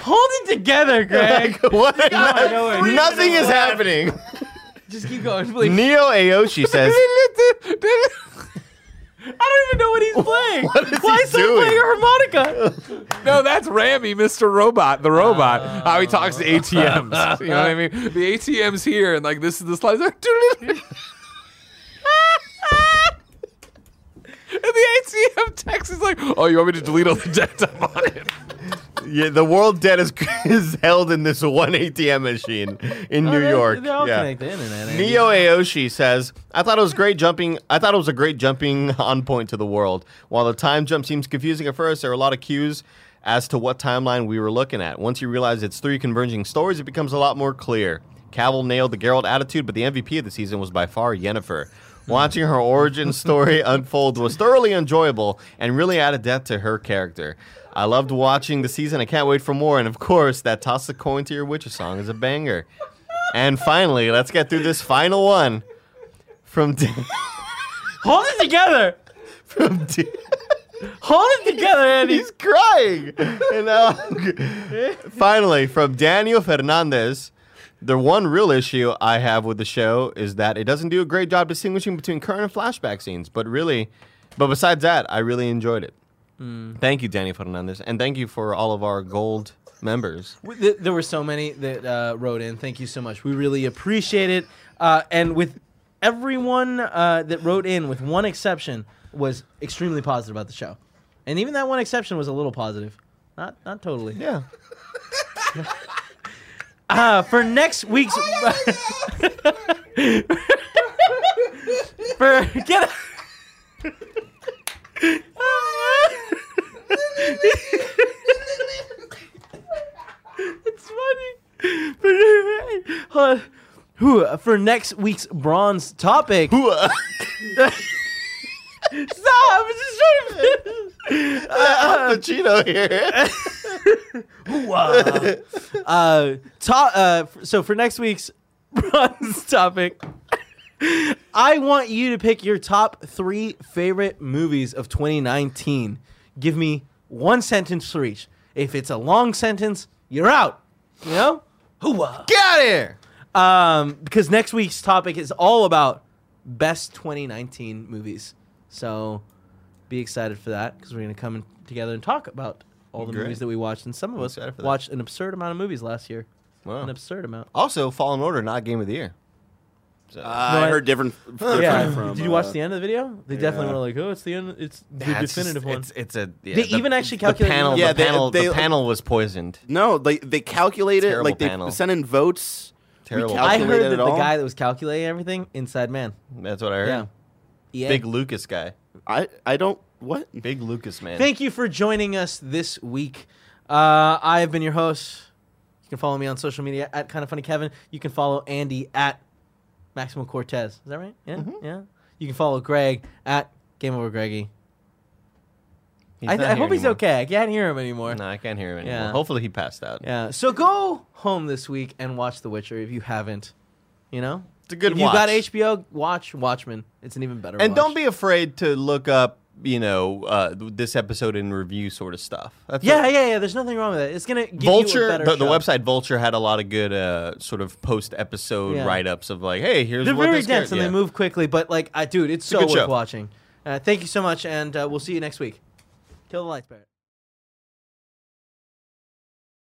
Speaker 1: Hold it together, Greg.
Speaker 3: like, <laughs> what?
Speaker 1: know it.
Speaker 3: Nothing is happening.
Speaker 1: just keep going, please.
Speaker 3: Neo
Speaker 2: <laughs>
Speaker 3: Aoshi says
Speaker 1: I don't even know what he's playing.
Speaker 3: <laughs> What is
Speaker 1: Why
Speaker 3: he
Speaker 1: is someone
Speaker 3: doing?
Speaker 1: playing a harmonica?
Speaker 2: No, that's Rammy, Mr. Robot, the robot. how he talks to ATMs. you know what I mean? The ATM's here, <laughs> and like this is the slide. It's like, "Doodle-doo." and the ATM text is like, "Oh, you want me to delete all the debt I'm on it?" <laughs>
Speaker 3: yeah, the world debt is, <laughs> is held in this one ATM machine in New York.
Speaker 1: They're Oh, all
Speaker 3: Yeah.
Speaker 1: connected to the internet. eh? Andy.
Speaker 3: Neo Aoshi says, "I thought it was great jumping. I thought it was a great jumping <laughs> on point to the world. While the time jump seems confusing at first, there are a lot of cues as to what timeline we were looking at. Once you realize it's three converging stories, it becomes a lot more clear. Cavill nailed the Geralt attitude, but the MVP of the season was by far Yennefer." Watching her origin <laughs> story unfold was thoroughly enjoyable and really added depth to her character. I loved watching the season. I can't wait for more. And of course, that toss the coin to your witcher song is a banger. And finally, let's get through this final one from D-
Speaker 1: <laughs> Hold it together.
Speaker 3: from D-
Speaker 1: Hold it together, Andy.
Speaker 3: he's crying. And uh, <laughs> finally, from Daniel Fernandez. The one real issue I have with the show is that it doesn't do a great job distinguishing between current and flashback scenes. But really, but besides that, I really enjoyed it.
Speaker 1: Hmm.
Speaker 3: Thank you, Daniel Fernandez, and thank you for all of our gold members.
Speaker 1: We- th- There were so many that uh, wrote in. Thank you so much. We really appreciate it. Uh, and with everyone uh, that wrote in, with one exception, was extremely positive about the show. And even that one exception was a little positive. Not not totally.
Speaker 3: <laughs>
Speaker 1: <laughs>
Speaker 3: Yeah,
Speaker 1: Uh, for next
Speaker 3: <laughs>
Speaker 1: week's. <laughs> for get. <laughs> it's funny. For, Hold on. Whew, uh, for next week's bronze topic. Stop! I'm just trying to finish.
Speaker 3: <laughs> Al
Speaker 1: <laughs>
Speaker 3: Pacino here.
Speaker 1: uh, ta- uh, f- so for next week's <laughs> bronze topic, I want you to pick your top three favorite movies of 2019. Give me one sentence for each. If it's a long sentence, you're out. You know, hooah.
Speaker 3: Get out of here.
Speaker 1: Um, because next week's topic is all about best 2019 movies. So be excited for that because we're going to come in together and talk about all the
Speaker 3: Great.
Speaker 1: movies that we watched. And some of us
Speaker 3: excited for that.
Speaker 1: watched an absurd amount of movies last year.
Speaker 3: Wow.
Speaker 1: An absurd amount.
Speaker 3: Also, Fallen Order not game of the year.
Speaker 4: Uh, I heard different. different
Speaker 1: yeah.
Speaker 4: from,
Speaker 1: Did you watch
Speaker 4: uh,
Speaker 1: the end of the video? They definitely were like, oh, it's the end. It's the
Speaker 3: Yeah, it's
Speaker 1: definitive
Speaker 3: just-
Speaker 1: one.
Speaker 3: It's, it's a. yeah,
Speaker 1: They
Speaker 3: the-
Speaker 1: even actually
Speaker 3: the
Speaker 1: calculated
Speaker 3: panel.
Speaker 1: the
Speaker 3: the
Speaker 4: number. Yeah, they-
Speaker 3: panel. the
Speaker 4: they-
Speaker 3: panel was poisoned.
Speaker 4: No, like they calculate it.
Speaker 3: Terrible
Speaker 4: Like they
Speaker 3: panel.
Speaker 4: sent in votes. We
Speaker 3: Terrible.
Speaker 1: I heard
Speaker 3: calculated
Speaker 4: calculated
Speaker 1: that
Speaker 4: it
Speaker 1: the
Speaker 4: all.
Speaker 1: guy that was calculating everything, Inside Man.
Speaker 3: That's what I heard.
Speaker 1: Yeah. EA.
Speaker 3: Big Lucas guy.
Speaker 4: I I don't what.
Speaker 3: Big Lucas man.
Speaker 1: Thank you for joining us this week. Uh, I have been your host. You can follow me on social media at Kind of Funny Kevin. You can follow Andy at Maximum Cortez. Is that right? Yeah,
Speaker 3: Mm-hmm.
Speaker 1: yeah. You can follow Greg at Game Over Greggy.
Speaker 3: He's
Speaker 1: I,
Speaker 3: not
Speaker 1: I
Speaker 3: here
Speaker 1: hope he's
Speaker 3: anymore.
Speaker 1: okay. I can't hear him anymore.
Speaker 3: No, I can't hear him anymore.
Speaker 1: Yeah.
Speaker 3: Hopefully, he passed out.
Speaker 1: Yeah. So go home this week and watch The Witcher if you haven't. You know,
Speaker 3: It's a good
Speaker 1: if
Speaker 3: watch.
Speaker 1: you got HBO, watch Watchmen. It's an even better.
Speaker 3: and
Speaker 1: watch.
Speaker 3: don't be afraid to look up, you know, uh, this episode in review sort of stuff. That's
Speaker 1: Yeah,
Speaker 3: it.
Speaker 1: yeah, yeah. There's nothing wrong with it. It's gonna give You a
Speaker 3: Vulture,
Speaker 1: better
Speaker 3: the, the
Speaker 1: show.
Speaker 3: website Vulture had a lot of good uh, sort of post episode
Speaker 1: Yeah.
Speaker 3: write ups of like, hey, here's
Speaker 1: They're
Speaker 3: what
Speaker 1: very
Speaker 3: this
Speaker 1: dense
Speaker 3: character-
Speaker 1: and
Speaker 3: yeah.
Speaker 1: they move quickly, but like, I dude, it's,
Speaker 3: a
Speaker 1: so
Speaker 3: good
Speaker 1: worth
Speaker 3: show.
Speaker 1: watching. Uh, thank you so much, and uh, we'll see you next week. Kill the lights, Barrett.